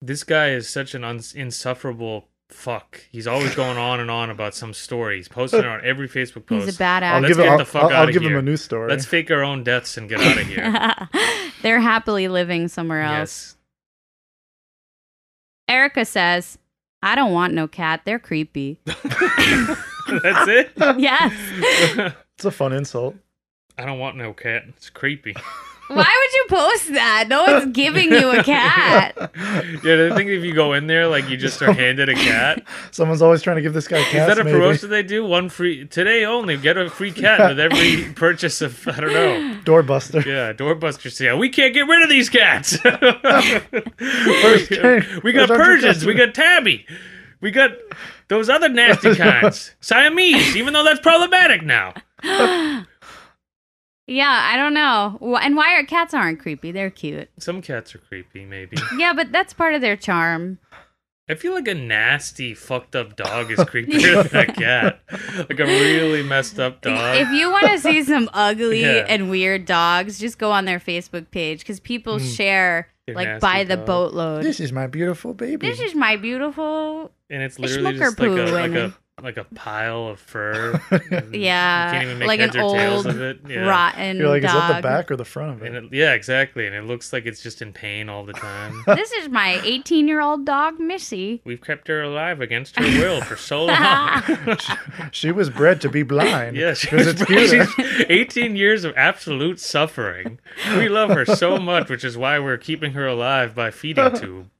[SPEAKER 2] "This guy is such an uns insufferable." Fuck! He's always going on and on about some story. He's posting it on every Facebook post.
[SPEAKER 1] He's a badass.
[SPEAKER 3] I'll
[SPEAKER 2] Let's
[SPEAKER 3] give,
[SPEAKER 2] get
[SPEAKER 3] him,
[SPEAKER 2] the fuck
[SPEAKER 3] I'll, I'll
[SPEAKER 2] outta
[SPEAKER 3] give him
[SPEAKER 2] here.
[SPEAKER 3] a new story.
[SPEAKER 2] Let's fake our own deaths and get out of here.
[SPEAKER 1] They're happily living somewhere else.
[SPEAKER 2] yes.
[SPEAKER 1] Erica says, I don't want no cat. They're creepy.
[SPEAKER 2] That's it.
[SPEAKER 1] yes.
[SPEAKER 2] I
[SPEAKER 3] it's a fun insult.
[SPEAKER 2] don't want no cat. It's creepy.
[SPEAKER 1] Why would you post that? No one's giving you a cat.
[SPEAKER 2] Yeah, I think if you go in there, like you just are handed a cat.
[SPEAKER 3] Someone's always trying to give this guy
[SPEAKER 2] Is
[SPEAKER 3] cats.
[SPEAKER 2] that a
[SPEAKER 3] maybe.
[SPEAKER 2] promotion they do? One free today only. Get a free cat with every purchase of I don't know.
[SPEAKER 3] Doorbuster.
[SPEAKER 2] Yeah, doorbuster sale. We can't get rid of these cats. we, we got
[SPEAKER 3] Where's our
[SPEAKER 2] Persians. We
[SPEAKER 3] customer?
[SPEAKER 2] got Tabby. We got those other nasty kinds. Siamese. Even though that's problematic now.
[SPEAKER 1] Yeah, I don't know. Wh- And why are cats aren't creepy? They're cute.
[SPEAKER 2] Some cats are creepy. Maybe
[SPEAKER 1] Yeah, but that's part of their charm.
[SPEAKER 2] I feel like a nasty, fucked up dog is creepier than a cat. Like a really messed up dog.
[SPEAKER 1] If you want to see some ugly
[SPEAKER 2] Yeah.
[SPEAKER 1] and weird dogs, just go on their Facebook page because people
[SPEAKER 2] Mm.
[SPEAKER 1] share
[SPEAKER 2] They're
[SPEAKER 1] like
[SPEAKER 2] nasty
[SPEAKER 1] by the
[SPEAKER 2] dogs.
[SPEAKER 1] boatload. This,
[SPEAKER 3] This is my beautiful baby.
[SPEAKER 1] is my beautiful.
[SPEAKER 2] and it's
[SPEAKER 1] A
[SPEAKER 2] literally
[SPEAKER 1] schmucker
[SPEAKER 2] just like a
[SPEAKER 1] poo
[SPEAKER 2] like
[SPEAKER 1] and-
[SPEAKER 2] a like a pile of fur. And
[SPEAKER 1] Yeah,
[SPEAKER 2] you can't even make
[SPEAKER 1] like an
[SPEAKER 2] heads or tails
[SPEAKER 1] old
[SPEAKER 2] of it. Yeah.
[SPEAKER 1] Rotten
[SPEAKER 3] You're like,
[SPEAKER 1] dog.
[SPEAKER 3] is that the back or the front of
[SPEAKER 2] And
[SPEAKER 3] it?
[SPEAKER 2] it, yeah, exactly. And it looks like it's just in pain all the time.
[SPEAKER 1] this is my 18 year old dog, Missy.
[SPEAKER 2] We've kept her alive against her will for so long.
[SPEAKER 3] She was bred to be blind.
[SPEAKER 2] yeah, she
[SPEAKER 3] 'cause
[SPEAKER 2] was
[SPEAKER 3] it's cuter.
[SPEAKER 2] she's 18 years of absolute suffering. We love her so much, which is why we're keeping her alive by feeding tube.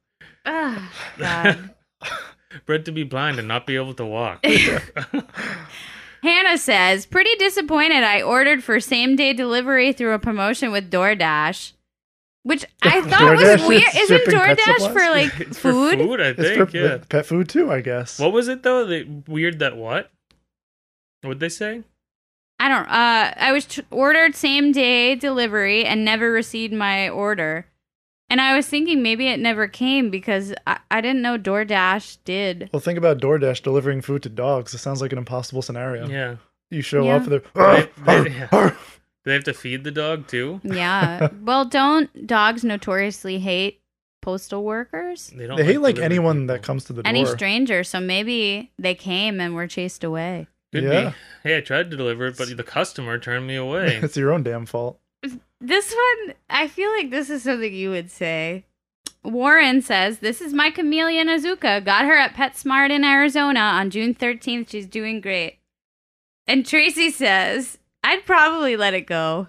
[SPEAKER 1] Ugh, God.
[SPEAKER 2] Bred to be blind and not be able to walk.
[SPEAKER 1] Hannah says, pretty disappointed I ordered for same day delivery through a promotion with DoorDash, which I thought
[SPEAKER 3] DoorDash
[SPEAKER 1] was
[SPEAKER 3] is
[SPEAKER 1] weird. Isn't
[SPEAKER 3] shipping pet
[SPEAKER 1] DoorDash
[SPEAKER 3] supplies?
[SPEAKER 1] for like
[SPEAKER 2] It's for
[SPEAKER 1] food?
[SPEAKER 2] food, I
[SPEAKER 3] It's
[SPEAKER 2] think.
[SPEAKER 3] for
[SPEAKER 2] yeah.
[SPEAKER 3] pet food too, I guess.
[SPEAKER 2] What was it though? They, weird that what? What'd they say?
[SPEAKER 1] I don't. Uh, I was tr- ordered same day delivery and never received my order. And I was thinking maybe it never came because I, I didn't know DoorDash did.
[SPEAKER 3] Well, think about DoorDash delivering food to dogs. It sounds like an impossible scenario.
[SPEAKER 2] Yeah.
[SPEAKER 3] You show
[SPEAKER 1] Yeah.
[SPEAKER 3] up, they're
[SPEAKER 2] They-
[SPEAKER 3] "Arr,
[SPEAKER 2] they- yeah.
[SPEAKER 3] arr,
[SPEAKER 2] They have to feed the dog too.
[SPEAKER 1] Yeah. well, don't dogs notoriously hate postal workers?
[SPEAKER 2] They
[SPEAKER 3] arr."
[SPEAKER 2] don't.
[SPEAKER 3] They hate like
[SPEAKER 2] delivery
[SPEAKER 3] anyone
[SPEAKER 2] people.
[SPEAKER 3] that comes to the door.
[SPEAKER 1] Any stranger. So maybe they came and were chased away.
[SPEAKER 2] Could
[SPEAKER 3] Yeah.
[SPEAKER 2] be. Hey, I tried to deliver it, but the customer turned me away.
[SPEAKER 3] it's your own damn fault.
[SPEAKER 1] This one, I feel like this is something you would say. Warren says, This is my chameleon Azuka. Got her at PetSmart in Arizona on June 13th. She's doing great. And Tracy says, I'd probably let it go.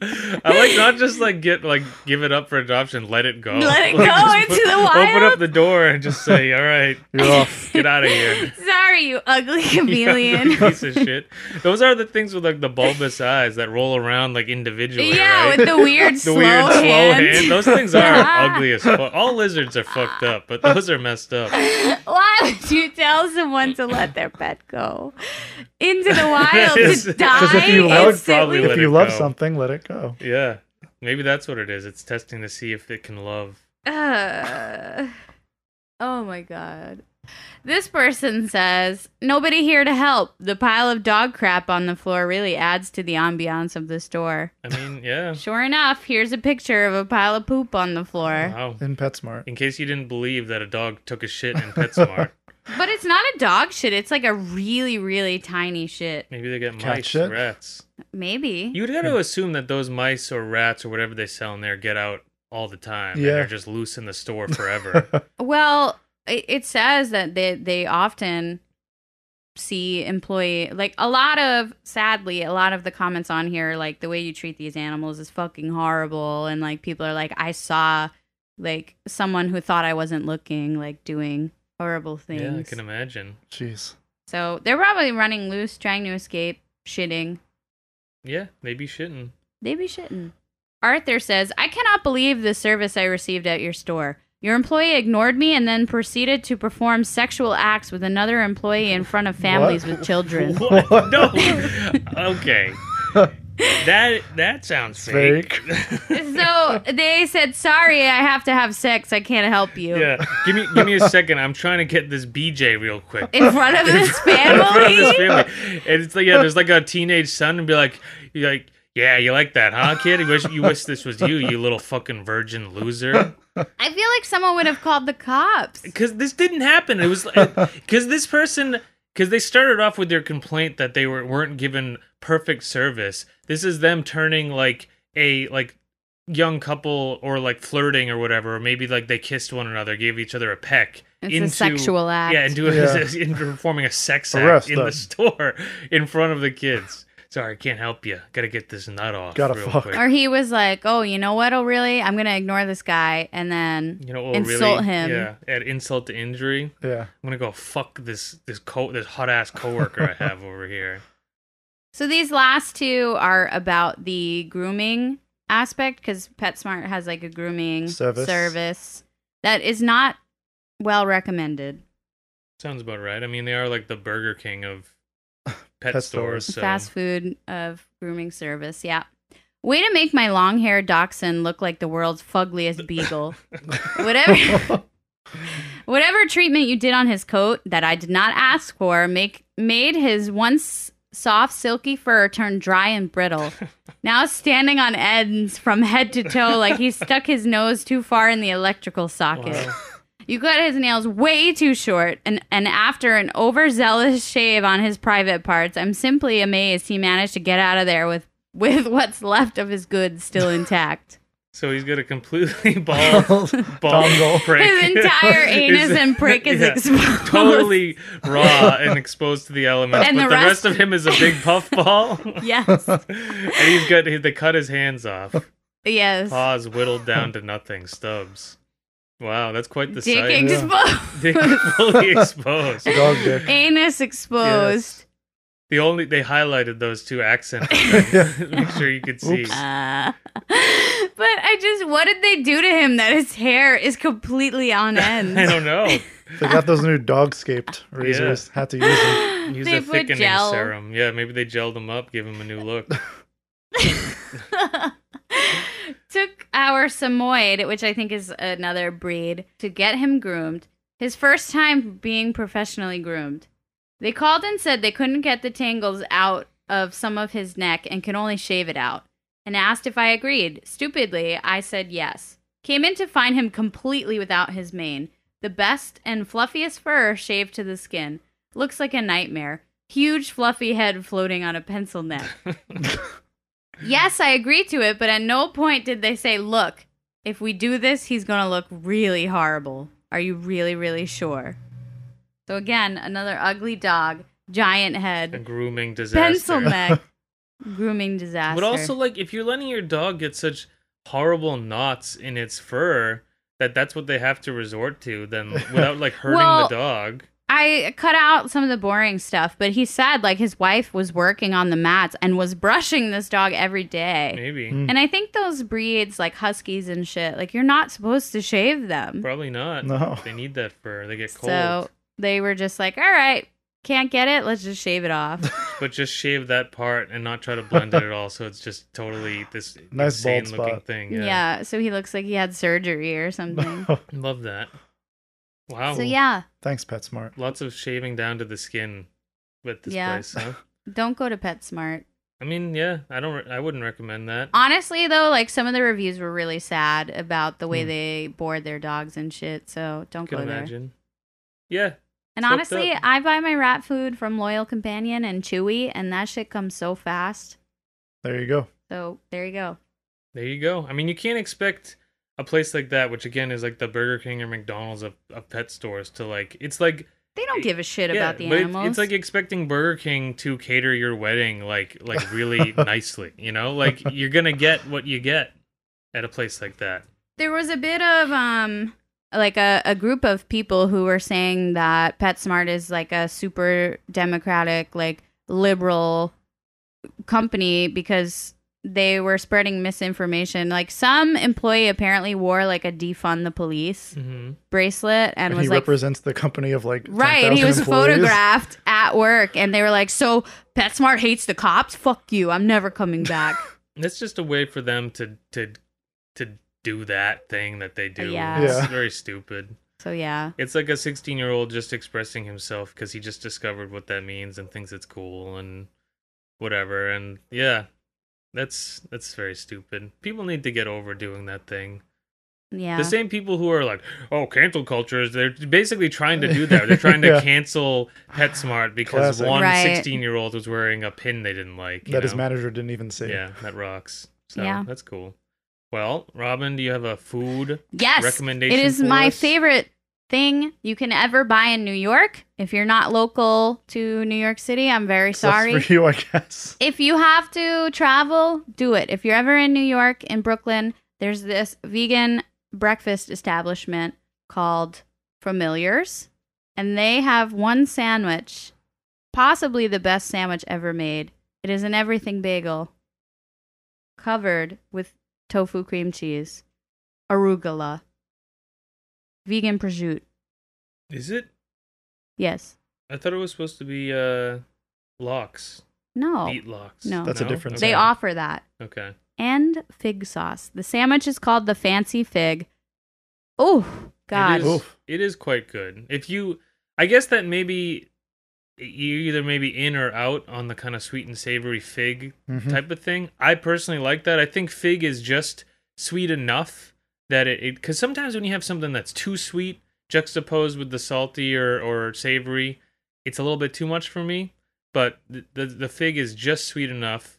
[SPEAKER 2] I like not just like get like give it up for adoption, let it go.
[SPEAKER 1] Let it go
[SPEAKER 2] Like, just
[SPEAKER 1] into the
[SPEAKER 2] Open
[SPEAKER 1] wild?
[SPEAKER 2] up the door and just say, "All right,
[SPEAKER 3] You're off.
[SPEAKER 2] get out of here."
[SPEAKER 1] Sorry, you ugly chameleon.
[SPEAKER 2] Yeah, piece of shit. Those are the things with like the bulbous eyes that roll around like individually.
[SPEAKER 1] Yeah,
[SPEAKER 2] right?
[SPEAKER 1] with the weird
[SPEAKER 2] the
[SPEAKER 1] slow
[SPEAKER 2] weird slow
[SPEAKER 1] hand.
[SPEAKER 2] hand. Those things are ugly as fuck. All lizards are fucked up, but those are messed up.
[SPEAKER 1] Why would you tell someone to let their pet go into the wild
[SPEAKER 2] Yes.
[SPEAKER 1] to
[SPEAKER 2] 'Cause
[SPEAKER 1] die
[SPEAKER 3] if you- I would
[SPEAKER 1] instantly?
[SPEAKER 2] probably let
[SPEAKER 3] If you
[SPEAKER 2] it
[SPEAKER 3] love
[SPEAKER 2] go.
[SPEAKER 3] something, let it go.
[SPEAKER 2] Yeah. Maybe that's what it is. It's testing to see if it can love.
[SPEAKER 1] Uh, oh my god. This person says, Nobody here to help. The pile of dog crap on the floor really adds to the ambiance of the store.
[SPEAKER 2] I mean, yeah.
[SPEAKER 1] Sure enough, here's a picture of a pile of poop on the floor.
[SPEAKER 2] Wow.
[SPEAKER 3] In PetSmart.
[SPEAKER 2] In case you didn't believe that a dog took a shit in PetSmart,
[SPEAKER 1] But it's not a dog shit, it's like a really, really tiny shit.
[SPEAKER 2] maybe they get
[SPEAKER 3] Cat
[SPEAKER 2] mice,
[SPEAKER 3] shit?
[SPEAKER 2] rats.
[SPEAKER 1] Maybe.
[SPEAKER 2] You'd got to assume that those mice or rats or whatever they sell in there get out all the time
[SPEAKER 3] Yeah.
[SPEAKER 2] and are just loose in the store forever.
[SPEAKER 1] Well, it, it says that they they often see employee like a lot of sadly a lot of the comments on here like the way you treat these animals is fucking horrible and like people are like I saw like someone who thought I wasn't looking like doing horrible things.
[SPEAKER 2] yeah, I can imagine.
[SPEAKER 3] Jeez.
[SPEAKER 1] so they're probably running loose trying to escape shitting.
[SPEAKER 2] Yeah, they be shitting.
[SPEAKER 1] They be shitting. Arthur says, I cannot believe the service I received at your store. Your employee ignored me and then proceeded to perform sexual acts with another employee in front of families with children.
[SPEAKER 2] What? No. okay. That that sounds fake.
[SPEAKER 3] Fake.
[SPEAKER 1] so they said, Sorry, I have to have sex. I can't help you.
[SPEAKER 2] Yeah. Give me give me a second. I'm trying to get this BJ real quick.
[SPEAKER 1] In front of this
[SPEAKER 2] in front of this
[SPEAKER 1] family?
[SPEAKER 2] family. And it's like, yeah, there's like a teenage son and be like, you're like, yeah, you like that, huh, kid? You wish you wish this was you, you little fucking virgin loser.
[SPEAKER 1] I feel like someone would have called the cops.
[SPEAKER 2] Because this didn't happen. It was because this person, because they started off with their complaint that they were weren't given perfect service. This is them turning like a like young couple or like flirting or whatever, or maybe like they kissed one another, gave each other a peck.
[SPEAKER 1] It's a sexual act.
[SPEAKER 2] Yeah, into,
[SPEAKER 3] Yeah.
[SPEAKER 2] into performing a sex act
[SPEAKER 3] Arrest
[SPEAKER 2] in the
[SPEAKER 3] them.
[SPEAKER 2] store in front of the kids. sorry, can't help you. Gotta get this nut off.
[SPEAKER 3] Gotta
[SPEAKER 2] real
[SPEAKER 3] fuck.
[SPEAKER 2] quick.
[SPEAKER 1] Or he was like, oh, you know what? Oh, really? I'm gonna ignore this guy, and then
[SPEAKER 2] You know, oh,
[SPEAKER 1] insult
[SPEAKER 2] really,
[SPEAKER 1] him.
[SPEAKER 2] Yeah, add insult to injury. I'm
[SPEAKER 3] Yeah.
[SPEAKER 2] gonna go fuck this this co- this hot ass coworker I have over here.
[SPEAKER 1] So these last two are about the grooming aspect because PetSmart has like a grooming
[SPEAKER 3] Service.
[SPEAKER 1] service that is not well recommended.
[SPEAKER 2] Sounds about right. I mean, they are like the Burger King of pet,
[SPEAKER 3] Pet
[SPEAKER 2] stores.
[SPEAKER 3] stores.
[SPEAKER 2] So.
[SPEAKER 1] Fast food of grooming service. Yeah. Way to make my long haired dachshund look like the world's fuggliest beagle. whatever whatever treatment you did on his coat that I did not ask for make made his once soft silky fur turn dry and brittle. now standing on ends from head to toe like he stuck his nose too far in the electrical socket.
[SPEAKER 2] Wow.
[SPEAKER 1] You cut his nails way too short, and, and after an overzealous shave on his private parts, I'm simply amazed he managed to get out of there with, with what's left of his goods still intact.
[SPEAKER 2] So he's got a completely bald, bald
[SPEAKER 3] Dongle.
[SPEAKER 2] prick.
[SPEAKER 1] His entire anus and prick is
[SPEAKER 2] yeah,
[SPEAKER 1] exposed.
[SPEAKER 2] totally raw and exposed to the elements.
[SPEAKER 1] And
[SPEAKER 2] but
[SPEAKER 1] the
[SPEAKER 2] the rest,
[SPEAKER 1] rest-
[SPEAKER 2] of him is a big puff ball,
[SPEAKER 1] Yes.
[SPEAKER 2] and he's got they cut his hands off,
[SPEAKER 1] Yes.
[SPEAKER 2] paws whittled down to nothing, stubs. Wow, that's quite the
[SPEAKER 1] Dick
[SPEAKER 2] sight.
[SPEAKER 1] exposed.
[SPEAKER 2] Dick fully exposed.
[SPEAKER 3] Dog dick.
[SPEAKER 1] Anus exposed.
[SPEAKER 2] The only they highlighted those two accents. Make sure you could see.
[SPEAKER 3] Oops.
[SPEAKER 1] Uh, but I just, what did they do to him that his hair is completely on
[SPEAKER 2] I
[SPEAKER 1] end?
[SPEAKER 2] don't know.
[SPEAKER 3] They got those new dogscaped razors. Had to use them.
[SPEAKER 2] Use
[SPEAKER 1] They
[SPEAKER 2] a
[SPEAKER 1] put
[SPEAKER 2] thickening
[SPEAKER 1] gel.
[SPEAKER 2] serum. Yeah, maybe they gelled him up, give him a new look.
[SPEAKER 1] took our Samoyed, which I think is another breed, to get him groomed. His first time being professionally groomed. They called and said they couldn't get the tangles out of some of his neck and could only shave it out, and asked if I agreed. Stupidly, I said yes. Came in to find him completely without his mane. The best and fluffiest fur shaved to the skin. Looks like a nightmare. Huge fluffy head floating on a pencil neck. Yes, I agree to it, but at no point did they say, look, if we do this, he's going to look really horrible. Are you really, really sure? So, again, another ugly dog, giant
[SPEAKER 2] A
[SPEAKER 1] head,
[SPEAKER 2] grooming disaster.
[SPEAKER 1] pencil neck, grooming disaster.
[SPEAKER 2] But also, like, if you're letting your dog get such horrible knots in its fur that that's what they have to resort to, then without like hurting
[SPEAKER 1] Well-
[SPEAKER 2] the dog.
[SPEAKER 1] I cut out some of the boring stuff, but he said, like, his wife was working on the mats and was brushing this dog every day.
[SPEAKER 2] Maybe,
[SPEAKER 3] Mm.
[SPEAKER 1] And I think those breeds, like huskies and shit, like, you're not supposed to shave them.
[SPEAKER 2] probably not.
[SPEAKER 3] No.
[SPEAKER 2] They need that fur. They get cold.
[SPEAKER 1] So they were just like, all right, can't get it. Let's just shave it off.
[SPEAKER 2] But just shave that part and not try to blend it at all. So it's just totally this
[SPEAKER 3] Nice bald
[SPEAKER 2] insane looking
[SPEAKER 3] spot.
[SPEAKER 2] thing.
[SPEAKER 1] yeah.
[SPEAKER 2] Yeah.
[SPEAKER 1] So he looks like he had surgery or something.
[SPEAKER 2] Love that. Wow.
[SPEAKER 1] So yeah,
[SPEAKER 3] Thanks, PetSmart.
[SPEAKER 2] Lots of shaving down to the skin with this
[SPEAKER 1] Yeah.
[SPEAKER 2] place, huh?
[SPEAKER 1] don't go to PetSmart.
[SPEAKER 2] I mean, yeah, I don't. Re- I wouldn't recommend that.
[SPEAKER 1] Honestly, though, like some of the reviews were really sad about the way
[SPEAKER 3] Hmm.
[SPEAKER 1] they board their dogs and shit. So don't
[SPEAKER 2] Could
[SPEAKER 1] go there.
[SPEAKER 2] imagine. Yeah,
[SPEAKER 1] And
[SPEAKER 2] It's fucked
[SPEAKER 1] honestly,
[SPEAKER 2] up.
[SPEAKER 1] I buy my rat food from Loyal Companion and Chewy, and that shit comes so fast.
[SPEAKER 3] There you go.
[SPEAKER 1] So there you go.
[SPEAKER 2] There you go. I mean, you can't expect a place like that, which again is like the Burger King or McDonald's of, of pet stores, to like it's like
[SPEAKER 1] They don't give a shit
[SPEAKER 2] yeah,
[SPEAKER 1] about the
[SPEAKER 2] but it-
[SPEAKER 1] animals.
[SPEAKER 2] It's like expecting Burger King to cater your wedding like like really nicely. You know, like you're gonna get what you get at a place like that.
[SPEAKER 1] There was a bit of um like a, a group of people who were saying that PetSmart is like a super democratic, like liberal company because they were spreading misinformation. Like some employee apparently wore like a defund the police
[SPEAKER 2] Mm-hmm.
[SPEAKER 1] bracelet and,
[SPEAKER 3] And
[SPEAKER 1] was
[SPEAKER 3] he
[SPEAKER 1] like
[SPEAKER 3] represents the company of like
[SPEAKER 1] Right, he
[SPEAKER 3] 10,000
[SPEAKER 1] was
[SPEAKER 3] employees.
[SPEAKER 1] photographed at work, and they were like, "So PetSmart hates the cops? Fuck you! I'm never coming back."
[SPEAKER 2] That's just a way for them to to to do that thing that they do.
[SPEAKER 1] Yeah.
[SPEAKER 2] It's
[SPEAKER 3] Yeah.
[SPEAKER 2] very stupid.
[SPEAKER 1] so yeah,
[SPEAKER 2] It's like a 16 year old just expressing himself because he just discovered what that means and thinks it's cool and whatever. And yeah, that's that's very stupid. People need to get over doing that thing.
[SPEAKER 1] yeah.
[SPEAKER 2] The same people who are like, oh, cancel culture is they're basically trying to do that. They're trying to
[SPEAKER 3] Yeah.
[SPEAKER 2] cancel PetSmart because
[SPEAKER 3] Classic.
[SPEAKER 2] one
[SPEAKER 1] Right.
[SPEAKER 2] 16 year old was wearing a pin they didn't like. you
[SPEAKER 3] That his
[SPEAKER 2] know?
[SPEAKER 3] manager didn't even see.
[SPEAKER 2] Yeah, that rocks. So
[SPEAKER 1] Yeah.
[SPEAKER 2] that's cool. Well, Robin, do you have a food
[SPEAKER 1] Yes.
[SPEAKER 2] recommendation
[SPEAKER 1] It is
[SPEAKER 2] for
[SPEAKER 1] my
[SPEAKER 2] us?
[SPEAKER 1] favorite thing you can ever buy in New York. If you're not local to New York City, I'm very sorry.
[SPEAKER 3] Sucks for you, I guess.
[SPEAKER 1] If you have to travel, do it. If you're ever in New York, in Brooklyn, there's this vegan breakfast establishment called Familiars, and they have one sandwich, possibly the best sandwich ever made. It is an everything bagel covered with tofu cream cheese, arugula, vegan prosciutto.
[SPEAKER 2] Is it?
[SPEAKER 1] Yes.
[SPEAKER 2] I thought it was supposed to be uh locks,
[SPEAKER 1] No.
[SPEAKER 2] beet locks.
[SPEAKER 1] Oh, no.
[SPEAKER 3] That's a different
[SPEAKER 1] They
[SPEAKER 3] Okay.
[SPEAKER 1] offer that.
[SPEAKER 2] Okay.
[SPEAKER 1] and fig sauce. The sandwich is called the fancy fig. Oh God!
[SPEAKER 2] It is,
[SPEAKER 3] Oof.
[SPEAKER 2] it is quite good. If you, I guess that maybe you either maybe in or out on the kind of sweet and savory fig
[SPEAKER 3] Mhm.
[SPEAKER 2] type of thing. I personally like that. I think fig is just sweet enough that it because sometimes when you have something that's too sweet juxtaposed with the salty or, or savory, it's a little bit too much for me. But the, the the fig is just sweet enough,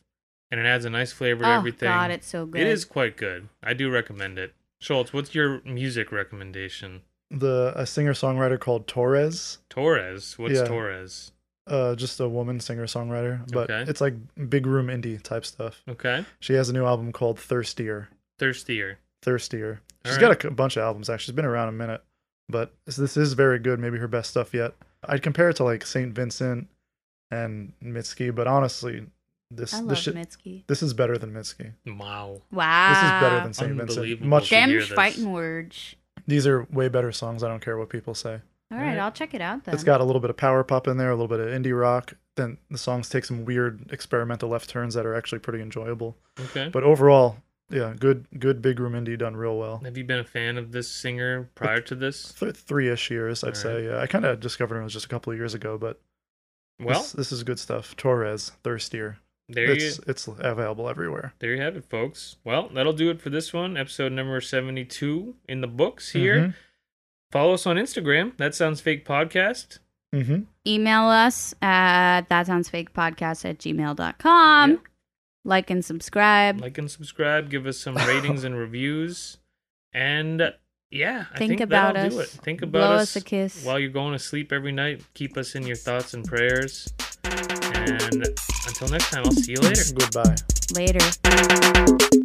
[SPEAKER 2] and it adds a nice flavor to
[SPEAKER 1] oh
[SPEAKER 2] everything.
[SPEAKER 1] God, it's so good.
[SPEAKER 2] It is quite good. I do recommend it. Schultz, what's your music recommendation?
[SPEAKER 3] The a singer songwriter called Torres.
[SPEAKER 2] Torres. What's
[SPEAKER 3] Yeah.
[SPEAKER 2] Torres?
[SPEAKER 3] Uh, just a woman singer songwriter, but
[SPEAKER 2] Okay.
[SPEAKER 3] it's like big room indie type stuff.
[SPEAKER 2] Okay.
[SPEAKER 3] She has a new album called Thirstier.
[SPEAKER 2] Thirstier.
[SPEAKER 3] Thirstier.
[SPEAKER 2] All right.
[SPEAKER 3] She's got a c- bunch of albums actually. She's been around a minute, but this, this is very good. Maybe her best stuff yet. I'd compare it to like Saint Vincent and Mitski, but honestly, this
[SPEAKER 1] I
[SPEAKER 3] this
[SPEAKER 1] love
[SPEAKER 3] shit,
[SPEAKER 1] Mitski.
[SPEAKER 3] this is better than Mitski.
[SPEAKER 2] Wow.
[SPEAKER 1] Wow.
[SPEAKER 3] This is
[SPEAKER 1] Ah.
[SPEAKER 3] better than Saint Vincent.
[SPEAKER 2] Unbelievable.
[SPEAKER 3] Much.
[SPEAKER 1] them
[SPEAKER 2] Damn. hear this.
[SPEAKER 1] fighting words.
[SPEAKER 3] These are way better songs. I don't care what people say.
[SPEAKER 1] All right,
[SPEAKER 2] Alright.
[SPEAKER 1] I'll check it out then.
[SPEAKER 3] It's got a little bit of power pop in there, a little bit of indie rock. Then the songs take some weird experimental left turns that are actually pretty enjoyable.
[SPEAKER 2] Okay.
[SPEAKER 3] But overall, yeah, good good big room indie done real well.
[SPEAKER 2] Have you been a fan of this singer prior to this?
[SPEAKER 3] Th- three-ish years, I'd
[SPEAKER 2] Alright.
[SPEAKER 3] say. Yeah, I kind of discovered him just a couple of years ago, but
[SPEAKER 2] Well,
[SPEAKER 3] this, this is good stuff. Torres, thirstier.
[SPEAKER 2] there you
[SPEAKER 3] it's it's available everywhere.
[SPEAKER 2] there you have it, folks. Well, that'll do it for this one, episode number seventy-two in the books here.
[SPEAKER 3] Mhm.
[SPEAKER 2] Follow us on Instagram. That sounds fake podcast.
[SPEAKER 3] Mhm.
[SPEAKER 1] Email us at that sounds fake podcast at gmail.com.
[SPEAKER 2] Yeah.
[SPEAKER 1] Like and subscribe.
[SPEAKER 2] Like and subscribe. Give us some ratings and reviews. And yeah, I
[SPEAKER 1] Think
[SPEAKER 2] think
[SPEAKER 1] about
[SPEAKER 2] that'll Do it.
[SPEAKER 1] us.
[SPEAKER 2] Think about
[SPEAKER 1] Blow us
[SPEAKER 2] us.
[SPEAKER 1] a kiss.
[SPEAKER 2] While you're going to sleep every night, keep us in your thoughts and prayers. And until next time, I'll see you later.
[SPEAKER 3] Goodbye.
[SPEAKER 1] Later.